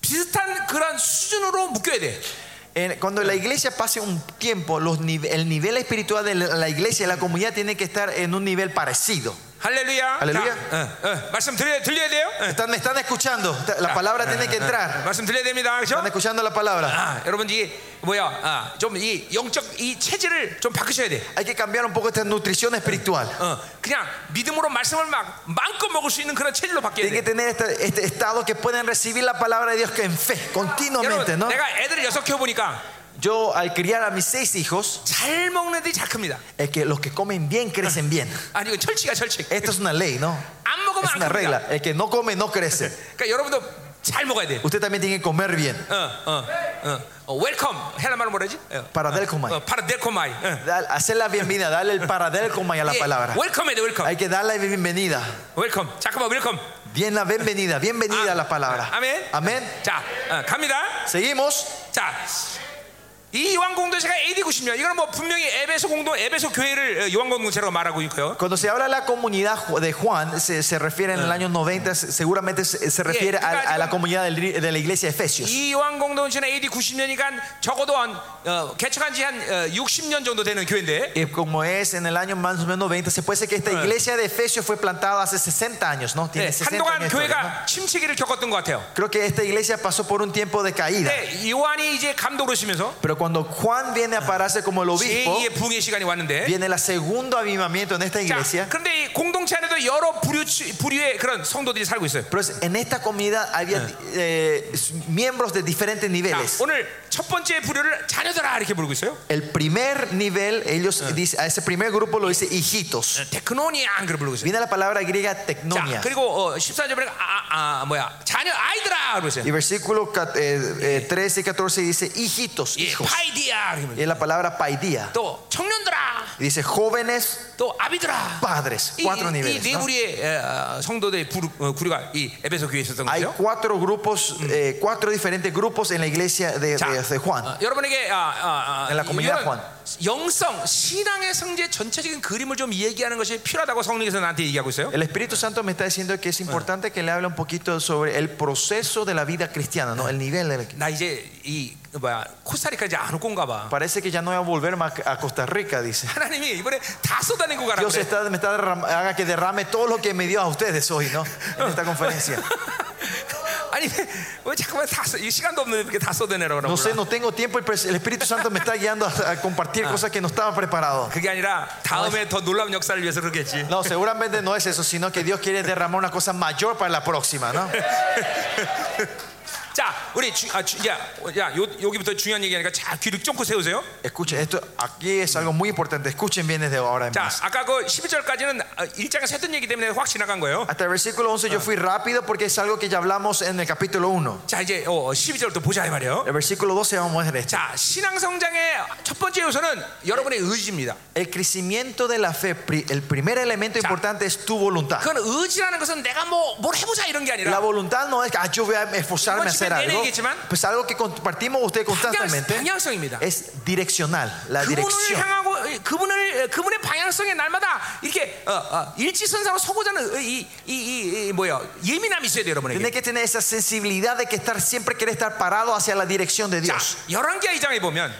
비슷한 그런 수준으로 묶여야 돼.
En- cuando la iglesia pase un tiempo, los nive- el nivel espiritual de la la iglesia, la comunidad tiene que estar en un nivel parecido.
할렐루야.
할렐루야.
자, 어, 어, 말씀 들려 들려야 돼요. 어,
¿Están, ¿Me están escuchando? Está- La palabra tiene que entrar.
말씀 들려야 됩니다. 그렇죠?
¿Están escuchando la palabra?
아, 여러분 이 뭐야? 아, 좀 이 영적 이 체질을 좀 바꾸셔야 돼.
Hay que cambiar un poco esta nutrición espiritual.
어, 그냥 믿음으로 말씀을 막 마음껏 먹을 수 있는 그런 체질로 바뀌어야
Tienen que
돼.
tener este, este estado que pueden recibir la palabra de Dios que en fe, continuamente,
여러분,
¿no?
내가 애들을 여섯 키워 보니까
Yo al criar a mis seis hijos,
잘 먹는 애들이 잘 큽니다.
es que los que comen bien crecen bien.
아니 이거 철칙이야 철칙.
Esto es una ley, ¿no?
안 먹으면
Es
안
una
큽니다.
regla. El que no come no crece.
그러니까 여러분도 잘 먹어야 돼.
Usted también tiene que comer bien.
어, 어, 어, 어, 웰컴 헬라 말로 뭐라지? 어,
Paradelcomai.
어, 파라델코마이. 어.
Dar- Hacer la bienvenida, darle el paradel y a la
예,
palabra.
웰컴해야 돼 웰컴.
Hay que darle la bienvenida.
웰컴. 잠깐만 웰컴.
Bien la bienvenida, bienvenida
Ah,
a la palabra.
ah, amén.
Amén.
자, 어, 갑니다.
Seguimos.
자. 이 요한 공동체가 AD 90년. 이거는 뭐 분명히 에베소 공동 에베소 교회를 어, 요한 공동체라고 말하고 있고요.
Cuando se habla de la comunidad ju- de Juan, se, se refiere en
Ah.
el año 90, se- seguramente se, se refiere
Yeah,
a, a la
그러니까
comunidad del ri- de la iglesia de Efesios.
이 요한 공동체는 AD 90년이니까 적어도 한 어, 개척한 지 한 60년 정도 되는 교회인데
Y como es en el año más o menos 90, se puede decir que esta iglesia de Efesios fue plantada hace 60 años, ¿no?
네,
Tiene 60 años. de
한동안
historia, ¿no?
교회가 침체기를 겪었던 것 같아요.
Creo que esta iglesia pasó por un tiempo de caída.
네, 요한이 이제 감독으로 오시면서
Pero cuando Juan viene a pararse como el obispo,
제2의 부흥의 시간이 왔는데
viene el segundo avivamiento en esta
자,
iglesia.
그런데 이 공동체 안에도 여러 부류, 부류의 그런 성도들이 살고 있어요.
Pero en esta comunidad había eh, miembros de diferentes
자,
niveles.
오늘 첫 번째 부류를 자녀들아 이렇게 부르고 있어요.
El primer nivel, ellos dice- a ese primer grupo lo dice
Eh. 네.
hijitos.
테크노니아 그렇게 부르고 있어요.
Viene la palabra griega
자,
tecnonia.
그리고 어, 14절 보니까 아, 아 뭐야 자녀 아이들아 그러고 있어요.
Y versículo cat- eh, eh, 13 y 14 dice hijitos,
예,
hijos.
파이디아 그러면
Y es la palabra paidía.
또 청년들아
Dice jóvenes,
또 아비드라.
Padres,
이-
cuatro
이- 이
niveles.
네
¿no?
부류의 어, 성도들의 부류- 어, 부류가 이 에베소 교회에 있었던
Hay
거죠.
cuatro grupos, eh, cuatro diferentes grupos en la iglesia de,
자,
de- de Juan.
어, 여러분에게 아, 아, 아,
En la comunidad
이런
Juan.
영성, 신앙의 성제 전체적인 그림을 좀 얘기하는 것이 필요하다고 성령께서 나한테 얘기하고 있어요.
El Espíritu Santo me está diciendo que es importante que le hable un poquito sobre el proceso de la vida cristiana, ¿no? El nivel de la...
나 이제 이그 뭐야 코스타리카 이제 안올 건가 봐.
Parece que ya no voy a volver más a Costa Rica, dice.
하나님이 이번에 다 쏟아내고 가라
Dios
그래.
está, me está derram- haga que derrame todo lo que me dio a ustedes hoy, ¿no? En esta conferencia.
아니 왜- 왜 자꾸만 다 써, 이 시간도 없는데 이렇게 다 쏟아내라고
No sé,
그러나?
no tengo tiempo, el pres- el Espíritu Santo me está guiando a, a compartir cosas que no estaba preparado.
그게 아니라 다음에 더 놀라운 역사를 위해서 그러겠지.
No, seguramente no es eso, sino que Dios quiere derramar una cosa mayor para la próxima, ¿no?
자, 우리 주, 아, 주, 야, 야, 요, 여기부터 중요한 얘기하니까 잘 귀를 쫑긋 세우세요.
Escuchen, esto aquí es algo muy importante. Escuchen bien desde ahora en
자,
más.
아까 그 11절까지는 일장에서 했던 얘기 때문에 확 지나간 거예요.
Hasta el versículo 11 yo fui rápido porque es algo que ya hablamos en el capítulo 1.
자, 이제 어, 12절부터 보자 이 말이에요.
El versículo 12 vamos a ver esto.
자, 신앙 성장의 첫 번째 요소는 여러분의 의지입니다.
El crecimiento de la fe, pri- el primer elemento importante es tu voluntad.
그건 의지라는 것은 내가 뭐 뭘 해보자 이런 게
La
아니라
voluntad no es que "Ah, yo voy a esforzarme a hacer algo. Pues algo que compartimos
방향,
ustedes constantemente
방향성입니다.
es direccional, la
그분을
dirección.
향하고 어, 그분을 어, 그분의 방향성에 날마다 이렇게 어, 어, 일치선상으로 서고자 하는 이이이 이, 이, 뭐야 예민함이 있어야 돼요, 여러분에게.
Tiene que tener esa sensibilidad de que estar siempre querer estar parado hacia la dirección de
자,
Dios.
열왕기하 2장에 보면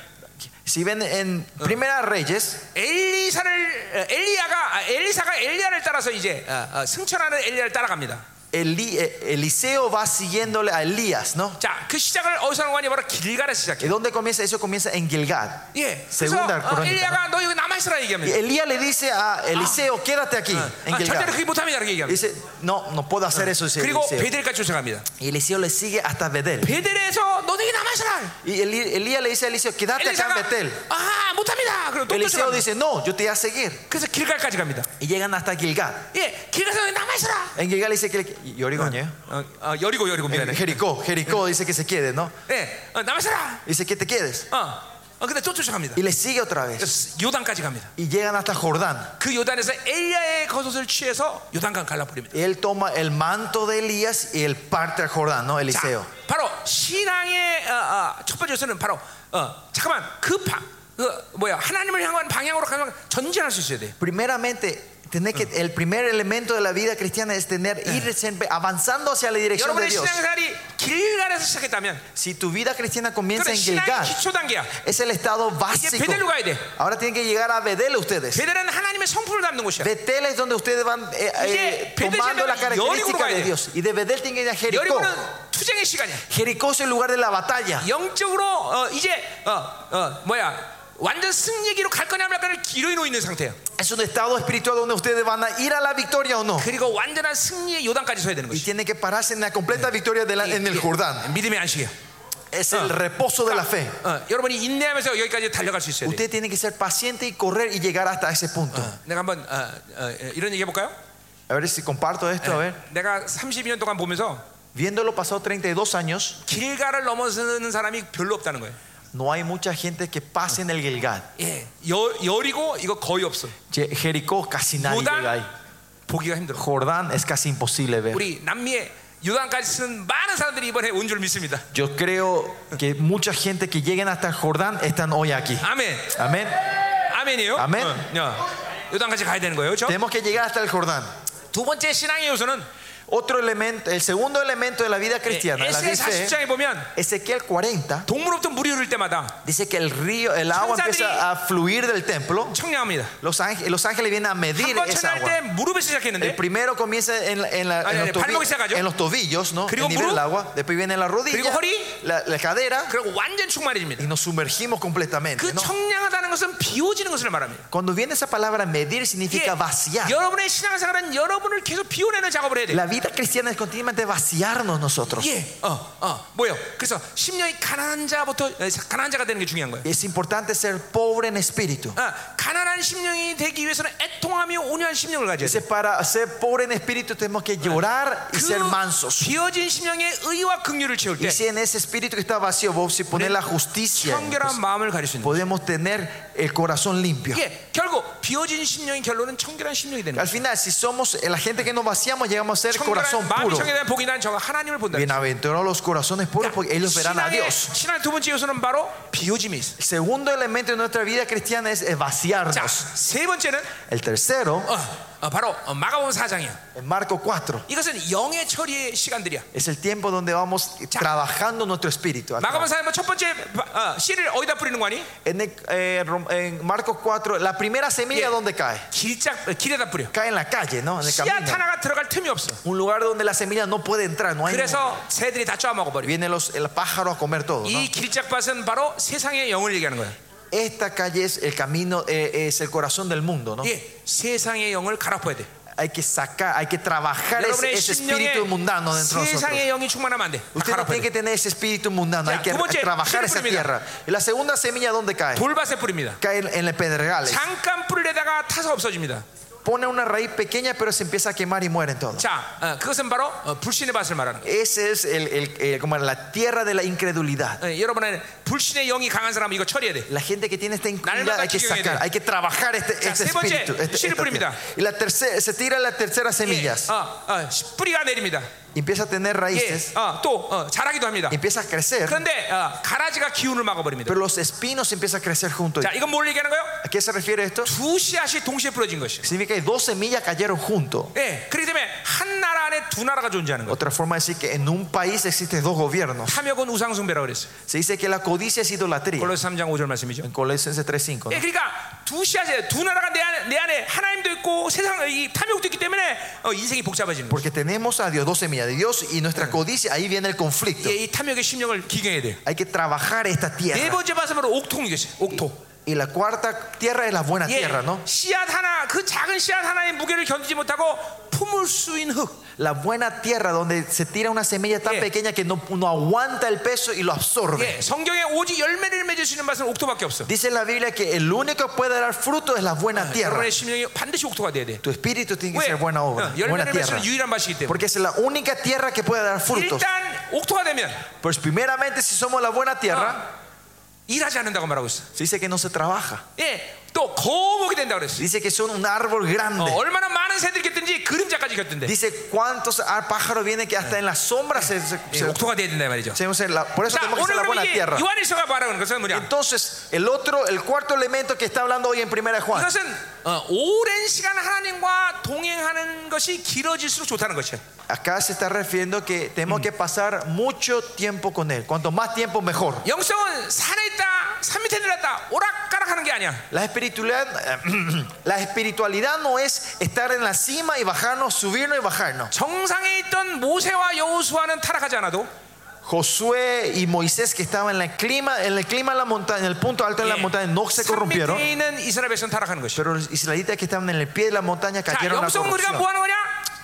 Si ven en Primera Reyes,
엘리사를 어, 엘리야가 아, 엘리사가 엘리야를 따라서 이제 어, 어, 승천하는 엘리야를 따라갑니다.
Eli- eh, Eliseo va siguiéndole a Elías, ¿no?
자, 그 시작을 어디서 하는 거냐 바로 길가에
¿Y
시작해.
dónde comienza? Eso comienza en Gilgal.
예. 그래서
세운다,
어,
그러니까.
엘리야가 너 여기 남아 있으라
Y
얘기합니다.
Elías le dice a Eliseo, quédate aquí, en
아, 절대로
Gilgal.
그렇게 못합니다. 이렇게 얘기합니다.
Dice, no, no puedo hacer eso, dice
그리고
Eliseo.
베델까지 쫓아갑니다.
Y Eliseo le sigue hasta Bedel.
베델에서 너 여기 남아 있으라.
Y Eli- Elías le dice a Eliseo, quédate acá en
엘리사가
Betel.
아, 못합니다. 그리고 또 쫓아갑니다.
Eliseo dice, no, yo te voy a seguir.
그래서 길가까지 갑니다.
Y llegan hasta Gilgal.
예, 길가에서 남아 있으라.
En Gilgal dice que le... y Origo,
Ah,
¿no?
어, 어, 여리고 여리고 미안해.
Jericó, Jericó dice que se quede, ¿no?
예, 어, 남아 있으라.
Dice que te quedes.
어, 어, 근데 또 쫓아갑니다.
Y le sigue otra vez.
그래서 요단까지 갑니다.
Y llegan hasta Jordán.
그 요단에서 엘리야의 겉옷을 취해서 요단강 갈라버립니다.
Él toma el manto de Elías y él parte al Jordán, ¿no?
자,
Eliseo.
바로 신앙의 어, 어, 첫 번째 요소는 바로 어, 잠깐만 그 방, 그 뭐야 하나님을 향한 방향으로 가면 전진할 수 있어야 돼.
Primeramente, tener que, el primer elemento de la vida cristiana es tener ir siempre avanzando hacia la dirección
여러분의
de Dios.
신앙생활이 길갈에서 시작했다면
Si tu vida cristiana comienza
그건
en
신앙의
Gilgal,
기초 단계야.
es el estado
이제
básico.
베델로 가야 돼.
Ahora tienen que llegar a Bedel ustedes.
베델은 하나님의 성품을 담는 곳이야.
Betel es donde ustedes van eh, eh,
이제 베델
tomando la
llegan a Yoriguro
característica
가야
de
돼.
Dios. Y de Bedel tienen que ir a Jericó.
여리고는 투쟁의 시간이야.
Jericó es el lugar de la batalla.
영적으로 어, 이제 어, 어, 뭐야 완전 승리기로 갈 거냐 말 거냐를 길어놓고 있는 상태야.
Es un estado espiritual donde ustedes van a ir a la victoria o no.
그리고 완전한 승리의 요단까지 서야 되는
Y
것이.
tienen que pararse en la completa victoria de la- en el Jordán.
믿음의 안식이야.
Es el reposo de la fe.
어, 여러분이 인내하면서 여기까지 달려갈 수 있어야 돼.
Usted tiene que ser paciente y correr y llegar hasta ese punto.
내가 한번 어, 어, 어, 이런 얘기 해볼까요?
A ver si comparto esto. A
Eh.
ver,
내가 32년 동안 보면서
viéndolo pasado 32 años,
길가를 넘어서는 사람이 별로 없다는 거예요.
no hay mucha gente que pase en el Gilgal.
예, 여, 여리고 이거 거의 없어.
Ye- Jericó casi nadie
Judá.
llega ahí.
보기가 힘들어.
Jordán es casi imposible ver.
우리 남미에 요단까지 쓰는 많은 사람들이 이번에 온 줄 믿습니다.
Yo creo que mucha gente que lleguen hasta el Jordán están hoy aquí.
아멘.
Amén.
아멘이에요.
아멘.
어, 야, 요단까지 가야 되는 거예요, 그렇죠?
Tenemos que llegar hasta el Jordán.
두 번째 신앙의 요소는
Otro elemento, el segundo elemento de la vida cristiana, la
에스겔
vida fe,
40장에 보면
Ezequiel 40
동물로부터 물이 흐를 때마다
dice que el río, el agua
Chanzadri-
empieza a fluir del templo.
청량합니다.
Los ángeles, los ángeles vienen a medir
한 번
esa
천할 때
agua.
무릎에서
El
시작했는데
primero comienza en, la- en la-
아니,
en
아니,
los, tobi-
발목이 시작하죠.
en los tobillos, ¿no?
그리고
El nivel
무릎.
del agua. Después viene la rodilla,
그리고 허리.
la, la cadera
그리고 완전 충만해집니다.
y nos sumergimos completamente.
그
¿no?
청량하다는 것은 비워지는 것을 말합니다.
Cuando viene esa palabra
이게
medir significa vaciar.
여러분의 신앙생활은 여러분을 계속 비워내는 작업을 해야 돼요.
La vida vida cristiana es continuamente vaciarnos nosotros.
예, 어, 어, 뭐요? 그래서 심령이 가난한 자부터 에, 가난한 자가 되는 게 중요한 거예요.
Y es importante ser pobre en espíritu.
아, 가난한 심령이 되기 위해서는 애통하며 온유한 심령을 가져야 돼.
Dice, para ser pobre en espíritu tenemos que llorar y ser mansos.
비어진 심령의 의와 긍휼을 채울 때
Y si en ese espíritu que está vacío, vos si pones la justicia,
청결한 마음을 가질 수 있는. 거예요.
podemos tener el corazón limpio.
이게 결국 비어진 심령의 결론은 청결한 심령이 되는
Al
거예요.
final, si somos eh, la gente que nos vaciamos, llegamos a ser corazón
청결한 마음이
puro.
청결한 복이 난 저가 하나님을 본다.
Bienaventurados los corazones puros, porque ellos verán a
신앙의,
Dios.
신앙의 두 번째 요소는 바로 비어짐이 있어.
El segundo elemento de nuestra vida cristiana es eh,
자,
vaciarnos.
세 번째는
El tercero,
어, 어, 바로 어, 마가복음 4장이야.
en Marco 4,
이것은 영의 처리의 시간들이야.
es el tiempo donde vamos trabajando nuestro espíritu.
마가복음 4장 첫 번째 어, 씨를 어디다 뿌리는 거니?
En, el- eh, Rom- en Marcos 4, la primera semilla,
Yeah.
¿dónde cae?
길짝 어, 길에다 뿌려. 그러니까
Cae en la calle, ¿no? En el
씨앗
camino.
하나가 들어갈 틈이 없어.
Un lugar donde la semilla no puede entrar, no hay.
그래서 새들이 다 쪼아먹어버려.
Viene los, el pájaro a comer todo, ¿no?
이 길짝밭은 바로 세상의 영을 얘기하는 거야.
Esta calle es el camino, eh, es el corazón del mundo, ¿no?
예, 세상의 영을 갈아엎어야 돼.
Hay que sacar, hay que trabajar ese,
여러분의
ese
그러니까 심령에
espíritu mundano dentro de nosotros.
세상의 영이 충만하면 안 돼. 다
Usted no
갈아엎어야
tiene que
돼.
tener ese espíritu mundano,
Ya,
hay que
두 번째,
trabajar
씨를
esa
뿌립니다.
tierra. Y la segunda semilla, ¿dónde cae?
돌밭에 뿌립니다.
Cae en- en el pedregal.
잠깐 뿌리내다가 타서 없어집니다.
Pone una raíz pequeña, pero se empieza a quemar y mueren todos.
자, 어, 그것은 바로 어, 불신의 밭을 말하는 거예요.
Ese es el, el- el- como la tierra de la incredulidad.
예, 여러분의 불신의 영이 강한 사람은 이거 처리해야 돼.
La gente que tiene esta incredulidad hay que sacar, hay que trabajar este, este
세 번째,
espíritu. este-
씨를
esta
뿌립니다.
tierra. y la tercera, se tira las terceras
예,
semillas.
어, 어, 씨, 뿌리가 내립니다.
Y empieza a tener
예,
raíces,
어, 또 어, 자라기도 합니다.
y empieza a crecer,
그런데 어, 가라지가 기운을 막아버립니다.
pero los espinos empiezan a crecer juntos.
자, 이건 뭘 얘기하는 거예요?
¿A qué se refiere esto?
두 씨앗이 동시에 뿌려진 것이에요.
Significa que dos semillas cayeron juntos.
예, 그렇기 때문에 한 나라 안에 두 나라가 존재하는 거예요.
Otra forma de decir que en un país existen dos gobiernos.
탐욕은 우상숭배라고 그랬어요.
Se dice que la codicia es idolatría.
골로새 3장 5절 말씀이죠.
En Colosenses 3.5.
예,
¿no?
그러니까 두 씨앗에 두 나라가 내 안에, 내 안에 하나님도 있고 세상 이 탐욕도 있기 때문에 어, 인생이 복잡해지는 거예요.
Porque tenemos a Dios, dos semillas de Dios y nuestra codicia, Mm. ahí viene el conflicto.
예, 이 탐욕의 심령을 기경해야 돼요.
Hay que trabajar esta
네
tierra.
번째 밭은 바로 옥통이겠어요. 옥토.
Y la cuarta tierra es la buena
예,
tierra, ¿no?
씨앗 하나 그 작은 씨앗 하나의 무게를 견디지 못하고 품을 수 있는 흙.
La buena tierra donde se tira una semilla tan
Yeah.
pequeña que no, no aguanta el peso y lo absorbe.
예, 성경에 오직 열매를 맺을 수 있는 밭은 옥토밖에 없어.
Dice la Biblia que el único que puede dar fruto es la buena tierra.
여러분의 심령이 반드시 옥토가 돼야 돼.
Tu espíritu tiene que
왜?
ser buena
어,
obra, buena
열매를
tierra.
맺는 유일한 밭이기 때문에.
Porque es la única tierra que puede dar frutos.
일단 옥토가 되면 어,
Pues primeramente si somos la buena tierra,
Ah. 일하지 않는다고 말하고 있어.
se dice que no se trabaja.
예, 또 거목이 된다 그랬어.
Dice que son un árbol
어,
grande.
얼마나 많은 새들이 겠든지 그림자까지 겼던데.
Dice cuántos ar- pájaros vienen que hasta en las sombras se, se-
예,
se-
옥토가 돼야 된다 말이죠.
se- se- la- Por eso
자,
tenemos que
오늘
ser la buena
그러면 이제
tierra. 네.
요한일서가 말하는 것은 뭐냐?
Entonces, el otro, el cuarto elemento que está hablando hoy en primera de Juan
이것은 어, 오랜 시간 하나님과 동행하는 것이 길어질수록 좋다는 것이에요.
Acá se está refiriendo que tenemos que pasar mucho tiempo con Él. Cuanto más tiempo, mejor.
영성은 산에 있다, 산 밑에 내렸다, 오락가락하는 게 아니야.
La espiritualidad, la espiritualidad no es estar en la cima y bajarnos, subirnos y bajarnos.
정상에 있던 모세와 여호수아는 타락하지 않아도
Josué y Moisés que estaban en la clima, en el clima de la montaña, en el punto alto de la
예,
montaña, no se
산
corrompieron.
밑에 있는 이스라엘 백성은 타락하는 것이야.
Pero los israelitas que estaban en el pie de la montaña
자,
cayeron a la
영성 우리가
corrupción.
뭐 하는 거냐?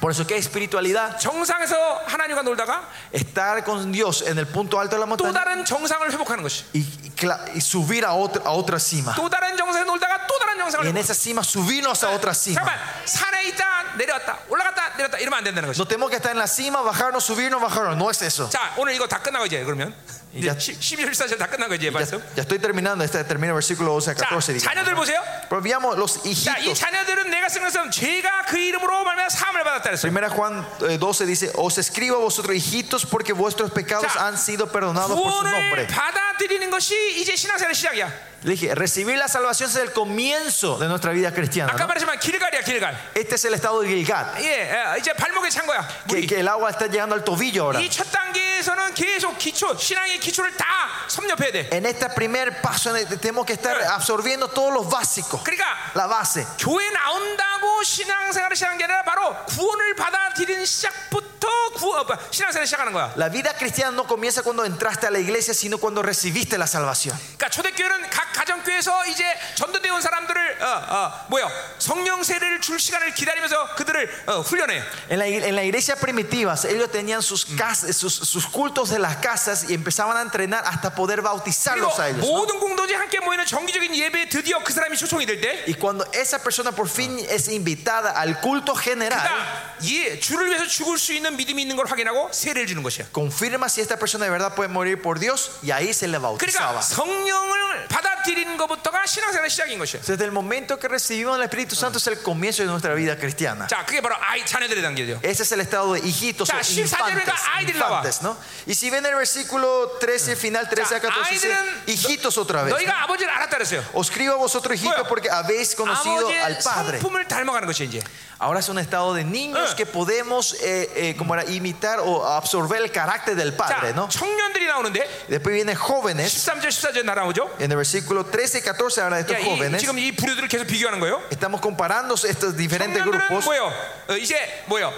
Por eso que espiritualidad,
정상에서 하나님과 놀다가
estar con Dios en el punto alto de la
또
montaña
다른 정상을 회복하는 것이.
y, y cla- y subir a otra, a otra cima.
또 다른 정상에 놀다가 또 다른 정상을
Y en
회복.
esa cima subirnos a otra cima.
잠깐만 산에 있다 내려왔다 올라갔다 내렸다 이러면 안 된다는 것이.
No tenemos que estar en la cima, bajarnos, subirnos, bajarnos. No es eso.
자 오늘 이거 다 끝나고 이제 그러면 이제
이제-
12절 14절 다 끝나고 이제
Ya,
말씀.
ya estoy terminando, este termina el versículo 12 a
자
14. digamos.
자녀들 보세요.
Pero veamos los
자 이
hijitos.
자녀들은 내가 쓴 것은 죄가 그 이름으로 말미암아 사함을 받았다 그랬어요.
Primera Juan eh, 12 dice, os escribo a vosotros hijitos porque vuestros pecados
Ya.
han sido perdonados por su
구원을
nombre.
받아들이는 것이 이제 신앙생활의 시작이야.
Le dije, recibir la salvación es el comienzo de nuestra vida cristiana.
아까
¿no?
말했지만 길갈이야 길갈.
Este es el estado de Gilgad,
예, 예, 이제 발목에 찬 거야.
que,
물이.
que el agua está llegando al tobillo ahora.
이 첫 단계 단계에서는 계속 기초 신앙의 기초를 다 섭렵해야 돼.
En este primer paso en el- tenemos que estar absorbiendo todos los básicos,
그러니까
la base.
교회 나온다고 신앙생활을 시작한 게 아니라 바로 구원을 받아들인 시작부터 구 어, 뭐야, 신앙생활을 시작하는 거야.
La vida cristiana no comienza cuando entraste a la iglesia, sino cuando recibiste la salvación.
그러니까 초대교회는 각 가정교회에서 이제 전도되어 온 사람들을 어, 어, 뭐야 성령 세례를 줄 시간을 기다리면서 그들을 어, 훈련해.
En la, ig- en la iglesia primitiva, ellos tenían sus, casas, sus, sus cultos de las casas y empezaban a entrenar hasta poder
그리고
bautizarlos a ellos. ¿no?
모든 공동체 함께 모이는 정기적인 예배에 드디어 그 사람이 초청이 될 때,
Y cuando esa persona por fin es invitada al culto general,
그러니까 이 주를 위해서 죽을 수 있는 믿음이 있는 걸 확인하고 세례를 주는 것이야.
confirma si esta persona de verdad puede morir por Dios y ahí se le
그러니까
bautizaba.
성령을 받아들이는 것부터가 신앙생활의 시작인 것이야.
Desde el momento que recibimos el Espíritu Santo es el comienzo de nuestra vida cristiana.
자, 그게 바로 아이 자녀들의 단계죠.
Ese es el estado de hijitos o
자, 14 절에 가
infantes,
아이들 나와.
infantes, ¿no? Y si ven el versículo 13, final 13 a
자,
14, dice,
아이들은
hijitos otra vez. ¿no?
너희가 아버지를 알았다 그랬어요.
Os escribo a vosotros, hijitos,
Bueno,
porque habéis conocido al
아버지의
Padre.
성품을 닮아가는 것이 이제.
Ahora es un estado de niños
Eh.
que podemos eh, eh, como era, imitar o absorber el carácter del Padre,
자,
¿no?
청년들이 나오는데
Después vienen jóvenes.
13절 14절 날아오죠.
En el versículo 13 y 14 habla de estos
야, 이,
jóvenes.
지금 이 부류들을 계속 비교하는 거예요.
Estamos comparando estos diferentes
청년들은
grupos.
뭐예요? 어, 이제 뭐예요?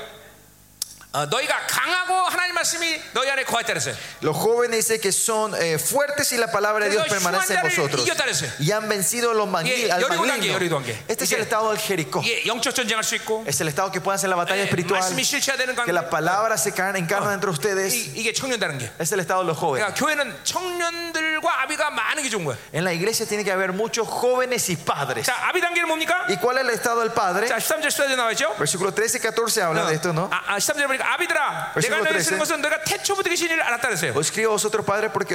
어, 너희가 강하고 하나님 말씀이 너희 안에 거했다 그랬어요.
Los jóvenes dice que son eh, fuertes y la palabra de Dios
그래서
permanece en
흉한 자를
vosotros.
이겼다 그랬어요.
Y eh, han vencido a los mangui-
예,
al
열이고 단계, 열이고
maligno.
단계.
Este es
이게-
el estado del Jericó.
이게 영적 전쟁할 수 있고
Es el estado que pueden hacer la batalla
예,
espiritual.
말씀이 실체가 되는
Que
관계.
la palabra se car- encarna entre ustedes.
이, 이게 청년 다는 게.
Es el estado de los jóvenes.
그러니까 교회는 청년들과 아비가 많은 게 좋은 거야.
En la iglesia tiene que haber muchos jóvenes y padres.
자, 아비 단계는 뭡니까?
¿Y cuál es el estado del padre?
자, 13절 14절 나와 있죠?
Versículo 13 y 14 hablan de esto, ¿no?
아, 아, 13절 보니까 아비들아
Versículo
내가 너희 쓰는
13.
것은 너희가 태초부터 계신 일을 알았다 그랬어요.
Os escribo a vosotros, padres, porque,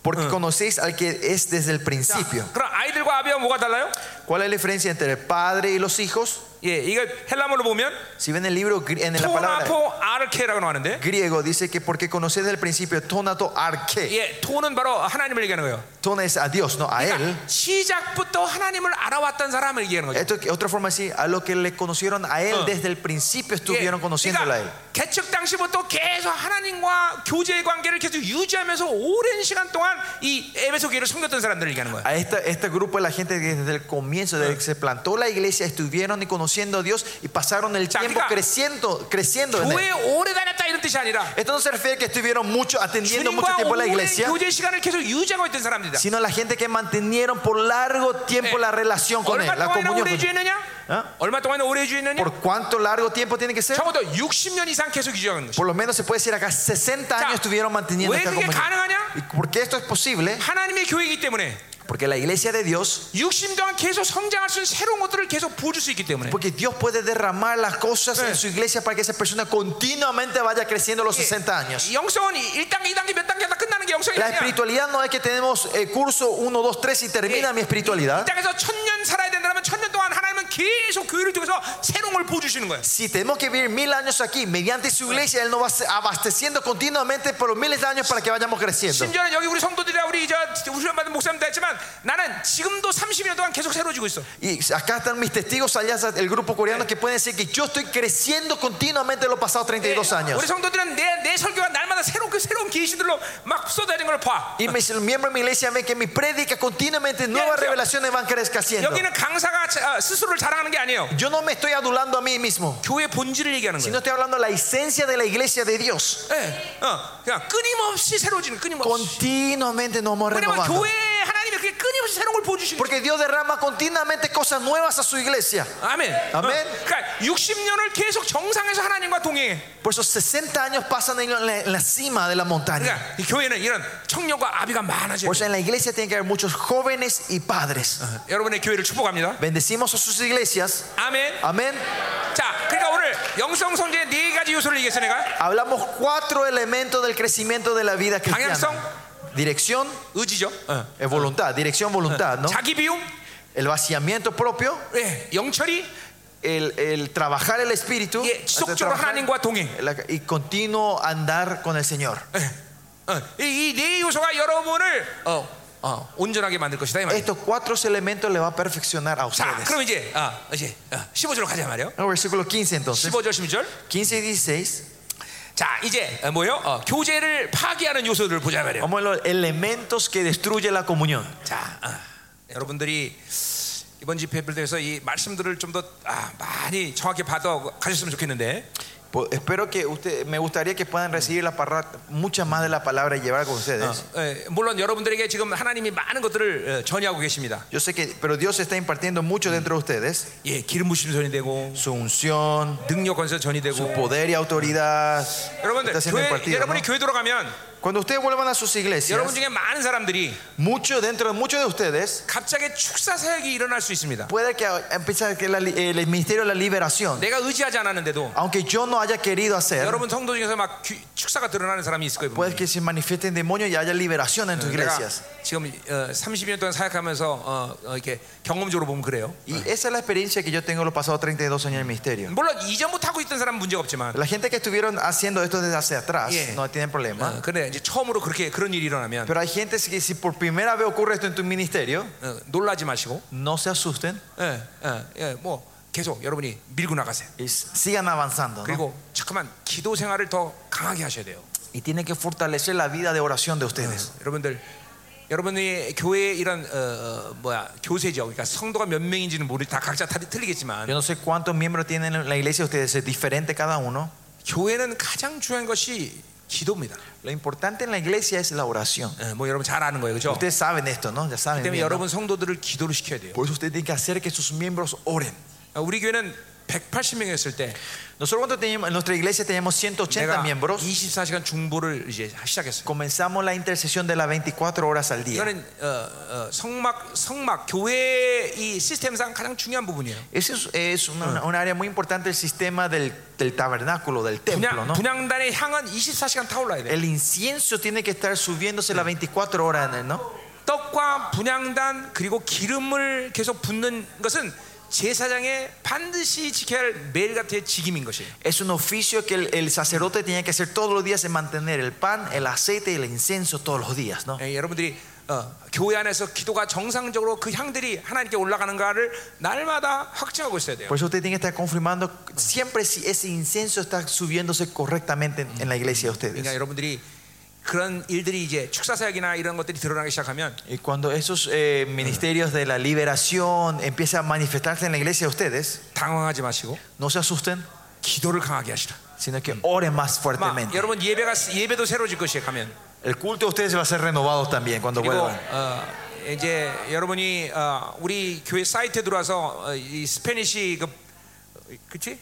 porque conocéis al que es desde el principio.
그럼 아이들과 아비와 뭐가 달라요?
¿Cuál es la diferencia entre el padre y los hijos?
예, 이거 헬라어로 보면
Si ven el libro, gr- en la palabra.
네, 토나포 아르케라고 나왔는데
griego dice que porque conoces desde el principio tonato arque,
예, 토는 바로 하나님을 얘기하는 거예요.
tona es a Dios, no a él.
그러니까 시작부터 하나님을 알아왔던 사람을 얘기하는 거죠.
Esto que- otra forma así, a lo que le conocieron a él desde el principio
예,
estuvieron conociéndolo a él.
그러니까 개척 당시부터 계속 하나님과 교제의 관계를 계속 유지하면서 오랜 시간 동안 이 에베소 교회를 섬겼던 사람들을 얘기하는 거예요.
A esta- este grupo de la gente que desde el comienzo, desde que se plantó la iglesia, estuvieron y conociendo a Dios y pasaron el
Ya,
tiempo
그러니까
creciendo, creciendo en él.
교회 오래 다녔다 이런 뜻이 아니라
Esto no se refiere a que estuvieron mucho atendiendo mucho
주님과
tiempo a la
오랜
iglesia,
교제 시간을 계속 유지하고 있던 사람들이다.
sino la gente que mantenieron por largo tiempo
Eh,
la relación con él,
얼마
la
동안이나
comunión
오래
con él.
주했느냐?
어?
얼마 동안이나 오래 주했느냐?
¿Por cuánto largo tiempo tiene que ser?
적어도 60년 이상 계속 유지하는 것이.
Por lo menos se puede decir acá 60 años
자,
estuvieron manteniendo
왜
esta
그게
comunión.
가능하냐?
¿Y por qué esto es posible?
하나님의 교회이기 때문에
Porque la iglesia de Dios,
60년 동안 계속 성장할 수 있는 새로운 것들을 계속 부어줄 수 있기 때문에.
porque Dios puede derramar las cosas
Eh.
en su iglesia para que esa persona continuamente vaya creciendo los 60 años.
영성은 1단계, 2단계, 몇 단계 다 끝나는 게 영성이 아니야.
La espiritualidad no es que tenemos eh, curso 1, 2, 3 y termina mi
이
espiritualidad.
땅에서 천년 살아야 된다면 천년 동안 하나님은 계속 교회를 통해서 새로운 걸 부어주시는 거예요.
Si tenemos que vivir mil años aquí, mediante su iglesia, Él nos va abasteciendo continuamente por los miles de años para que vayamos creciendo.
심지어는 여기 우리 성도들이라 우리 이제 훈련받은 목사님도 했지만 나는 지금도 30년 동안 계속 새로워지고 있어.
Y acá están mis testigos, allá está el grupo coreano, que pueden decir que yo estoy creciendo continuamente los pasados
네,
32 años.
우리 성도들은 내, 내 설교가 날마다 새로운 그 새로운 계시들로 막 쏟아지는 걸 봐.
Y mis miembros de mi iglesia ven que mi prédica continuamente nuevas
Bien,
revelaciones van creciendo.
여기는 강사가 자- 아, 스스로를 자랑하는 게 아니에요.
Yo no me estoy adulando a mí mismo,
교회 본질을 얘기하는 거예요.
sino estoy hablando de la esencia de la iglesia de Dios.
예, 어, 그냥 끊임없이 새로워지는 끊임없이.
Continuamente nos vamos
왜냐면
renovando.
교회 하나님이 그렇게 끊임없이 새로운 걸 보여주시는 거예요.
Porque Dios derrama continuamente cosas nuevas a su iglesia.
아멘.
아멘.
어, 그러니까 60년을 계속 정상에서 하나님과 동행해.
Por eso 60 años pasan en la, en la cima de la montaña.
그러니까 이 교회는 이런 청년과 아비가 많아져요.
Por eso en la iglesia tiene que haber muchos jóvenes y padres.
여러분의 교회를 축복합니다.
Bendecimos a sus iglesias.
아멘.
Amén.
자, 그러니까 오늘 영성 성전의 네 가지 요소를 얘기했어 내가.
Hablamos cuatro elementos del crecimiento de la vida
방향성.
cristiana. Dirección,
의지죠. 어.
eh, voluntad. Dirección, voluntad, ¿no?
자기 비움,
El vaciamiento propio,
예, 영철이,
el, el trabajar el espíritu
예,
hacer
지속적으로
trabajar,
하나님과 동행.
la- y continuo andar con el Señor.
어, 이네 요소가 여러분을 어, 어, 온전하게 만들 것이다 이 말이에요.
Estos cuatro elementos le va a perfeccionar
자,
a ustedes.
그럼 이제 아, 이제 어, 15절로 가자 말이요.
No, versículo 15 entonces.
15절 16절.
15 y 16.
자, 이제 어, 뭐예요? 어, 교제를 파괴하는 요소들을 보자 말이에요.
Vamos a ver los elementos que destruye la comunión.
자, 어, 여러분들이 이번 집회 빌드에서 이 말씀들을 좀 더 아, 많이 정확히 받아 가셨으면 좋겠는데.
Po- Espero que usted, me gustaría que puedan recibir la parra, mucha más de la palabra y llevar con ustedes.
예, 물론 여러분들에게 지금 하나님이 많은 것들을 어, 전이하고 계십니다.
Yo sé que, pero Dios está impartiendo mucho dentro de ustedes.
예, 기름 부심 전이 되고
Su unción,
능력 건설 전이
su
되고
poder y autoridad.
여러분들
Está siendo
교회,
impartido,
여러분이
¿no?
교회 돌아가면
Cuando ustedes vuelvan a sus
여러분
iglesias,
중에 많은 사람들이
muchos dentro de muchos de ustedes
갑자기 축사 사역이 일어날 수 있습니다.
puede que empiece que la li- el ministerio de la liberación,
내가 의지하지 않았는데도
aunque yo no haya querido hacer,
여러분 성도 중에서 막 귀- 축사가 드러나는 사람이 있을 거예요. 분명히.
puede que se manifiesten demonios y haya liberación en tus
내가
iglesias.
지금 어, 30년 동안 사역하면서 어, 어, 이렇게 경험적으로 보면 그래요.
Y esa es la experiencia que yo tengo los pasados 32 años en el ministerio.
물론 이전부터 하고 있던 사람은 문제가 없지만
La gente que estuvieron haciendo esto desde hacia atrás
Yeah.
no tienen problema.
어, 근데 이제 처음으로 그렇게 그런 일이 일어나면
Pero hay gente que si por primera vez ocurre esto en tu ministerio,
어, 놀라지 마시고
no se asusten
예, 예, 예, 뭐 계속 여러분이 밀고 나가세요.
y s- sigan avanzando. ¿no?
그리고 잠깐만 기도 생활을 더 강하게 하셔야 돼요.
Y tienen que fortalecer la vida de oración de ustedes.
여러분들 여러분이 교회 이런 어, 어, 뭐야 교세죠. 그러니까 성도가 몇 명인지는 모르 다 각자 다 틀리겠지만
Yo no sé cuántos miembros tienen en la iglesia de ustedes, es diferente cada uno.
교회는 가장 중요한 것이 기도입니다.
Lo importante en la iglesia es la oración.
예, 뭐 여러분 잘 아는 거예요, 그렇죠?
Ustedes saben esto, ¿no? Ya saben.
때문에
bien, ¿no?
여러분 성도들을 기도를 시켜야 돼요.
Por eso ustedes tienen que hacer que sus miembros oren.
아, 우리 교회는 180명이었을 때
Nosotros cuando teníamos, en nuestra iglesia teníamos 180
내가
miembros.
24시간 중보를 이제 시작했어요.
Comenzamos la intercesión de las 24 horas al día.
이거는 어, 어, 성막 성막 교회 이 시스템상 가장 중요한 부분이에요.
Ese es, es una- una- un área muy importante del sistema del, del tabernáculo, del templo,
분양,
¿no?
분양단의 향은 24시간 타올라야 돼. 요
El incienso tiene que estar subiéndose las 24 horas, en él, ¿no?
떡과 분양단 그리고 기름을 계속 붓는 것은 제사장의 반드시 지켜야 할 매일같은 직임인 것이에요.
Es un oficio que el, el sacerdote tenía que hacer todos los días en mantener el pan, el aceite y el incienso todos los días, ¿no?
예, 여러분들이 어, 교회 안에서 기도가 정상적으로 그 향들이 하나님께 올라가는가를 날마다 확증하고 있어야 돼요. 그러니까
Por eso usted tiene que estar confirmando siempre si ese incienso está subiéndose correctamente en, en la
그러니까
iglesia de ustedes.
여러분들이 그런 일들이 이제 축사 사역이나 이런 것들이 드러나기 시작하면
Y cuando esos eh, ministerios de la liberación empiezan a manifestarse en la iglesia de ustedes,
당황하지 마시고
no se asusten,
기도를 강하게 하시라.
sino que oren más
막
fuertemente.
여러분 예배가 예배도 새로질 것이에요. 가면
El culto de ustedes va a ser renovado también cuando
그리고
vuelvan.
어, 이제 여러분이 어, 우리 교회 사이트에 들어와서 어, 이 스페니시 그 그치?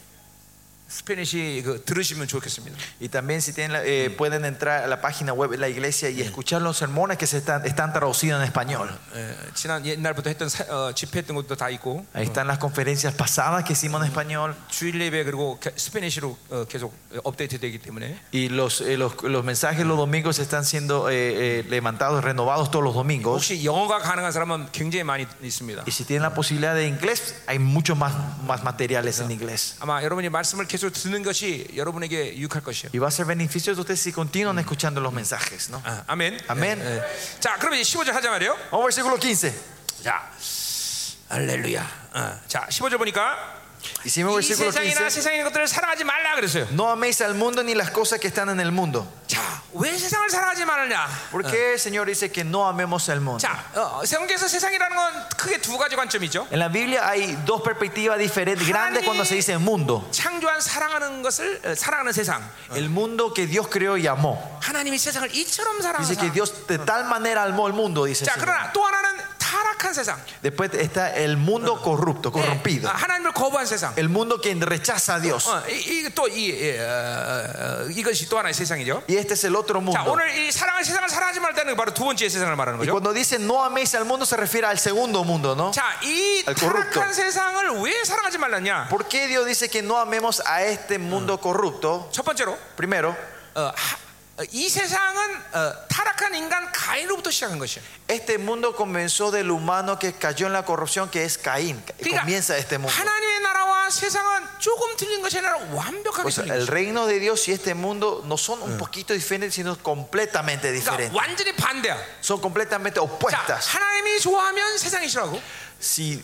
스페니시 그 들으시면 좋겠습니다.
Y también si tienen la- eh, pueden entrar a la página web de la iglesia y escuchar los sermones que se están, están traducidos en español.
예, 지난 옛날부터 했던 사- 어, 집회했던 것도 다 있고
Ahí están las conferencias pasadas que hicimos en español
주일 예배 그리고 게- 스페니시로 어, 계속 업데이트되기 때문에
y los, eh, los, los mensajes los domingos están siendo eh, eh, levantados, renovados todos los domingos.
혹시 영어가 가능한 사람은 굉장히 많이 있습니다.
Y si tienen la posibilidad de inglés, hay muchos más, más materiales en inglés.
아마 여러분이 말씀을 계속 듣는 것이 여러분에게 유익할 것이에요.
Y va a ser beneficio de ustedes si continúan escuchando los mensajes. ¿no?
아, 아멘.
아멘.
예, 예. 자, 그럼 이제 15절 하자 말이에요.
Vamos al versículo 15.
자, 할렐루야. 어, 자, 15절 보니까
Y si vemos
이
el versículo
세상이나
15,
세상의 것들을 사랑하지 말라 그랬어요.
no améis al mundo ni las cosas que están en el mundo.
자, 왜 세상을 사랑하지 말느냐?
¿Por qué el Señor dice que no amemos al mundo?
자, 어, 성경에서 세상이라는 건 크게 두 가지 관점이죠.
En la Biblia hay dos perspectivas diferentes, grandes cuando se dice mundo.
창조한 사랑하는 것을 어, 사랑하는 세상.
El mundo que Dios creó y amó.
하나님이 세상을 이처럼 사랑하사.
Dice que Dios de tal manera amó al mundo, dice. el
자,
Señor.
그러나 또 하나는 타락한 세상.
Después está el mundo corrupto,
예,
corrompido.
아, 하나님을 거부한 세상.
El mundo que rechaza a Dios.
어, 이, 이, 또 이, 예, 어, 어, 이것이 또 하나의 세상이죠.
Y este es el otro
자,
mundo.
오늘 이 사랑하는 세상을 사랑하지 말라는 게 바로 두 번째 세상을 말하는
Y
거죠.
cuando dice no améis al mundo se refiere al segundo mundo, ¿no?
자, 이
Al corrupto.
타락한 세상을 왜 사랑하지 말랐냐?
¿Por qué Dios dice que no amemos a este mundo corrupto?
첫 번째로
Primero,
어, 하- 어, 이 세상은 어, 타락한 인간 가인으로부터 시작한 것이에요.
este mundo comenzó del humano que cayó en la corrupción, que es Caín. Comienza este mundo.
그러니까 하나님의 나라와 세상은 조금 틀린 것이 아니라 완벽하게
O sea,
틀린
el
것이에요.
reino de Dios y este mundo no son un poquito diferentes, sino completamente
그러니까
diferentes.
완전히 반대야.
Son completamente
자,
opuestas.
하나님이 좋아하면 세상이 싫어하고,
Si,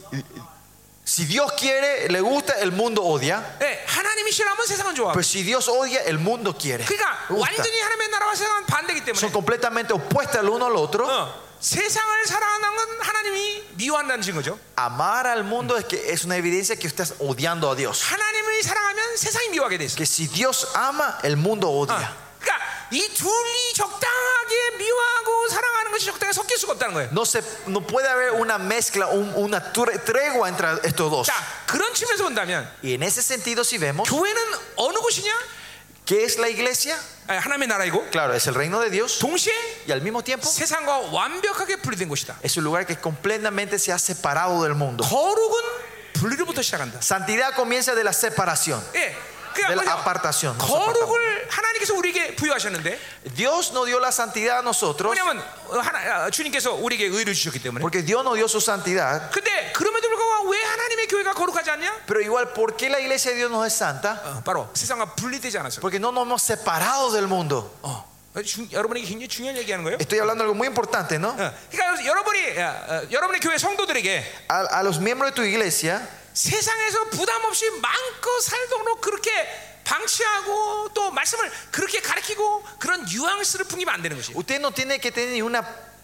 si Dios quiere, le gusta, el mundo odia.
예, 하나님이 하나님이 싫어하면 세상은 좋아.
Pero si Dios odia, el mundo quiere.
그러니까
Gusta.
완전히 하나님의 나라와 세상은 반대기
Son
때문에
completamente opuestas el uno al otro.
어, 세상을 사랑하는 건 하나님이 미워한다는 증거죠.
Amar al mundo es que es una evidencia que estás odiando a Dios.
하나님을 사랑하면 세상이 미워하게 돼 있어.
Que si Dios ama, el mundo odia.
아, 그러니까 이 둘이 적당하게 미워하고 사랑하는 것이 적당히 섞일 수가 없다는 거예요.
No, se, no puede haber una mezcla, un- una tre- tregua entre estos dos.
자, 그런 측면에서 본다면
Y en ese sentido, si vemos,
교회는 어느 곳이냐?
¿qué es la iglesia?
아, 하나님의 나라이고
Claro, es el reino de Dios
동시에
y al mismo tiempo
세상과 완벽하게 분리된 곳이다.
es un lugar que completamente se ha separado del mundo.
거룩은 분리로부터 시작한다.
Santidad comienza de la separación,
예.
de la
그러니까 보세요.
apartación. nos apartamos.
거룩을 하나님께서 우리에게 부여하셨는데
Dios nos dio la santidad a nosotros
왜냐면 어, 하나 아, 주님께서 우리에게 의를 주셨기 때문에.
porque Dios nos dio su santidad.
근데 그럼에도 불구하고 왜 하나님의 교회가 거룩하지 않냐?
Pero igual, ¿por qué la iglesia de Dios no es santa?
어, 바로 세상과 분리되지 않아서.
Porque no nos hemos separado del mundo.
어, 중- 여러분에게 굉장히 중요한 얘기하는 거예요.
Estoy hablando de algo muy importante, ¿no?
어, 그러니까 여러분이 어, 어, 여러분의 교회 성도들에게
A, a los miembros de tu iglesia,
세상에서 부담 없이 마음껏 살도록 그렇게 방치하고 또 말씀을 그렇게 가르치고 그런 유앙스를 풍기면 안 되는 것이.
usted no tiene que tener ni una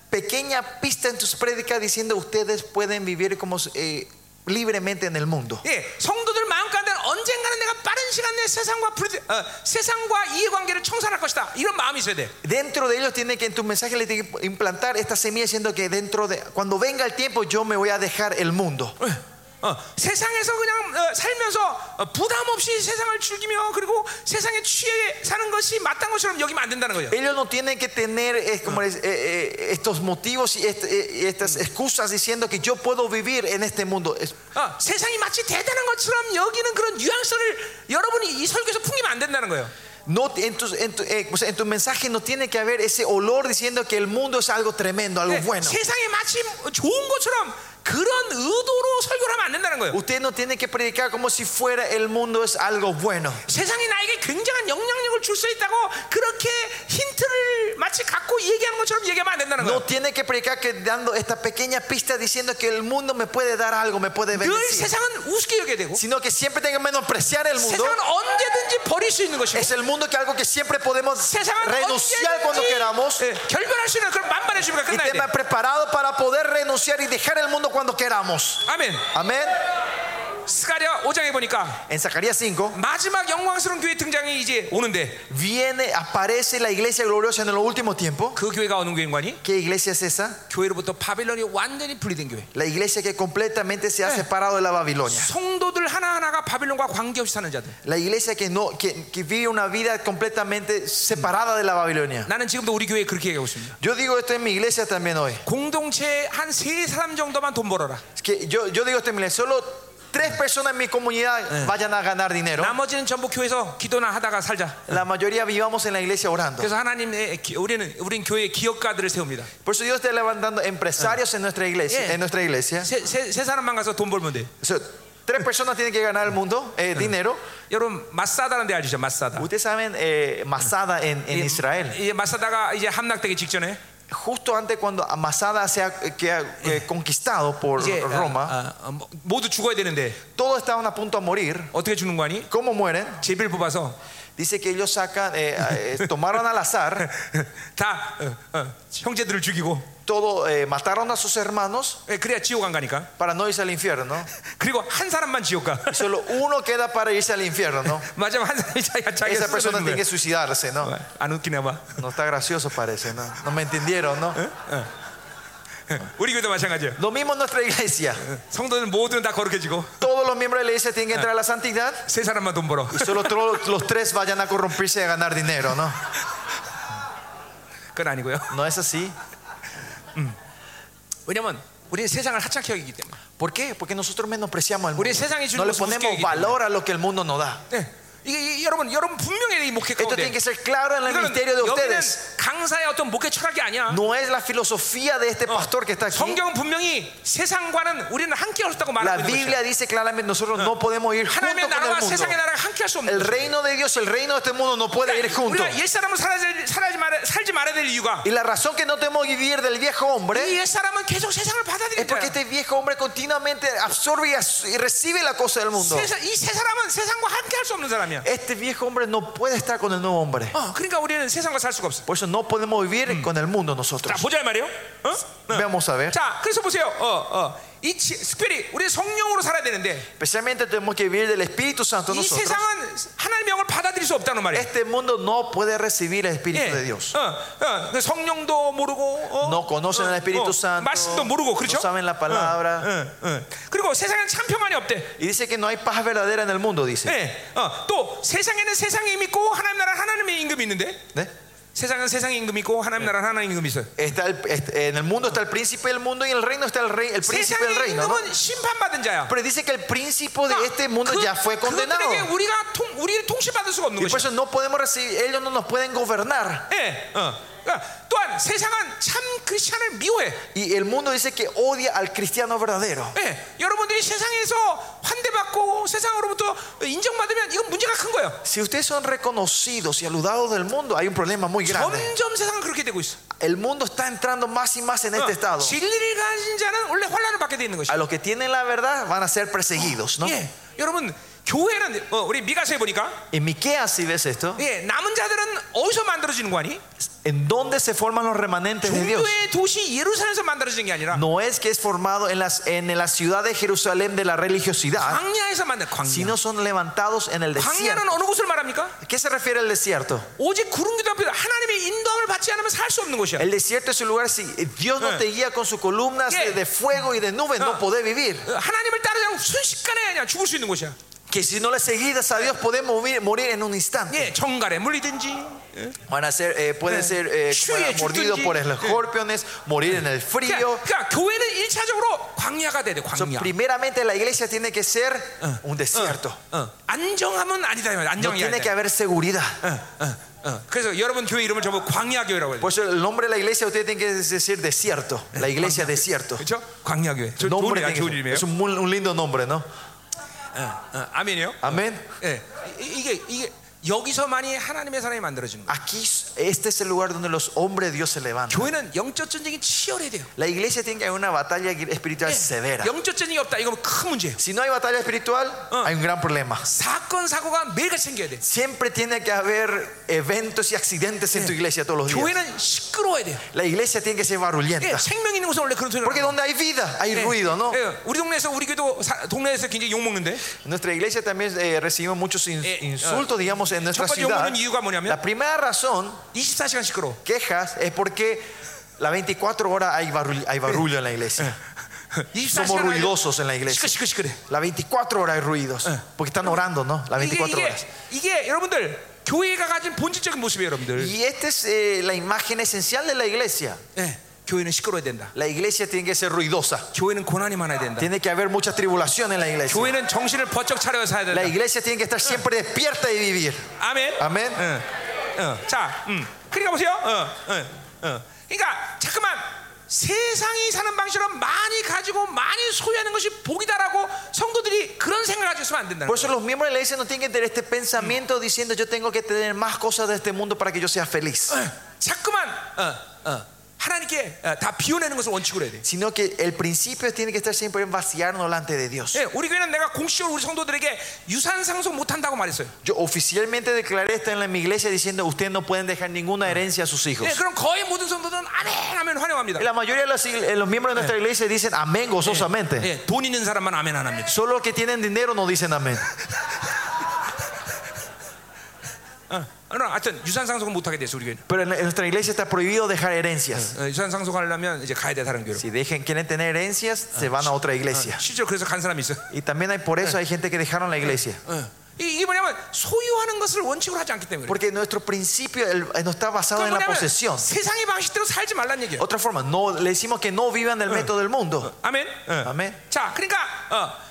pequeña pista en tus prédicas diciendo ustedes pueden vivir como eh, libremente en el mundo.
예, 성도들 마음 가운데 언젠가는 내가 빠른 시간 내에 세상과 분리, 어, 세상과 이해관계를 청산할 것이다. 이런 마음이 있어야 돼.
Dentro de ellos tiene que en tu mensaje le tiene que implantar esta semilla diciendo que dentro de cuando venga el tiempo yo me voy a dejar el mundo.
어, 세상에서 그냥 어, 살면서 어, 부담 없이 세상을 즐기며 그리고 세상에 취해 사는 것이 마땅한 것처럼 여기면 안 된다는 거예요.
Ellos no tienen que tener eh, como les- eh, eh, estos motivos y est- eh, estas excusas diciendo que yo puedo vivir en este mundo. Es-
어, 세상이 마치 대단한 것처럼 여기는 그런 유양선을 여러분이 이 설교에서 풍기면 안 된다는 거예요.
No, en, tus- en tu, eh, o sea, en tu mensaje no tiene que haber ese olor diciendo que el mundo es algo tremendo, algo
네,
bueno.
세상이 마치 좋은 것처럼 그런 의도로 설교를 하면 안 된다는 거예요.
Usted no tiene que predicar como si fuera el mundo es algo bueno.
세상이 나에게 굉장한 영향력을 줄 수 있다고 그렇게 힌트를 마치 갖고 얘기하는 것처럼 얘기하면 안 된다는
No
거예요.
tiene que predicar que dando esta pequeña pista diciendo que el mundo me puede dar algo, me puede
늘
bendecir.
세상은 우습게 여겨야 되고
Sino que siempre tenga que menospreciar el mundo.
세상은 언제든지 버릴 수 있는 것이고
Es el mundo que algo que siempre podemos
세상은
renunciar cuando queramos.
언제든지 예, 결별할 수 있는 그런 만반의 준비가
Y
끝나야 돼.
tema preparado para poder renunciar y dejar el mundo cuando queramos.
아멘.
Amén.
스가랴 5장에 보니까
En Zacarías 5
마지막 영광스러운 교회 등장이 이제 오는데
viene, aparece la iglesia gloriosa en el último tiempo.
그 교회가 어느 교회인가니?
¿Qué iglesia es esa?
교회로부터 바빌론이 완전히 분리된 교회.
La iglesia que completamente se ha separado de la Babilonia.
성도들 하나하나가 바빌론과 관계없이 사는 자들.
La iglesia que, no, que, que vive una vida completamente separada de la Babilonia.
나는 지금도 우리 교회에 그렇게 얘기하고 있습니다.
Yo digo esto en mi iglesia también hoy.
공동체 한 세 사람 정도만 돈 벌어라.
Es que yo, yo digo esto en mi iglesia. Solo tres personas en mi comunidad vayan a ganar dinero.
나머지는 전부 교회에서 기도나 하다가 살자.
La mayoría vivamos en la iglesia orando.
그래서 하나님의 기- 우리는 우린 교회 기업가들을 세웁니다.
Por eso Dios está levantando empresarios en nuestra iglesia.
Yeah.
En nuestra iglesia.
세, 세, 세 사람만 가서 돈 벌면 돼.
O sea, tres personas tienen que ganar el mundo, eh, dinero.
여러분 마사다라는 데 알죠? 마사다.
Ustedes saben, eh, Masada en, en Israel.
이제 마사다가 이제 함락되기 직전에
Justo antes cuando Masada sea que, ha- que conquistado por
이제 어,
Roma,
어, 어, 뭐, 모두 죽어야 되는데
todos estaban a punto de morir.
어떻게 죽는 거 아니?
¿Cómo mueren?
제비를 뽑아서
Dice que ellos sacan, eh, eh, tomaron al azar,
다 어, 어, 형제들을 죽이고
todo, eh, mataron a sus hermanos
예, 그래야 지옥 안 가니까.
para no irse al infierno.
그리고 한 사람만 지옥 가.
Solo uno queda para irse al infierno, ¿no?
마지막 한 사람이 자기 자기
Esa persona tiene que suicidarse, ¿no?
안 웃기나 봐.
No está gracioso parece, ¿no? No me entendieron, ¿no?
우리 교회도 마찬가지예요.
Lo mismo en nuestra iglesia.
성도는 모두는 다 거룩해지고
Todos los miembros de la iglesia tienen que entrar a la santidad.
세 사람만 돈 벌어.
Y solo tro- los tres vayan a corrompirse y a ganar dinero, ¿no?
그건 아니고요.
No es así.
왜냐면 우리는 세상을 하찮게 여기기 때문에.
¿Por qué? Porque nosotros menospreciamos al
Porque
mundo.
세상이 주는
No le
것을
ponemos
busquemos.
valor a lo que el mundo nos da.
네. 이게, 이게 여러분 여러분 분명히 이 목회
Esto
가운데
tiene que ser claro en el
이거는
ministerio de
여기는
ustedes.
강사의 어떤 목회 철학이 아니야.
No es la filosofía de este pastor que está aquí.
성경은 분명히 세상과는 우리는 함께 할 수 없다고
La
말하고 있는
Biblia
것이야.
dice claramente nosotros no podemos ir junto con
하나님의 나라와
el
세상의
mundo.
나라가 함께 할 수 없는
El
것이야. 그러니까
reino de Dios, el reino de este mundo no puede ir junto.
우리가 옛사람은 사라지, 사라지 말아, 말, 살지 말아야 될 이유가
Y la razón que no tenemos que vivir del viejo hombre
이 옛사람은 계속 세상을
es
받아들인다.
porque este viejo hombre continuamente absorbe y, as- y recibe la cosa del mundo.
이세 사람은 세상과 함께 할 수 없는 사람이야.
Este viejo hombre no puede estar con el nuevo hombre.
어, 그러니까 우리는 세상과 살 수가 없어.
Por eso no podemos vivir con el mundo
자,
nosotros.
보자 이 말이에요. 어? 어.
Vamos a ver.
자, 그래서 보세요. 어, 어. 이 지- 특별히 우리 성령으로 살아야 되는데
Especialmente tenemos que vivir del Espíritu Santo
이
nosotros.
세상은 하나님의 영을 받아들일 수 없다는 말이에요.
Este mundo no puede recibir el Espíritu de
예. 어,
Dios.
어. 그 성령도 모르고 어,
No conocen al Espíritu Santo.
말씀도 모르고 그렇죠?
No saben la palabra.
어, 어. 그리고 세상엔 참 평안이 없대.
Y dice que no hay paz verdadera en el mundo, dice.
예. 어, 또 세상에는 세상의 임이 있고 하나님 나라 하나님의 임금이 있는데
¿Eh?
세상은 세상의 임금이 있고 하나님 나라 하나님 임금이 있어요.
Está el- este, en el mundo está el príncipe del mundo y en el reino está el rey, el príncipe del
세상의
reino. ¿no?
임금은 심판받은 자야.
Pero dice que el príncipe de este mundo ya fue condenado.
그러니까 그 그들에게 우리가 통, 우리를 통치받을 수가 없는
Y
것이야.
por eso no podemos recibir, ellos no nos pueden gobernar.
예, 어. 그러니까 또한 세상은 참 크리스천을 미워해.
Y el mundo dice que odia al cristiano verdadero.
예, 여러분들이 세상에서 환대받고 세상으로부터 인정받으면 이건 문제가 큰 거예요.
Si ustedes son reconocidos y aludados del mundo, hay un problema muy
아,
grande.
점점 세상은 그렇게 되고 있어.
El mundo está entrando más y más en
어,
este estado.
진리를 가진 자는 원래 환란을 받게 돼 있는 것이.
A los que tienen la verdad van a ser perseguidos, ¿no?
예, 여러분 교회는 어, 우리 미가서에 보니까
En Miqueas si ves esto,
예, 남은 자들은 어디서 만들어지는 거 아니?
¿en dónde se forman los remanentes
네,
de Dios?
종교의 도시 예루살렘에서 만들어지는 게 아니라
No es que es formado en, las, en la ciudad de Jerusalén de la
아, Ah,
religiosidad,
광야에서 만든 광야.
sino son levantados en el
Ah,
desierto.
광야는 어느 곳을 말합니까?
¿A qué se refiere el desierto?
오직 구름기도 앞에 하나님의 인도함을 받지 않으면 살 수 없는 곳이야.
El desierto es un lugar si Dios no te guía con sus columnas de, de fuego y de nube, no podés vivir.
어, 하나님을 따르지 않고 순식간에 그냥 죽을 수 있는 곳이야.
Que si no le seguidas a Dios podemos morir, morir en un instante.
예, 정갈에 물리든지 예.
Van a ser, eh, pueden ser eh, como era, mordidos por los escorpiones, morir en el frío.
그러니까, 그러니까 교회는 1차적으로 광야가 돼야 돼.
So,
광야.
primeramente la iglesia tiene que ser un desierto.
어, 안정함은 아니다. 이 말이야.
No
안정이
tiene que
아니다.
haber seguridad.
Ah. 어, 어. 그래서 여러분 교회 이름을 전부 광야 교회라고 해요.
Por eso el nombre de la iglesia usted tiene que decir desierto. La iglesia desierto.
그렇죠? 광야 교회. 저 좋은
Nombre
이름,
tiene que
좋은
ser.
이름이에요.
es un, muy- un lindo nombre, ¿no?
어, 어, 아멘이요.
Amén.
예, 이- 이게 이게 여기서만이 하나님의 사람이 만들어지는 거예요.
Aquí, este es el lugar donde los hombres de Dios se levantan.
교회는 영적 전쟁이 치열해야 돼요. 예.
La iglesia tiene que haber una batalla espiritual severa.
영적 전쟁이 없다. 이건 큰 문제예요.
Si no hay batalla espiritual, hay un gran problema.
사건 사고가 매일같이 생겨야 돼.
Siempre tiene que haber eventos y accidentes en tu iglesia todos los días.
교회는 시끄러워야 돼요.
La iglesia tiene que ser
예,
barullienta.
생명 있는 곳은 원래 그런 소리를
Porque
하는
donde hay vida, hay
거예요.
ruido, ¿no?
예, 우리 동네에서 우리 교도 사- 동네에서 굉장히 욕 먹는데.
En nuestra iglesia también eh, recibimos muchos in-
Eh,
insultos, digamos, en nuestra
첫 번째
ciudad.
욕먹는 이유가 뭐냐면
La primera razón,
24시간 시끄러워.
quejas, es porque las 24 horas hay barullo, hay barullo en la iglesia.
24시간
Somos
하려고
ruidosos en la iglesia.
시끌시끌시끌해.
Las 24 horas hay ruidos. Porque están orando, ¿no? Las
이게
24
이게
horas.
이게 여러분들 교회가 가진 본질적인 모습이에요, 여러분들.
Y esta es eh, la imagen esencial de la iglesia.
예, 교회는 시끄러워야 된다.
La iglesia tiene que ser ruidosa.
교회는 고난이 많아야 된다.
Tiene que haber mucha tribulación en la iglesia.
교회는 정신을 번쩍 차려야 사야
La
된다.
iglesia tiene que estar siempre despierta y vivir.
아멘.
Amén.
어, 어. 자, 음. 그러니까 보세요. 어, 어, 어. 그러니까 잠깐만 세상이 사는 방식으로 많이 가지고 많이 소유하는 것이 복이다라고 성도들이 그런 생각을 가지고 있으면 안 된다는
Por
거예요.
eso los miembros de la iglesia no tienen que tener este pensamiento diciendo yo tengo que tener más cosas de este mundo para que yo sea feliz.
자꾸만 어, 어. 하나님께 어, 다 비워내는 것을 원칙으로 해야 돼.
Sino que el principio tiene que estar siempre en vaciarnos delante de Dios.
예, 우리 교회는 내가 공식적으로 우리 성도들에게 유산 상속 못 한다고 말했어요. 예,
Yo oficialmente declaré esto en la- mi iglesia diciendo ustedes no pueden dejar ninguna herencia a sus hijos.
예, 그럼 거의 모든 성도들은 아멘 하면 환영합니다.
Y La mayoría de los, igle- los miembros de nuestra iglesia dicen amén gozosamente.
예, 돈 있는 사람만 아멘 안 합니다.
Solo los que tienen dinero no dicen amén.
어, 그러나 하여튼 유산 상속은 못 하게 돼서 우리 교회는.
Pero en en nuestra iglesia está prohibido dejar herencias.
어, 유산 상속하려면 이제 가야 돼 다른 교회로.
Si dejen, quieren tener herencias, se van a otra iglesia.
실제로 그래서 간 사람이 있어.
Y también hay por eso hay gente que dejaron la iglesia.
어. 이- 이게 뭐냐면 소유하는 것을 원칙으로 하지 않기 때문에. 그래.
Porque nuestro principio el- eh, no está basado
그건
en la
뭐냐면
posesión.
세상의 방식대로 살지 말란 얘기예요.
Otra forma, no, le decimos que no vivan del método del mundo.
어, 아멘.
Amén.
자, 그러니까 어,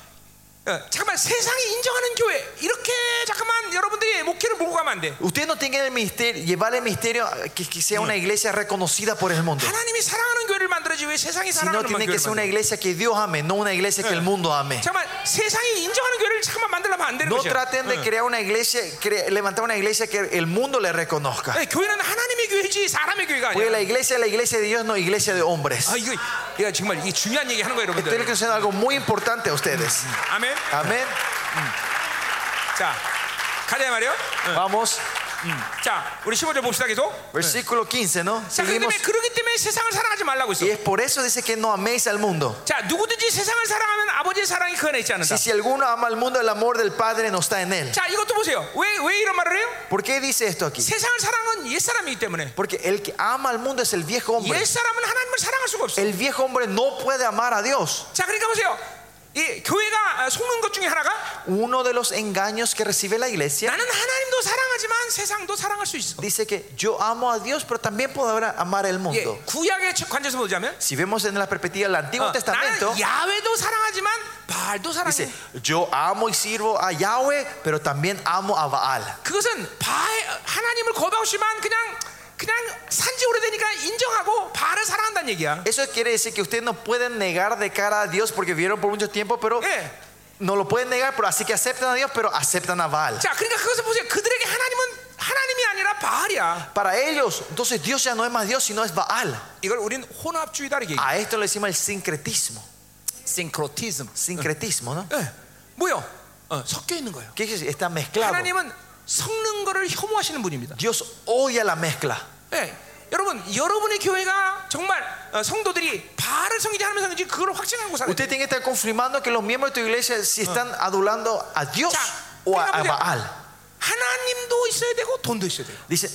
어, 잠깐만 세상이 인정하는 교회 이렇게 잠깐만 여러분들이 목회를 몰고 가면 안 돼.
Usted no tiene que el misterio, llevar el misterio a que, que sea una iglesia reconocida por el mundo.
하나님이 사랑하는 교회를 만들어지 왜 세상이
Sino
사랑하는
tiene que
교회를
ser una
만들어?
iglesia que Dios ame, no una iglesia que el mundo ame.
잠깐만 세상이 인정하는 교회를 잠깐만 만들려면 안 되는
No
것이야.
traten de crear una iglesia, cre- levantar una iglesia que el mundo le reconozca.
네, 교회는 하나님의 교회 교회지 사람의 교회가
Porque
아니야.
la iglesia es la iglesia de Dios, no iglesia de hombres.
아 이거 이거 정말 이게 중요한 얘기 하는 그 거예요,
Estoy
여러분들.
diciendo algo muy importante a ustedes.
아멘.
Amén.
자, 가자 말이요.
Vamos,
자, 우리 15절 봅시다 계속.
Ah. versículo 15, ¿no?
자, 그렇기
Seguimos.
때문에 그러기 때문에 세상을 사랑하지 말라고 했어.
Y es por eso dice que no améis al mundo.
자, 누구든지 세상을 사랑하면 아버지의 사랑이 그 안에 있지 않는다.
Si, si alguno ama al mundo, el amor del Padre no está en él.
자, 이것도 보세요. 왜 왜 이런 말을 해요?
¿Por qué dice esto aquí?
세상을 사랑은 옛 사람이기 때문에
Porque el que ama al mundo es el viejo hombre.
옛 사람은 하나님을 사랑할 수가 없어.
El viejo hombre no puede amar a Dios.
자, 그러니까 보세요. 이 교회가 아, 속는 것 중에 하나가
Uno de los engaños que recibe la iglesia
나는 하나님도 사랑하지만 세상도 사랑할 수 있어.
dice que yo amo a Dios, pero también puedo ahora amar el
예,
mundo.
구약의 첫 관점에서 보자면
Si vemos en la perspectiva del Antiguo
어,
Testamento,
나는 야외도 사랑하지만 바알도 사랑해.
dice, yo amo y sirvo a Yahweh, pero también amo a Baal.
그것은 바알 하나님을 거부하시만 그냥 그냥 산지 오래되니까 인정하고 바알을 사랑한다는 얘기야.
Eso quiere decir que ustedes no pueden negar de cara a Dios porque vieron por mucho tiempo, pero
예.
no lo pueden negar, pero así que aceptan a Dios, pero aceptan a Baal.
자, 그러니까 그것을 보세요. 그들에게 하나님은 하나님이 아니라 바알이야.
Para ellos, entonces Dios ya no es más Dios, sino es Baal.
이걸 우린 혼합주의다 이렇게.
A esto le decimos el sincretismo.
싱크로티즘.
Sincretismo, ¿no?
예. 뭐요? 어, 섞여 있는 거예요.
¿Qué quiere decir? Está mezclado.
하나님은 섞는 거를 혐오하시는 분입니다.
Dios odia la mezcla.
예. 여러분, 여러분의 교회가 정말 어, 성도들이 바알을 성이지 하나님을 성이지 그걸 확증하고 살아요.
Usted tiene que estar confirmando que los miembros de tu iglesia si están adulando a Dios
Ya,
o a, a
fíjate.
Baal.
하나님도 있어야 되고 돈도 있어야 돼요.
Dice,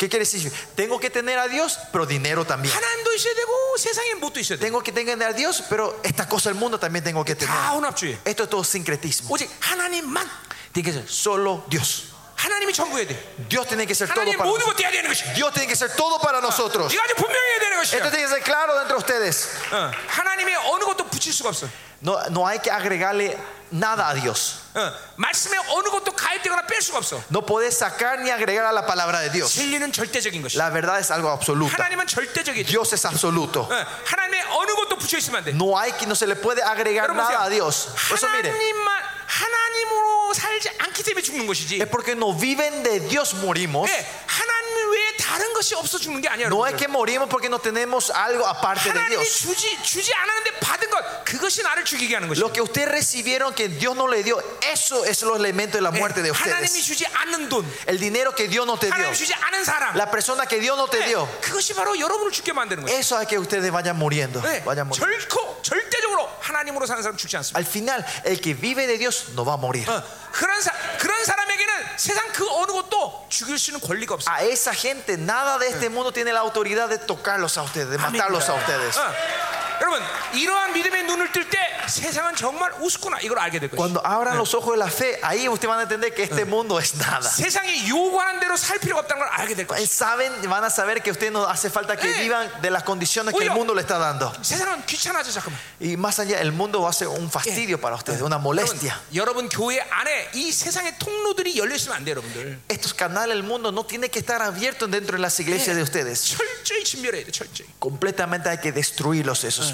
¿qué quiere decir? Tengo que tener a Dios, pero dinero también.
하나님도 있어야 되고 세상에 뭣도 있어야 돼요.
Tengo que tener a Dios, pero esta cosa del mundo también tengo que tener.
다 혼합주의.
Esto es todo sincretismo.
오직 하나님만
Tiene que ser solo Dios.
하나님이 전부해야 돼.
Dios tiene que ser todo
하나님
para
모든
nosotros.
것도 해야 되는 것이.
Dios tiene que ser todo para nosotros.
이거 아주 분명히 해야 되는 것이야.
Esto tiene que ser claro dentro de ustedes.
어, 하나님의 어느 것도 붙일 수가 없어.
No, no hay que agregarle nada a Dios.
어, 말씀에 어느 것도 가입되거나 뺄 수가 없어.
No podés sacar ni agregar a la palabra de Dios.
진리는 절대적인 것이.
La verdad es algo absoluta.
하나님은 절대적이지.
Dios es absoluto.
어, 하나님의 어느 것도 붙여 있으면 안 돼.
No hay que no se le puede agregar
여러분 보세요.
nada a Dios. Por eso miren,
하나님만 하나님으로 살지 않기 때문에 죽는 것이지.
es porque no viven de Dios morimos.
예, 하나님 외에 다른 것이 없어 죽는 게 아니야.
No es
여러분들.
que morimos porque no tenemos algo aparte de
하나님이
Dios.
주지 주지 않았는데 받은 것 그것이 나를 죽이게 하는 것이야.
Lo que ustedes recibieron que Dios no le dio, eso es los elementos de la muerte de
예. 하나님이
ustedes.
주지 않는 돈,
El dinero que Dios no te dio,
하나님 주지 않은 사람,
la persona que Dios no te
네,
dio,
그것이 바로 여러분을 죽게 만드는 거예요.
eso es que ustedes vayan muriendo,
네,
vayan muriendo.
절코 절대적으로 하나님으로 사는 사람 죽지 않습니다.
Al final, el que vive de Dios no va a morir.
어, 그런 사 그런 사람에게는 세상 그 어느 것도 죽일 수 있는 권리가 없어요.
A esa gente, nada de este mundo tiene la autoridad de tocarlos a ustedes,
아, Ah,
de matarlos a ustedes.
어, 여러분 이러한 믿음의 눈을 뜰 때 세상은 정말 우습구나 이걸 알게 될 것이에요.
Cuando abran los ojos de la fe, ahí ustedes van a entender que este mundo es nada.
세상이 요구하는 대로 살 필요가 없다는 걸 알게 될
Eh,
것이에요.
Saben, van a saber que ustedes no hace falta que
Eh.
vivan de las condiciones que el
Oye.
mundo le está dando.
세상은 귀찮아져 잠깐만.
Y más allá, el mundo va a ser un fastidio para ustedes, una molestia.
여러분 교회 안에 이 세상의 통로들이 열려 있으면 안 돼요, 여러분들.
Estos canales del mundo no tiene que estar abiertos dentro de las iglesias de ustedes.
철저히 진멸해야 돼, 철저히.
Completamente hay que destruirlos esos.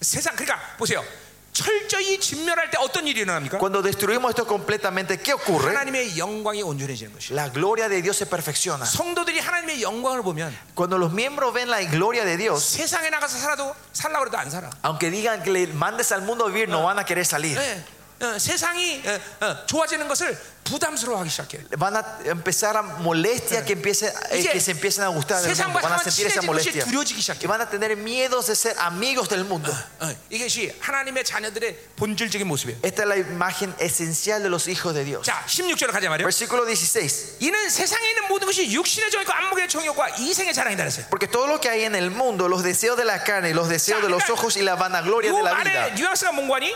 세상 그러니까 보세요. 철저히 진멸할 때 어떤 일이 일어납니까?
Cuando destruimos esto completamente, ¿qué ocurre?
하나님의 영광이 온전해지는 것이.
La gloria de Dios se perfecciona.
성도들이 하나님의 영광을 보면
Cuando los miembros ven la gloria de Dios,
세상에 나가서 살아도 살라고 해도 안 살아.
aunque digan que le mandes al mundo a vivir, no van a querer salir.
예, 어, 세상이 어, 어, 좋아지는 것을 부담스러워하기 시작해.
Van a empezar a molestia que, empiece, eh, que se empiecen a gustar. Del mundo.
세상과
Van a
가만
sentir esa
친해지는 것이
molestia.
두려워지기
Y
시작해.
van a tener miedos de ser amigos del mundo.
어, 이것이 하나님의 자녀들의 본질적인 모습이에요.
Esta es la imagen esencial de los hijos de Dios.
자, 16절로 가자 말이에요.
Versículo 16.
이는 세상에 있는 모든 것이 육신의 정욕과 안목의 정욕과 이생의 자랑이다 그랬어요.
Porque todo lo que hay en el mundo, los deseos de la carne, los deseos de los ojos y la vanagloria de
요
la
말의
vida.
뉘앙스가 뭔 거 아니?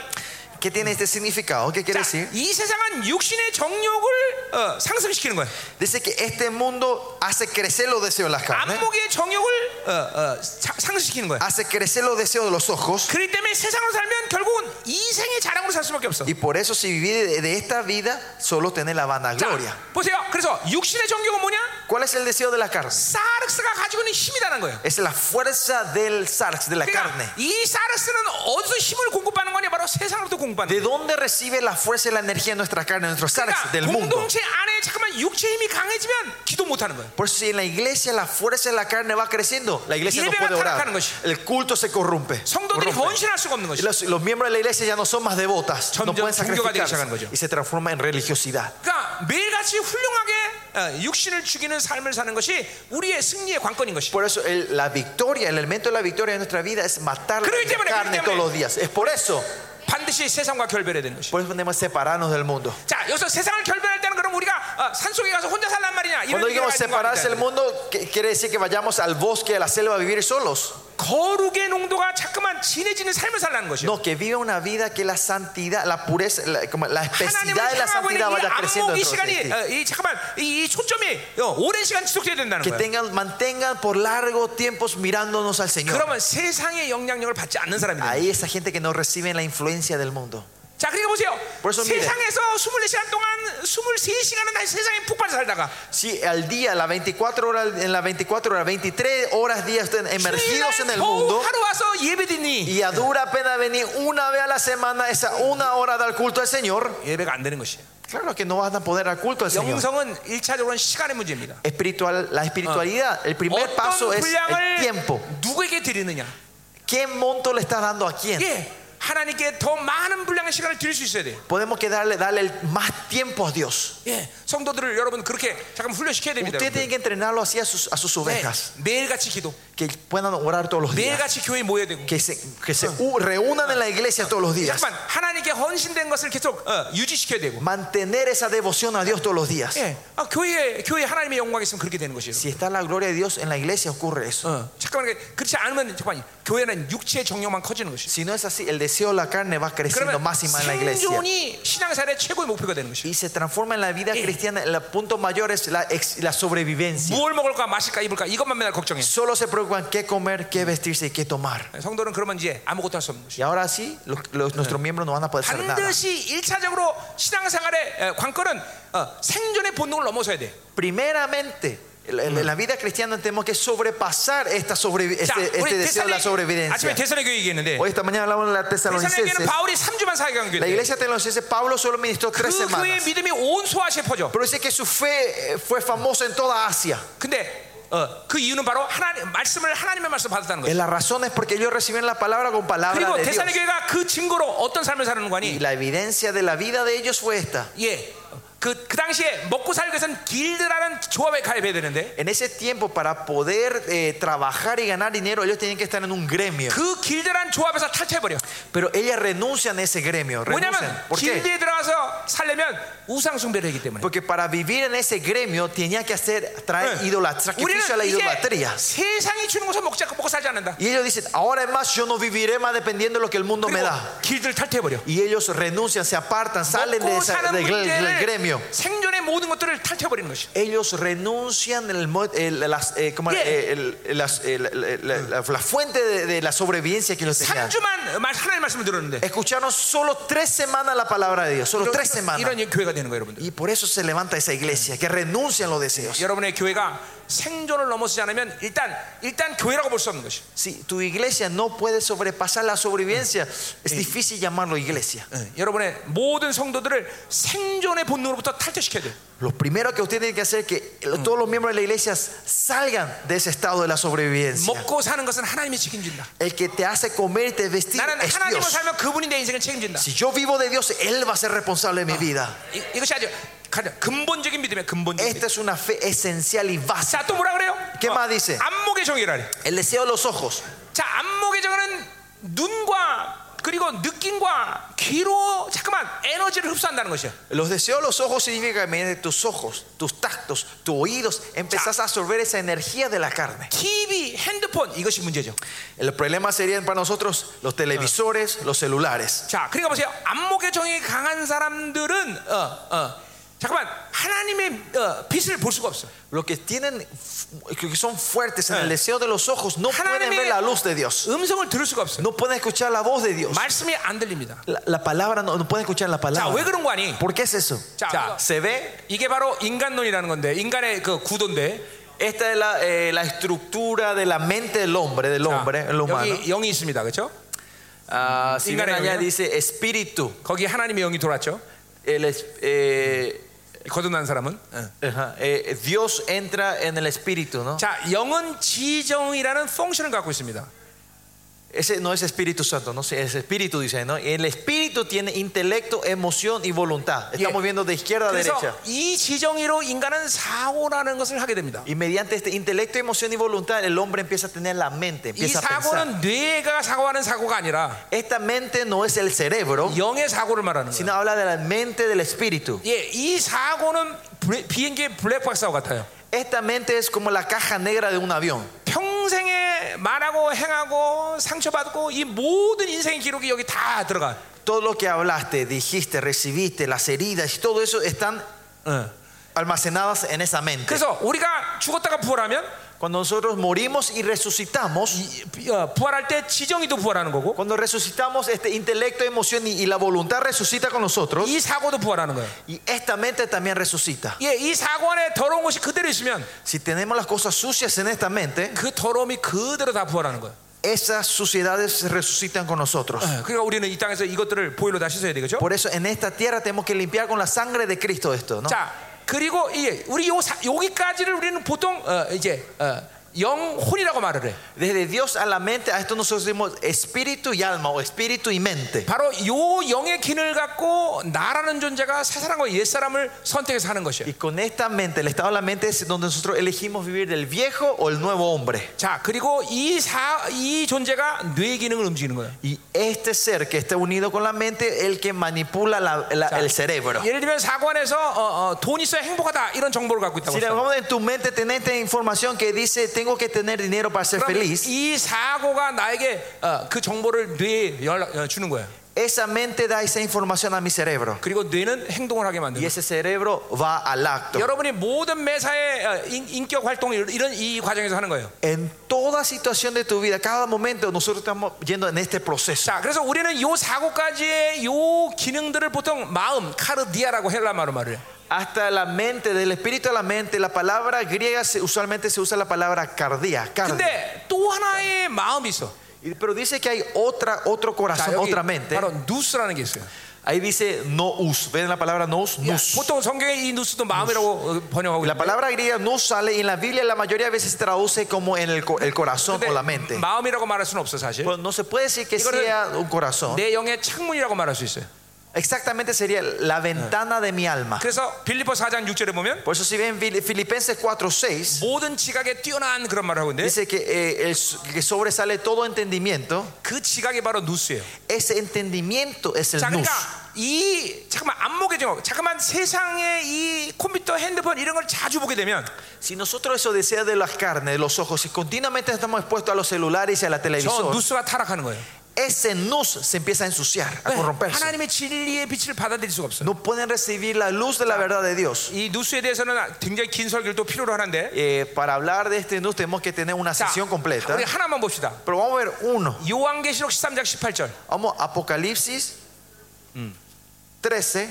¿Qué tiene este significado? ¿Qué quiere
자,
decir?
이 세상은 육신의 정욕을 어, 상승시키는 거예요.
Dice que este mundo hace crecer los deseos de la carne,
안목의 정욕을 어, 어, 사- 상승시키는 거예요.
hace crecer los deseos de los ojos.
그렇기 때문에 세상으로 살면 결국은 이생의 자랑으로 살 수밖에 없어.
Y por eso si vivís de- de esta vida, solo tenés la vanagloria.
자, 보세요. 그래서 육신의 정욕은 뭐냐?
¿Cuál es el deseo de la carne?
사르스가 가지고 있는 힘이라는 거예요.
Es la fuerza del sarx, de la carne.
그러니까 이 사르스는 어디서 힘을 공급받는 거냐? 바로 세상으로부터 공급받는
¿De dónde recibe la fuerza y la energía nuestra carne, nuestro sarx? Del
그러니까
mundo.
공동체 안에 잠깐만 육체 힘이 강해지면 기도 못 하는 거예요.
Por eso si en la iglesia la fuerza de la carne va creciendo, la pues. iglesia no
예배가
puede orar.
타락하는 것이.
El culto se corrompe.
성도들이
corrompe.
헌신할 수가 없는
Y
것이죠.
Los, los miembros de la iglesia ya no son más devotas, no
점점
pueden
종교가 되기
sacrificarse
시작한 거죠.
y se transforma en religiosidad.
그러니까 매일같이 훌륭하게 어, 육신을 죽이는 삶을 사는 것이 우리의 승리의 관건인 것이죠.
Por eso el- la victoria, el elemento de la victoria en nuestra vida es matar la
그러기 때문에,
carne
그러기
todos
때문에.
los días. Es por eso,
반드시 세상과 결별해야 되는 것이죠.
por eso tenemos que separarnos del mundo.
자, 여기서 세상을 결별할 때는 그럼 우리가 어, 산속에 가서 혼자 살란 말이냐? 이런
Cuando
얘기를
digamos
할 때가
separarse del
아니다.
mundo, que- quiere decir que vayamos al bosque, a la selva a vivir solos.
거룩의 농도가 자꾸만 진해지는 삶을 살라는 것이죠.
No, que viva una vida que la santidad, la pureza, la, como la
하나님을
especidad de la
향하고 있는 이
santidad vaya creciendo
안목이
dentro de ti.
시간이 어, 이 잠깐만 이, 이 초점이 어, 오랜 시간 지속돼야 된다는
Que
거예요.
tengan, mantengan por largo tiempos mirándonos al Señor.
그러면 세상의 영향력을 받지 않는 사람이 돼요.
Ahí esa gente que no recibe la influencia del mundo.
자, 그러니까 보세요.
벌써 미래.
세상에서 24시간 동안 23시간은 다시 세상에 푹 빠져 살다가
Si al día, las 24 horas, en las 24 horas, 23 horas días están emergidos en
주일날
el
겨우
mundo
하루 와서 예배드니
y a dura pena venir una vez a la semana, esa una hora del culto al Señor,
예배가 안 되는 것이에요.
claro que no van a poder al culto al Señor.
영성은 일차적으로는 시간의 문제입니다.
Espiritual, la espiritualidad, el primer paso
어떤
es el
분량을
tiempo.
누구에게 드리느냐?
¿Qué monto le estás dando a quién?
예, 하나님께 더 많은 분량의 시간을 드릴 수 있어야 돼요.
Podemos que darle, darle el- más tiempo a Dios.
예, 성도들을 여러분 그렇게 잠깐 훈련시켜야 됩니다.
Usted tiene que entrenarlo así a sus, a sus
네,
ovejas,
매일같이 기도,
que puedan orar todos los días,
매일같이 교회 모여야 되고.
que se, que se u- reúnan en la iglesia todos los días,
잠깐만 하나님께 헌신된 것을 계속 어, 유지시켜야 되고.
mantener esa devoción a Dios todos los días.
예, 아, 교회 교회 하나님의 영광이 있으면 그렇게 되는 것이에요.
Si está la gloria de Dios en la iglesia ocurre eso.
어, 잠깐만 그렇지 않으면 잠깐만 교회는 육체의 정력만 커지는 것이에요.
Si no es así, el deseo de la carne va creciendo
그러면
más y más en la iglesia.
생존이 신앙생활의 최고의 목표가 되는 것이에요.
Y se transforma en la vida
Sí.
cristiana. El punto mayor es la, ex- la sobrevivencia.
무얼 먹을까 마실까 입을까 이것만 맨날 걱정해.
Solo se preocupan qué comer, qué vestirse y qué tomar.
성도는 그러면 이제 아무것도 할 수 없는 것이에요.
Y ahora sí, los- los- nuestros miembros no van a poder hacer nada.
반드시 일차적으로 신앙생활의 에, 관건은 어, 생존의 본능을 넘어서야 돼.
Primeramente, en la- en la vida cristiana tenemos que sobrepasar esta sobrevi-
자,
este, este
우리
deseo de la
대살리, 아침에
sobrevivencia.
대선의 교회 얘기했는데
Hoy esta mañana hablamos de la
대선의 교회는
tesalonicenses.
바울이 3주만 사역한
La
교회.
iglesia tesalonicense, Pablo solo ministró tres
그 교회의
semanas.
믿음이 온 소아시에 퍼져.
Pero dice que su fe eh, fue famosa en toda Asia.
근데 어, 그 이유는 바로 하나님 말씀을 하나님의 말씀 받았다는
Eh,
거예요.
La razón es porque ellos recibieron la palabra con palabra
그리고
de Dios.
대산의 교회가 그 증거로 어떤 삶을 사는
Y
거니?
la evidencia de la vida de ellos fue esta.
예. 그, 그 당시에 먹고 살기 위해서는 길드라는 조합에 가입해야 되는데
En ese tiempo, para poder eh, trabajar y ganar dinero, ellos tenían que estar en un gremio.
그 길드라는 조합에서 탈퇴해버려.
Pero ellas renuncian a ese gremio. Renuncian.
왜냐면
¿Por qué?
길드에 들어가서 살려면 우상숭배를 하기 때문에.
Porque para vivir en ese gremio tenía que hacer traer
네.
idolat- sacrificio a la
우리는 이제
idolatría.
세상이 주는 것을 먹지 않고 먹고 살지 않는다.
Y ellos dicen, ahora es más, yo no viviré más dependiendo de lo que el mundo me
그리고
da.
길드를 탈퇴해버려.
Y ellos renuncian, se apartan, salen de
먹고
esa-
사는
del gre- del
문제를
gremio.
생존의 모든 것들을 탈퇴해버리는 것이.
ellos renuncian el, mo- el- las, eh, ¿cómo era?
Yeah.
Eh, el- las- el- el- la, la- la fuente de, de la sobrevivencia que ellos
네,
tenían.
3주만 하나님 말씀을 들었는데
Escucharon solo tres semanas la palabra de Dios, solo tres semanas.
이런 교회가 되는 거예요, 여러분들.
Y por eso se levanta esa iglesia, que renuncian los deseos.
여러분의 교회가 생존을 넘어서지 않으면 일단 일단 교회라고 볼 수 없는 것이.
Si tu iglesia no puede sobrepasar la sobrevivencia, es difícil llamarlo iglesia.
네, 여러분의 모든 성도들을 생존의 본능으로부터 탈퇴시켜야 돼요.
Lo primero que usted tiene que hacer es que todos los miembros de la iglesia salgan de ese estado de la sobrevivencia.
먹고 사는 것은 하나님이 책임진다.
El que te hace comer y te vestir
나는
es
하나님을
Dios.
살면 그분이 내 인생을 책임진다.
Si yo vivo de Dios, Él va a ser responsable de mi vida.
이, 이것이 아주 가장 근본적인 믿음이에요. 근본적인 믿음.
Esta es una fe esencial y básica.
자, 또 뭐라 그래요? 어,
¿Qué más dice?
안목의 정의라래.
El deseo de los ojos.
자, 안목의 정의는 눈과 그리고 느낌과 귀로 잠깐만 에너지를 흡수한다는 것이야.
Los deseos de los ojos significa que mediante tus ojos, tus tactos, tus oídos, empezás a absorber esa energía de la carne.
TV, 핸드폰 이것이 문제죠.
El problema serían para nosotros los televisores, los celulares.
자, 그러니까 보세요. 안목의 정이 강한 사람들은 어, 어, 잠깐만 하나님의 어, 빛을 볼 수가 없어.
Los que tienen, que son fuertes en el deseo de los ojos, no pueden
하나님의
ver la luz de Dios.
음성을 들을 수가 없어. 요
No pueden escuchar la voz de Dios.
말씀이 안 들립니다.
La, la palabra, no, no pueden escuchar la
자, 왜
palabra.
그런 거 아니?
¿Por qué es eso?
자,
자, se ve.
이게 바로 인간론이라는 건데 인간의 그 구도인데
Esta es la, eh, la estructura de la mente del hombre, del
자,
hombre, el humano.
여기 영이 있습니다, 그렇죠?
Ah, si bien
Ingareño,
allá
¿no?
dice espíritu,
거기 하나님의 영이 돌았죠.
el, es- eh,
거듭난 사람은. 어.
Ajá, eh, Dios entra en el espíritu, ¿no?
자, 영은 지정이라는 펑션을 갖고 있습니다.
Ese no es Espíritu Santo, no sé, es Espíritu, dice, ¿no? El Espíritu tiene intelecto, emoción y voluntad. Estamos
Yeah.
viendo de izquierda a
네, 그래서
derecha.
이 지정이로 인간은 사고라는 것을 하게 됩니다.
Y mediante este intelecto, emoción y voluntad, el hombre empieza a tener la mente,
이
empieza a pensar.
사고는 뇌가 사고하는 사고가 아니라
Esta mente no es el cerebro,
영의 사고를 말하는 거예요.
sino habla de la mente del espíritu.
예, 이 사고는 블- 비행기의 블랙박스 사고 같아요.
Esta mente es como la caja negra de un avión.
평생에 말하고 행하고 상처받고 이 모든 인생의 기록이 여기 다 들어가.
Todo lo que hablaste, dijiste, recibiste, las heridas y todo eso están
어, 네.
almacenadas en esa mente.
그래서 우리가 죽었다가 부활하면
Cuando nosotros morimos y resucitamos,
이- 어, 부활할 때 지정이도 부활하는 거고
cuando resucitamos, este intelecto, emoción y, y la voluntad resucita con nosotros.
이 사고도 부활하는 거예요.
Y esta mente también resucita.
예, 이 사고 안에 더러운 것이 그대로 있으면
Si tenemos las cosas sucias en esta mente,
그 더러움이 그대로 다 부활하는 거예요.
esas suciedades resucitan con nosotros.
예, 그러니까 우리는 이 땅에서 이것들을 보일로 다 씻어야 되겠죠.
Por eso en esta tierra tenemos que limpiar con la sangre de Cristo esto, ¿no?
자, 그리고 이 우리 요 사- 여기까지를 우리는 보통 어, 이제 어, 영혼이라고 말을 해.
Desde Dios a la mente, a esto nosotros decimos espíritu y alma o espíritu y mente.
바로 요 영의 기능을 갖고 나라는 존재가 사사랑과 옛사람을 선택해서 하는 것이에요.
Y con esta mente, el estado de la mente es donde nosotros elegimos vivir del viejo o el nuevo hombre.
자, 그리고 이 사 이 존재가 뇌 기능을 움직이는 거예요.
Y este ser que está unido con la mente, el que manipula la- la- el cerebro.
예를 들면 사고 안에서 어, 어, 돈 있어야 행복하다 이런 정보를 갖고 있다고
Si
합시다.
vamos en tu mente tenés esta información que dice tengo que tener dinero para ser
그럼
feliz,
이 사고가 나에게 어, 그 정보를 뇌에 연락, 어, 주는 거예요.
esa mente da esa información a mi cerebro.
그리고 뇌는 행동을 하게 만드는
Y
거예요.
ese cerebro va al acto.
여러분이 모든 매사에 어, 인- 인격 활동 이런 이 과정에서 하는 거예요.
En toda situación de tu vida, cada momento, nosotros estamos yendo en este proceso.
자, 그래서 우리는 요 사고까지의 요 기능들을 보통 마음 카르디아라고 헬라 말로 말해요.
Hasta la mente, del espíritu a la mente, la palabra griega se- usualmente se usa la palabra cardía. cardia.
근데 또 하나의 마음이 있어.
Y- Pero dice que hay otra, otro
자,
corazón,
여기
otra mente.
바로 누스라는 게 있어요.
Ahí dice nous. ¿Ven la palabra nous?
야,
Nous.
보통 성경에 이 누스도 마음이라고 어, 번역하고
La
있는데
palabra griega nous sale y en la Biblia la mayoría de veces se traduce como en el, co- el corazón o la
근데
mente.
마음이라고 말할 수는 없어 사실.
Pero no se puede decir que
이거를-
sea un corazón.
내 영의 창문이라고 말할 수 있어요.
Exactamente sería la ventana de mi alma.
그래서 빌리포 4장 6절에 보면
Por eso si ven Fili- Filipenses 4:6
모든 지각에 뛰어난 그런 말을 하고 있는데
dice que, eh, el so- que sobresale todo entendimiento.
그 지각이 바로 누스예요.
Ese entendimiento es el
자,
nous.
그러니까 이 잠깐만 안목의 정욕, 잠깐만 세상에 이 컴퓨터, 핸드폰 이런 걸 자주 보게 되면
Si nosotros eso desea de las carnes, de los ojos, si continuamente estamos expuestos a los celulares y a la
저
televisión,
누스가 타락하는 거예요.
ese nous se empieza a ensuciar, a
왜?
corromperse.
하나님의 진리의 빛을 받아들일 수가 없어요.
No pueden recibir la luz de la verdad de Dios.
이 누스에 대해서는 굉장히 긴 설교를 또 필요로 하는데
Eh, para hablar de este nous tenemos que tener una
자,
sesión completa.
우리 하나만 봅시다.
Pero vamos a ver uno.
요한계시록 13장 18절.
Vamos a Apocalipsis 13,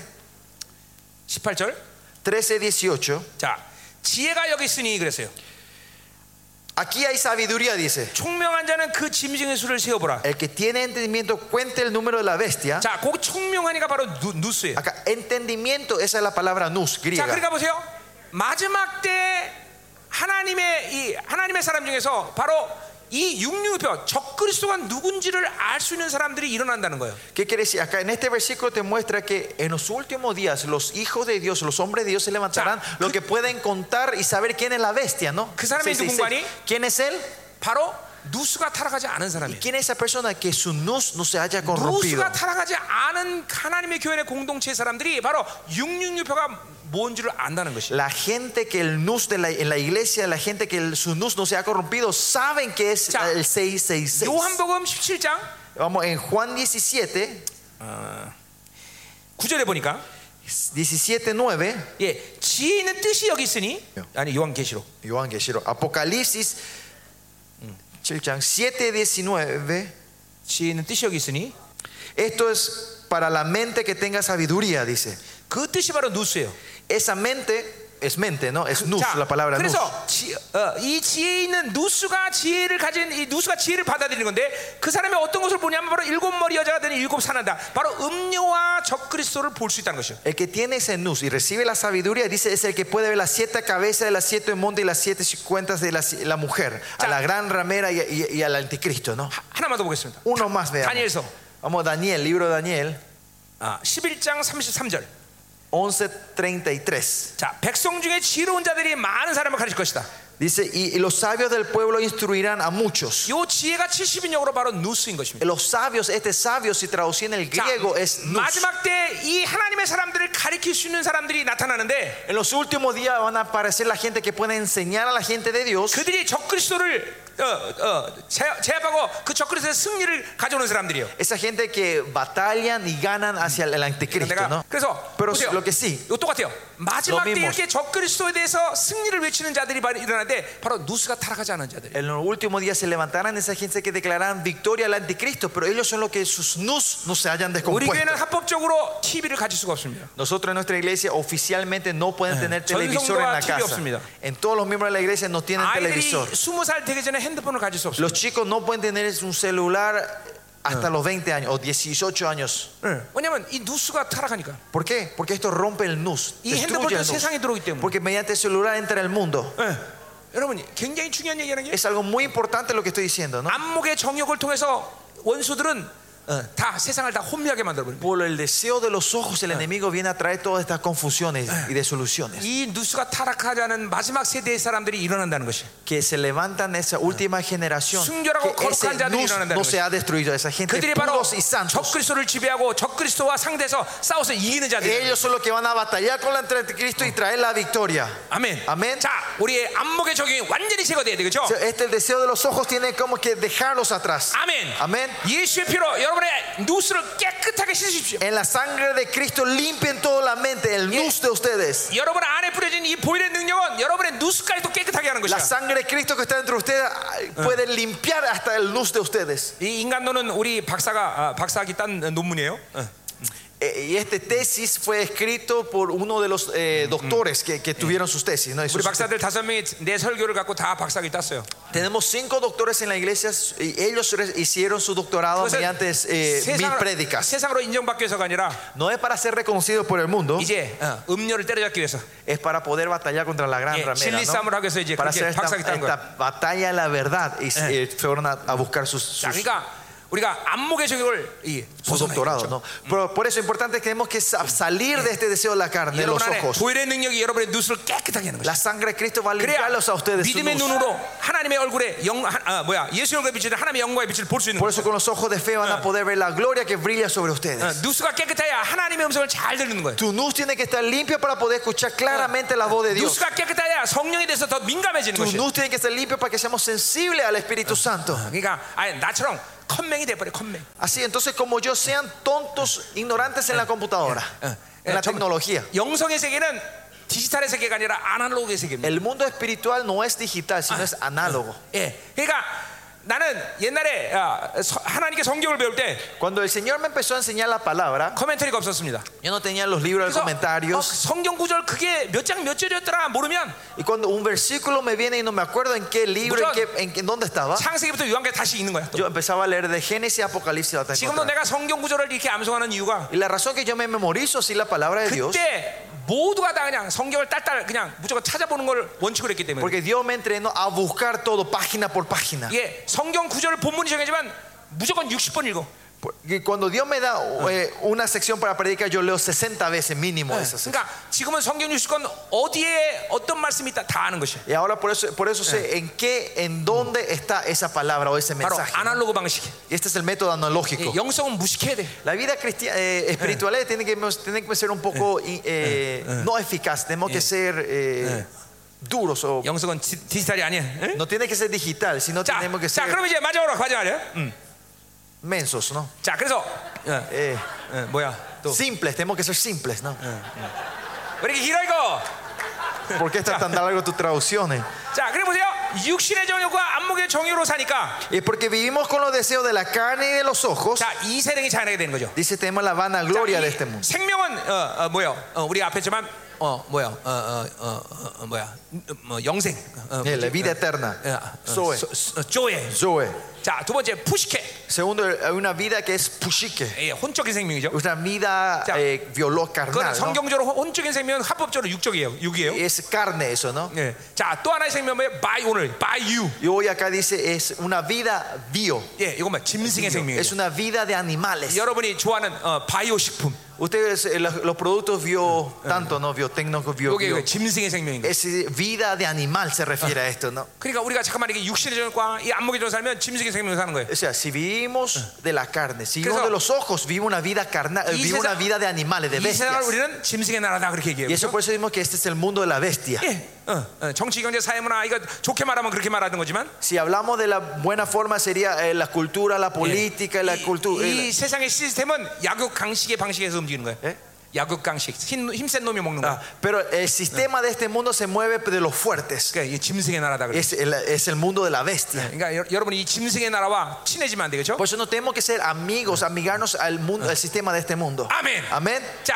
18절.
13, 18.
자, 지혜가 여기 있으니 그랬어요.
Aquí hay sabiduría, dice.
총명한 자는 그 짐승의 수를 세어 보라.
El que tiene entendimiento cuente el número de la bestia.
자, 그 총명하니가 바로 누, 누스예요.
Acá, entendimiento, esa es la palabra nous,
자,
griega.
그러니까 보세요. 마지막 때 하나님의 이 하나님의 사람 중에서 바로 이 육류표 적그리스도가 누군지를 알 수 있는 사람들이 일어난다는 거예요.
¿Qué quiere decir? Acá en este versículo te muestra que en los últimos días los hijos de Dios, los hombres de Dios se levantarán,
Ya.
lo que pueden contar y saber quién es la bestia, ¿no?
¿Que sabe
Sí, sí, sí.
ningún guaní?
¿Quién es él?
바로 누수가 타락하지 않은 사람이에요.
¿Quién es esa persona que su nous no se haya corrompido?
누수가 타락하지 않은 하나님의 교회 의 공동체 사람들이 바로 육육육표가 뭔지를 안다는 것이에요.
La gente que el nus de la, en la iglesia, la gente que el, su nus no se ha corrompido, saben que es
Ya.
el 666.
요한복음 17장
Vamos en Juan 17,
9절에 보니까
17, 9.
예, 지혜 있는 뜻이 여기 있으니 아니 요한계시록.
Joan Geshiro, Apocalipsis mm, 7, 19.
지혜 있는 뜻이 여기 있으니
Esto es para la mente que tenga sabiduría, dice.
그 뜻이 바로 누수예요.
Esa mente, es mente, ¿no? Es nus,
자,
la palabra nus.
그래서 지, 어, 이 지혜에 있는 누수가 지혜를 가진 이 누수가 지혜를 받아들이는 건데 그 사람의 어떤 것을 보냐면 바로 일곱 머리 여자가 되는 일곱 사나다. 바로 음료와 적그리스도를 볼 수 있다는 것이요.
El que tiene ese nus y recibe la sabiduría, dice, es el que puede ver las siete cabezas de las siete montes y las siete cuentas de la, la mujer, a
Ya.
la gran ramera y, y- y al anticristo, ¿no?
하나만 더 보겠습니다.
Uno más veamos.
Daniel서.
Vamos, Daniel, libro de Daniel,
아, 11장 33절.
11.33.
자, 백성 중에 지혜로운 자들이 많은 사람을 가르칠 것이다.
Dice, y, y los sabios del pueblo instruirán a muchos.
요 지혜가 70인역으로 바로 누스인 것입니다.
Los sabios, este sabio, si traducía en el
자,
griego, es nus.
마지막 때 이 하나님의 사람들을 가르칠 수 있는 사람들이 나타나는데
En los últimos días van a aparecer la gente que puede enseñar a la gente de Dios.
그들이 적그리스도를 어, 어, 제- 제압하고 그 적그리스도의 승리를 가져오는 사람들이에요.
Esa gente que batallan y ganan hacia el anticristo,
그러니까 내가
¿no?
그래서
Pero
보세요.
lo que sí,
이거 똑같아요. 마지막 때
Lo mismo.
이렇게 적그리스도에 대해서 승리를 외치는 자들이 바로 일어나는데 바로 누스가 타락하지 않은 자들이에요.
en los últimos días se levantarán esa gente que declararán victoria al anticristo, pero ellos son los que sus nus no se hayan
우리 교회는
descompuesto.
합법적으로 TV를 가질 수가 없습니다.
Nosotros en nuestra iglesia oficialmente no pueden tener televisor en
전성도와
la
TV
casa.
없습니다.
En todos los miembros de la iglesia no tienen
아이들이
televisor.
스무 살 되기 전에 핸드폰을 가질 수 없어요.
Los chicos no pueden tener un celular hasta los 20 años o 18 años.
네. 왜냐하면 이 누스가 타락하니까.
¿Por qué? Porque esto rompe el nus.
Y
destruye
핸드폰은
el nus.
세상에 들어오기 때문에.
Porque mediante el celular entra el mundo.
여러분 굉장히 중요한 얘기하는 게
네. Es algo muy importante lo que estoy diciendo, ¿no?
안목의 정욕을 통해서 원수들은 어, 다 세상을 다 혼미하게 만들어버립니다.
Por el deseo de los ojos, el enemigo viene a traer todas estas confusiones y desoluciones.
이 누수가 타락하지 않은 마지막 세대의 사람들이 일어난다는 것이.
Que se levantan esa última generación.
순결하고
Que ese
거룩한 자들이
nus
일어난다는
no se ha destruido. Esa gente
그들이 바로
puros y santos.
적그리스도를 지배하고 적그리스도와 상대해서 싸워서 이기는 자들.
Ellos son los que van a batallar con el anticristo y traer la victoria.
아멘.
아멘.
자, 우리의 안목의 적용이 완전히 제거돼야 그렇죠? 되겠죠?
O sea, Este el deseo de los ojos tiene como que dejarlos atrás.
아멘.
Amén.
예수의 피로 여러분의 누수를 깨끗하게 씻으십시오.
En la sangre de Cristo limpien toda la mente, el nus de ustedes.
여러분 안에 뿌려진 이 보일의 능력은 여러분의 누수까지도 깨끗하게 하는 것이야.
La sangre de Cristo que está dentro de ustedes ay, puede limpiar hasta el nus de ustedes.
이 인간론은 우리 박사가 아, 박사학위 딴 논문이에요. 어.
Eh, Y este tesis fue escrito por uno de los eh, doctores que, que tuvieron sus tesis. ¿no? Y
우리
sus-
박사들 다섯 명이 내 설교를 갖고 다 박사학위 땄어요.
tenemos cinco doctores en la iglesia y ellos re- hicieron su doctorado
그것은
mediante
예,
eh, mil
세상으로,
prédicas.
세상으로 인정받기 위해서가 아니라
No es para ser reconocido por el mundo,
이제 어, 음료를 때려잡기 위해서.
es para poder batallar contra la gran
예,
ramera.
진리
¿no?
싸움을 하기 위해서 이제
Para
그렇게
hacer esta,
박사학위 딴 거야.
esta batalla de la verdad y eh, fueron a, a buscar sus,
자,
sus,
그러니까 우리가 안목의 적용을 이
su doctorado, ¿no? Pero por eso es importante que tenemos que sa- salir de este deseo de la carne, de
네, 여러분
los
안에
ojos.
보일의 능력이 여러분의 눈을 깨끗하게 하는 거죠.
La sangre de Cristo va a
그래야
limpiarlos a ustedes. su
믿음의
luz.
눈으로 하나님의 얼굴에 영 하- 아, 뭐야 예수 얼굴의 빛을 하나님의 영광의 빛을 볼 수 있는
Por
거예요.
eso con los ojos de fe van a poder ver la gloria que brilla sobre
어,
ustedes.
누수가 깨끗해야 하나님의 음성을 잘 듣는 거예요.
Tu luz tiene que estar limpia para poder escuchar claramente la voz
Ah.
de Dios.
누수가 깨끗해야 성령에 대해서 더 민감해지는
Tu
것이에요.
luz tiene que estar limpia para que seamos sensibles al Espíritu Santo.
그러니까 아예 나처럼 컴맹이 돼버려 컴맹.
Así, entonces como yo sean tontos, ignorantes en la computadora, en la tecnología.
영성의 세계는 디지털의 세계가 아니라 아날로그의 세계입니다.
El mundo espiritual no es digital, sino es análogo.
예, 그러니까 나는 옛날에 아, 서- 하나님께 성경을 배울 때
Cuando el Señor me empezó a enseñar la palabra,
커멘터리가 없었습니다.
yo no tenía los libros de
그래서, 어,
comentarios.
성경 구절 그게 몇 장 몇 절이었더라 모르면
Y cuando un versículo me viene y no me acuerdo en qué libro, en, qué, en qué- en dónde estaba,
창세기부터 유한까지 다시 읽는 거야. 또.
yo empezaba a leer de Génesis a Apocalipsis hasta
지금도
encontrar.
내가 성경 구절을 이렇게 암송하는 이유가
Y la razón que yo me memorizo así la palabra de Dios,
그때 모두가 다 그냥 성경을 딸딸 그냥 무조건 찾아보는 걸 원칙으로 했기 때문에.
porque Dios me entrenó a buscar todo página por página.
예, 성경 구절 본문이 정해지만 무조건 60번 읽어.
Y cuando Dios me da eh, una sección para predicar, yo leo 60 veces
Ah,
mínimo esa sección.
그러니까 지금은 성경 60권 어디에 어떤 말씀이 있다 다 아는 것이야.
Y ahora por eso, por eso sé en qué, en dónde está esa palabra o ese
바로
mensaje.
아날로그 방식.
Y este es el método analógico.
이 영성은 무식해야 돼.
La vida cristiana, espiritual eh, tiene, que, tiene que ser un poco i- eh, no eficaz, tenemos que ser eh, duros o
영성은 디- 디지털이 아니야. 응?
no tiene que ser digital, sino
자,
tenemos que
자,
ser
그럼 이제 마지막으로 마지막이야. 음.
mensos, ¿no?
자, 그래서 어,
Eh,
어, 뭐야 또
simples, tenemos que ser simples, ¿no?
왜 이렇게 길어 이거?
¿Por qué está tan largo tus traducciones?
자, 그래 보세요. 육신의 정욕과 안목의 정욕으로 사니까
Es porque vivimos con los deseos de la carne y de los ojos.
자, 이 세상이 자연하게 되는 거죠.
Dice, tenemos la
자,
vanagloria de este
이
mundo.
생명은 어, 어, 뭐요? 어, 우리 앞에 했지만 어 뭐야 어어어 어, 어, 어, 뭐야 음, 어, 영생 어,
Eh, la vida
어,
eterna.
어,
Zoe.
소- 소- 조예
Zoe.
자두 번째 푸시케
Segundo, hay una vida que es pushike.
예, 혼적인 생명이죠
Una vida
Ya.
eh, violó
그건
carnal. ¿no?
성경적으로 혼- 혼적인 생명은 합법적으로 육적이에요 육이에요
Es carne eso, ¿no?
예. 자또 하나의 생명은 by 오늘 by you
Y hoy acá dice es una vida bio.
예 이거 뭐 짐승의 생명이에요
Es una vida de animales.
여러분이 좋아하는 어, 바이오 식품
Ustedes, eh, los, los productos bio, tanto, ¿no? Biotécnicos, bio,
이게
bio.
왜 짐승의 생명인 거예요
Es eh, vida de animal se refiere a esto, ¿no?
그러니까 우리가 잠깐만 이게 육신의 전과 이 안목의 전 살면 짐승의 생명을 사는 거예요
O sea, si vivimos de la carne, si vivimos
Entonces,
de los ojos, vivimos una vida carnal, eh,
y
vivimos
sesa-
una vida de animales, de
이 세상을
bestias.
우리는 짐승의 나라다 그렇게 얘기해요
Y eso por eso decimos que este es el mundo de la bestia.
예, 어, 어, 정치 경제 사회 문화 이거 좋게 말하면 그렇게 말하는 거지만
Si hablamos de la buena forma sería eh, la cultura, la política, la eh, cultura.
예. 이, 이 세상의 시스템은 약육 강식의 방식에서 움직이는 거예요. 아.
예?
약육 강식 흰- 힘센 놈이 먹는 거야.
Pero el sistema de este mundo se mueve de los fuertes.
그러니까 이 짐승의 나라다 그래.
Es el, es el mundo de la bestia.
그러니까 여, 러분이이 짐승의 나라와 친해지면 안 그렇죠? 되겠죠?
Por eso no tenemos que ser amigos, amigarnos al mundo, al sistema de este mundo.
Amén.
Amén.
자,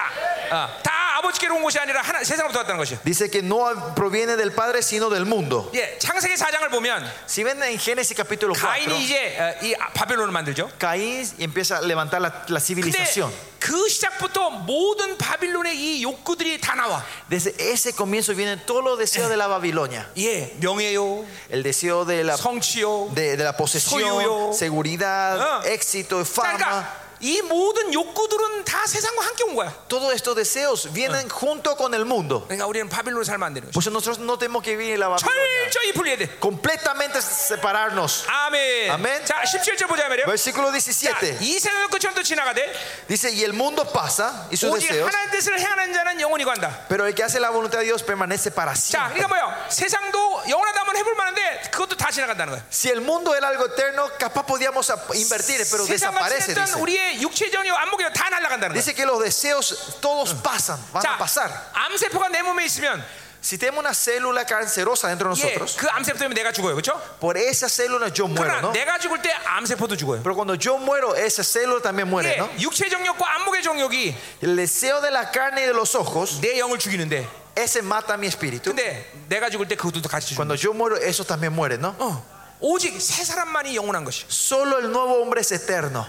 어, 다 아버지께로 온 것이 아니라 하나, 세상으로부터 왔다는 것이요.
Dice que no proviene del Padre, sino del mundo.
예, 창세기 4장을 보면
Si ven en Génesis capítulo 4,
가인이 이제 어, 이 아- 바벨론을 만들죠.
Caín empieza a levantar la, la
근데
civilización.
그 시작부터 모든 바빌론의 이 욕구들이 다 나와.
Desde ese comienzo vienen todos los deseos de la Babilonia.
예, 네. 명예요,
El deseo de la,
성취요,
de, de la
Soyuyo.
posesión, seguridad,
Ah.
éxito, fama.
그러니까 이 모든 욕구들은 다 세상과 함께 온 거야.
Todos estos deseos vienen junto con el mundo.
그러니까 우리는 바빌론으로 살면 안 되는 거야.
Por eso nosotros no tenemos que vivir en la Babilonia.
철저히 분리해야 돼.
Completamente separarnos.
아멘.
아멘.
자, 17절 보자 말이에요.
Versículo
자,
17.
이 세상 끝처럼도 지나가되
Dice, y el mundo pasa y sus
오직
deseos,
하나님 뜻을 행하는 자는 영원히 간다.
pero el que hace la voluntad de Dios permanece para
자,
siempre.
그러니까 뭐요? 세상도 영원하다 하면 해볼 만한데 그것도 다 지나간다는 거야.
Si el mundo era algo eterno, capaz podíamos ap- invertir, pero
세상과
desaparece.
지냈던
Dice.
우리의 육체전이 안목이 다 날아간다는 거야.
Dice que los deseos todos pasan, van a
자,
pasar.
암세포가 내 몸에 있으면
Si tenemos una célula cancerosa dentro de
예,
nosotros,
그 암세포 때문에 내가 죽어요, 그렇죠?
por esa célula yo muero,
그러나
¿no?
내가 죽을 때 암세포도 죽어요.
Pero cuando yo muero, esa célula también muere,
예,
¿no?
육체 정욕과 안목의 정욕이
El deseo de la carne y de los ojos,
내 영을 죽이는데
ese mata mi espíritu.
근데 내가 죽을 때 그것도 같이 죽는
Cuando yo muero, eso también muere, ¿no?
어, 오직 세 사람만이 영원한 것이.
Solo el nuevo hombre es eterno.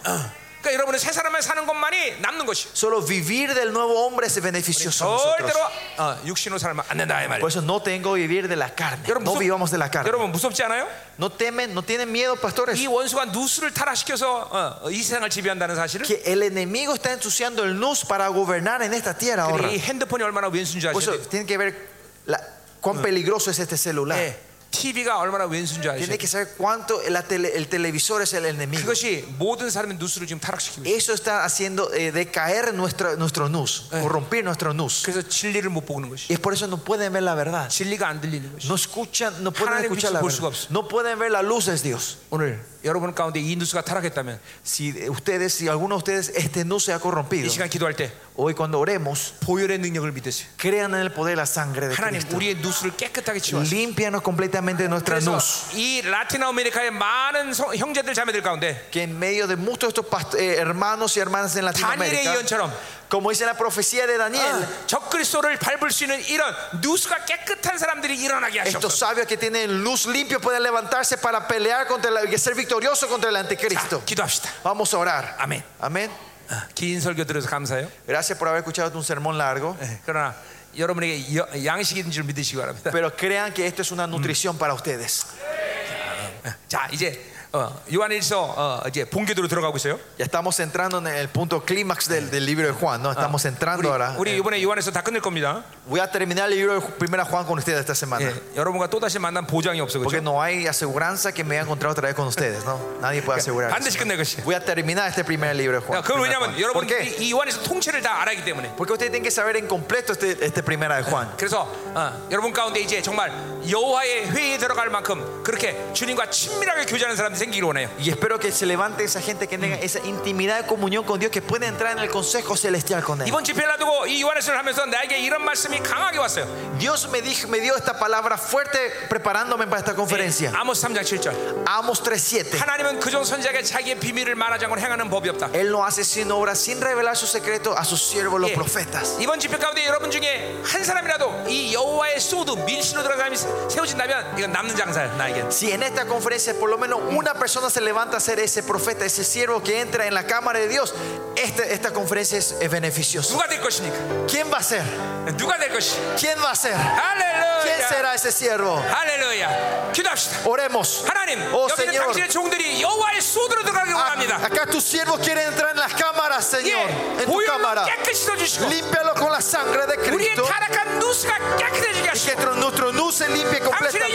그러니까 여러분은 세 사람만 사는 것만이 남는 것이.
Solo vivir del nuevo hombre es beneficioso. a nosotros.
절대로 어, 육신으로 살면 안 된다 이 말이에요.
Por eso no tengo que vivir de la carne.
여러분,
No
무섭-
vivamos de la carne.
여러분 무섭지 않아요?
No temen, no tienen miedo,
이
pastores.
원수가 누수를 타락시켜서 어, 어, 이 세상을 지배한다는 사실을
Que el enemigo está ensuciando el nus para gobernar en esta tierra ahora.
이 핸드폰이 얼마나 왼수인 줄
Por eso
아시죠?
tienen que ver la- cuán peligroso es este celular.
네. TV가 얼마나 왼수인 줄
Tiene
아시죠?
que saber cuánto la tele- el televisor es el enemigo.
그것이 모든 사람의 누수를 지금 타락시키고 있어요.
Eso está haciendo eh, decaer nuestra, nuestro nus, corrompir nuestro nus.
그래서 진리를 못 보는 것이.
Y es por eso no pueden ver la verdad.
진리가 안 들리는 것이.
No escuchan, no pueden
하나님
escuchar la
빛을 볼 수가
verdad.
없어.
No pueden ver la luz de Dios.
오늘 여러분 가운데 이 누수가 타락했다면
Si eh, ustedes, si alguno de ustedes, este nus se ha
이
corrompido.
시간 기도할 때
Hoy cuando oremos,
보혈의 능력을 믿으세요.
crean en el poder de la sangre de
하나님
Cristo.
우리의 누수를 깨끗하게 치워.
Límpianos completamente de nuestra
그래서
nus.
이 라틴 아메리카의 많은 성- 형제들 자매들 가운데
Que en medio de muchos estos past- eh, hermanos y hermanas en Ah,
다니엘의
Latinoamérica,
예언처럼
como dice la profecía de Daniel,
적그리스도를 밟을 수 있는 이런 누수가 깨끗한 사람들이 일어나게
estos
하시옵소서.
sabios que tienen luz limpio pueden levantarse para pelear contra la- y ser victorioso contra el anticristo.
자, 기도합시다.
Vamos a orar.
아멘.
Amén.
긴 설교 들어서 감사해요.
Gracias por haber escuchado un sermón largo.
예, 그러나 여러분에게 여- 양식인 줄 믿으시기 바랍니다.
Pero crean que esto es una nutrición para ustedes.
자, 이제 어, 요한일서 어, 이제 본교도로 들어가고 있어요.
Ya estamos entrando en el punto clímax del, del libro de Juan, ¿no? Estamos
우리,
entrando ahora.
우리 이번에 요한에서 다 끝낼 겁니다.
Voy a terminar el libro de Ju- Primera Juan con ustedes esta semana.
예, 여러분과 또 다시 만난 보장이 없어
Porque
그렇죠?
no hay aseguranza que me voy a encontrar otra vez con ustedes, ¿no? Nadie puede asegurar.
반드시
eso, ¿no?
끝낼 것이.
Voy a terminar este primer libro de Juan.
그건
primera
왜냐하면
Juan.
여러분
¿Por qué?
이, 이 요한에서 통째를 다 알아기 때문에.
Porque ustedes tienen que saber en completo este, este primera de Juan.
그래서 어, 여러분 가운데 이제 정말 여호와의 회의에 들어갈 만큼 그렇게 주님과 친밀하게 교제하는 사람이 생기길 원해요.
Y espero que se levante esa gente que tenga esa intimidad de comunión con Dios, que pueda entrar en el consejo celestial con Él.
이번 집회를 두고 이 요한에서를 하면서 나에게 이런 말씀이 강하게 왔어요. 예,
Dios me, dijo, me dio esta palabra fuerte preparándome para esta conferencia.
아모스 네. 3장 7절.
Amos 3.7.
하나님은 그종 선자에게 자기의 비밀을 말하지 않고 행하는 법이 없다.
Él no hace sin obra, sin revelar su secreto a sus siervos los
예.
profetas.
이번 집회 가운데 여러분 중에 한 사람이라도 이 여호와의 소드 밀신으로 들어간 사람이 세워진다면 이건 남는 장사예요 나에게.
Si en esta conferencia por lo menos una persona se levanta a ser ese profeta, ese siervo que entra en la cámara de Dios, este- esta conferencia es, es beneficiosa.
누가 될 것입니까?
¿Quién va a ser?
누가 될 것이?
¿Quién va a ser? ¿Quién
할렐루야.
será ese siervo?
할렐루야. 기도합시다.
Oremos.
하나님,
Oh,
여기는
Señor.
당신의 종들이 여호와의 소드로 들어가길
Ah,
원합니다.
Acá tus siervos quieren entrar en las cámaras, Señor.
예,
En tu
보혈로
cámara.
깨끗이 씻어주시고
Límpialo con la sangre de
우리의
Cristo.
타락한 누수가 깨끗해지게
Y
하시고
que tro- nuestro luz se limpie completamente,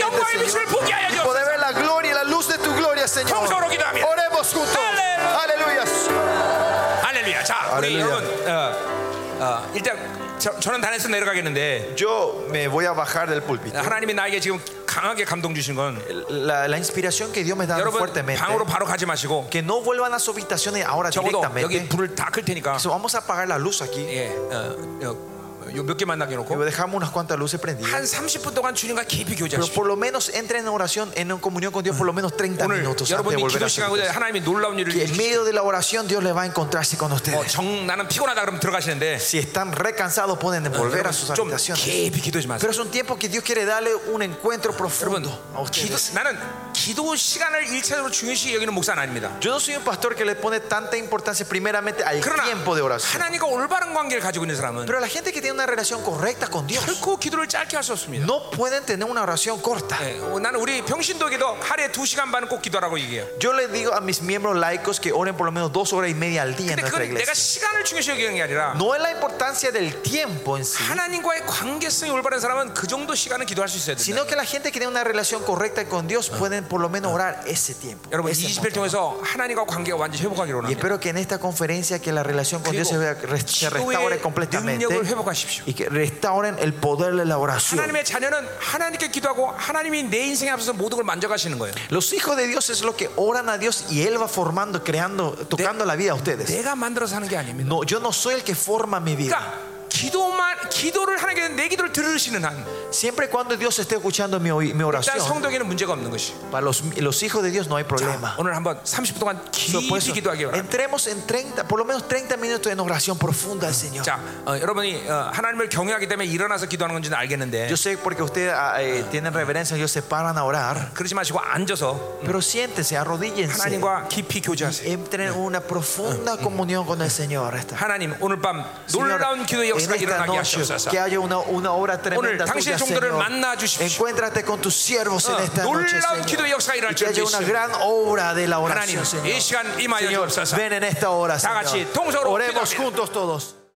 당신의 영광의 빛을
Señor.
보게 하여
Y poder
주옵소서.
ver la gloria y la luz de tu gloria, Señor.
성소로 기도합니다.
Oremos juntos. Aleluya.
할렐루야. 자, 우리
할렐루야.
여러분, 어, 어, 일단 저, 저는 단에서 내려가겠는데
Yo me voy a bajar del púlpito.
하나님이 나에게 지금 강하게 감동 주신 건
La, la inspiración que Dios me da
여러분
fuertemente.
방으로 바로 가지 마시고
Que no vuelvan a sus habitaciones ahora
적어도 여기
directamente.
불을 다 끌 테니까
So, vamos a apagar la luz aquí.
예, 어, 어, 요몇 개만
Y
남겨놓고
Dejamos unas cuantas luces prendidas.
한 30분 동안 주님과 깊이
Pero
교제하십시오.
por lo menos entren en oración, en comunión con Dios por lo menos 30
오늘
minutos. antes de
여러분이 기도
volver a
시간에
sentarse.
하나님이 놀라운 일을
que en
이루시-
medio de la oración Dios le va a encontrarse con
어,
ustedes.
정 나는 피곤하다 그러면 들어가시는데
Si están recansados pueden volver a sus
좀
habitaciones.
깊이 기도하지 마세요.
Pero es un tiempo que Dios quiere darle un encuentro
여러분
profundo
기도,
a ustedes.
나는 기도 시간을 일차적으로 중요시 여기는 목사는 아닙니다.
Yo no soy un pastor que le pone tanta importancia primeramente al
그러나
tiempo de oración.
하나님과 올바른 관계를 가지고 있는 사람은
Pero la gente que tiene una relación correcta con Dios
결코 기도를 짧게 할 수 없습니다.
no pueden tener una oración corta.
예, 어, 나는 우리 병신도에게도 하루에 두 시간 반은 꼭 기도하라고 얘기해요.
Yo le digo a mis miembros laicos que oren por lo menos dos horas y media al día en
근데
nuestra
네, 그건 내가
iglesia.
시간을 중요시 여기는 게 아니라
No es la importancia del tiempo en sí,
하나님과의 관계성이 올바른 사람은 그 정도 시간은 기도할 수 있어야 된다.
sino que la gente que tiene una relación correcta con Dios pueden por lo menos orar ese tiempo.
여러분
ese
이 집회를
monto.
통해서 하나님과 관계가 완전히 회복하기를
Y
원합니다.
espero que en esta conferencia que la relación con Dios se, vea- re- se restaure
기도의
completamente
능력을 회복하십시오.
y que restauren el poder de la oración.
하나님의 자녀는 하나님께 기도하고 하나님이 내 인생에 앞서서 모든 걸 만져가시는 거예요.
Los hijos de Dios es lo que oran a Dios y Él va formando, creando, tocando la vida a ustedes.
내가 만들어서 하는 게 아닙니다.
No, yo no soy el que forma mi vida.
그러니까 기도만 기도를 하나님께 내 기도를 들으시는 한
Siempre y cuando Dios esté escuchando mi, oí- mi
일단
oración,
성도에게는 문제가 없는 것이. 아,
para los, los hijos de Dios no hay problema.
오늘 한번 30분 동안
So, por eso,
깊이 기도하기 바랍니다.
entremos en 30, por lo menos 30 minutos en oración profunda al Señor.
자, 어, 여러분이 어, 하나님을 경외하기 때문에 일어나서 기도하는 건지는 알겠는데
Yo sé porque ustedes ah, eh, tienen reverencia, ellos se paran a orar,
그러지 마시고 앉아서
pero siéntense, arrodíllense.
하나님과 깊이 교제하세요.
Entren en una profunda comunión con el Señor. Esta-
하나님 오늘 밤
Señor,
놀라운 기도의
en
역사가
esta
일어나게
noche
하시옵소서.
que haya una, una obra
오늘
tremenda
당신의
tuya,
종들을
Señor.
만나 주십시오.
encuéntrate con tus siervos
어,
en esta noche
놀라운
Señor.
기도의 역사가 일어날
y que
줄
haya una
믿습니다.
gran obra de la
하나님
oración Señor.
이 시간 임하여
Señor
주옵소서.
ven en esta hora
다 같이
Señor.
통성으로
oremos
기도합니다.
juntos todos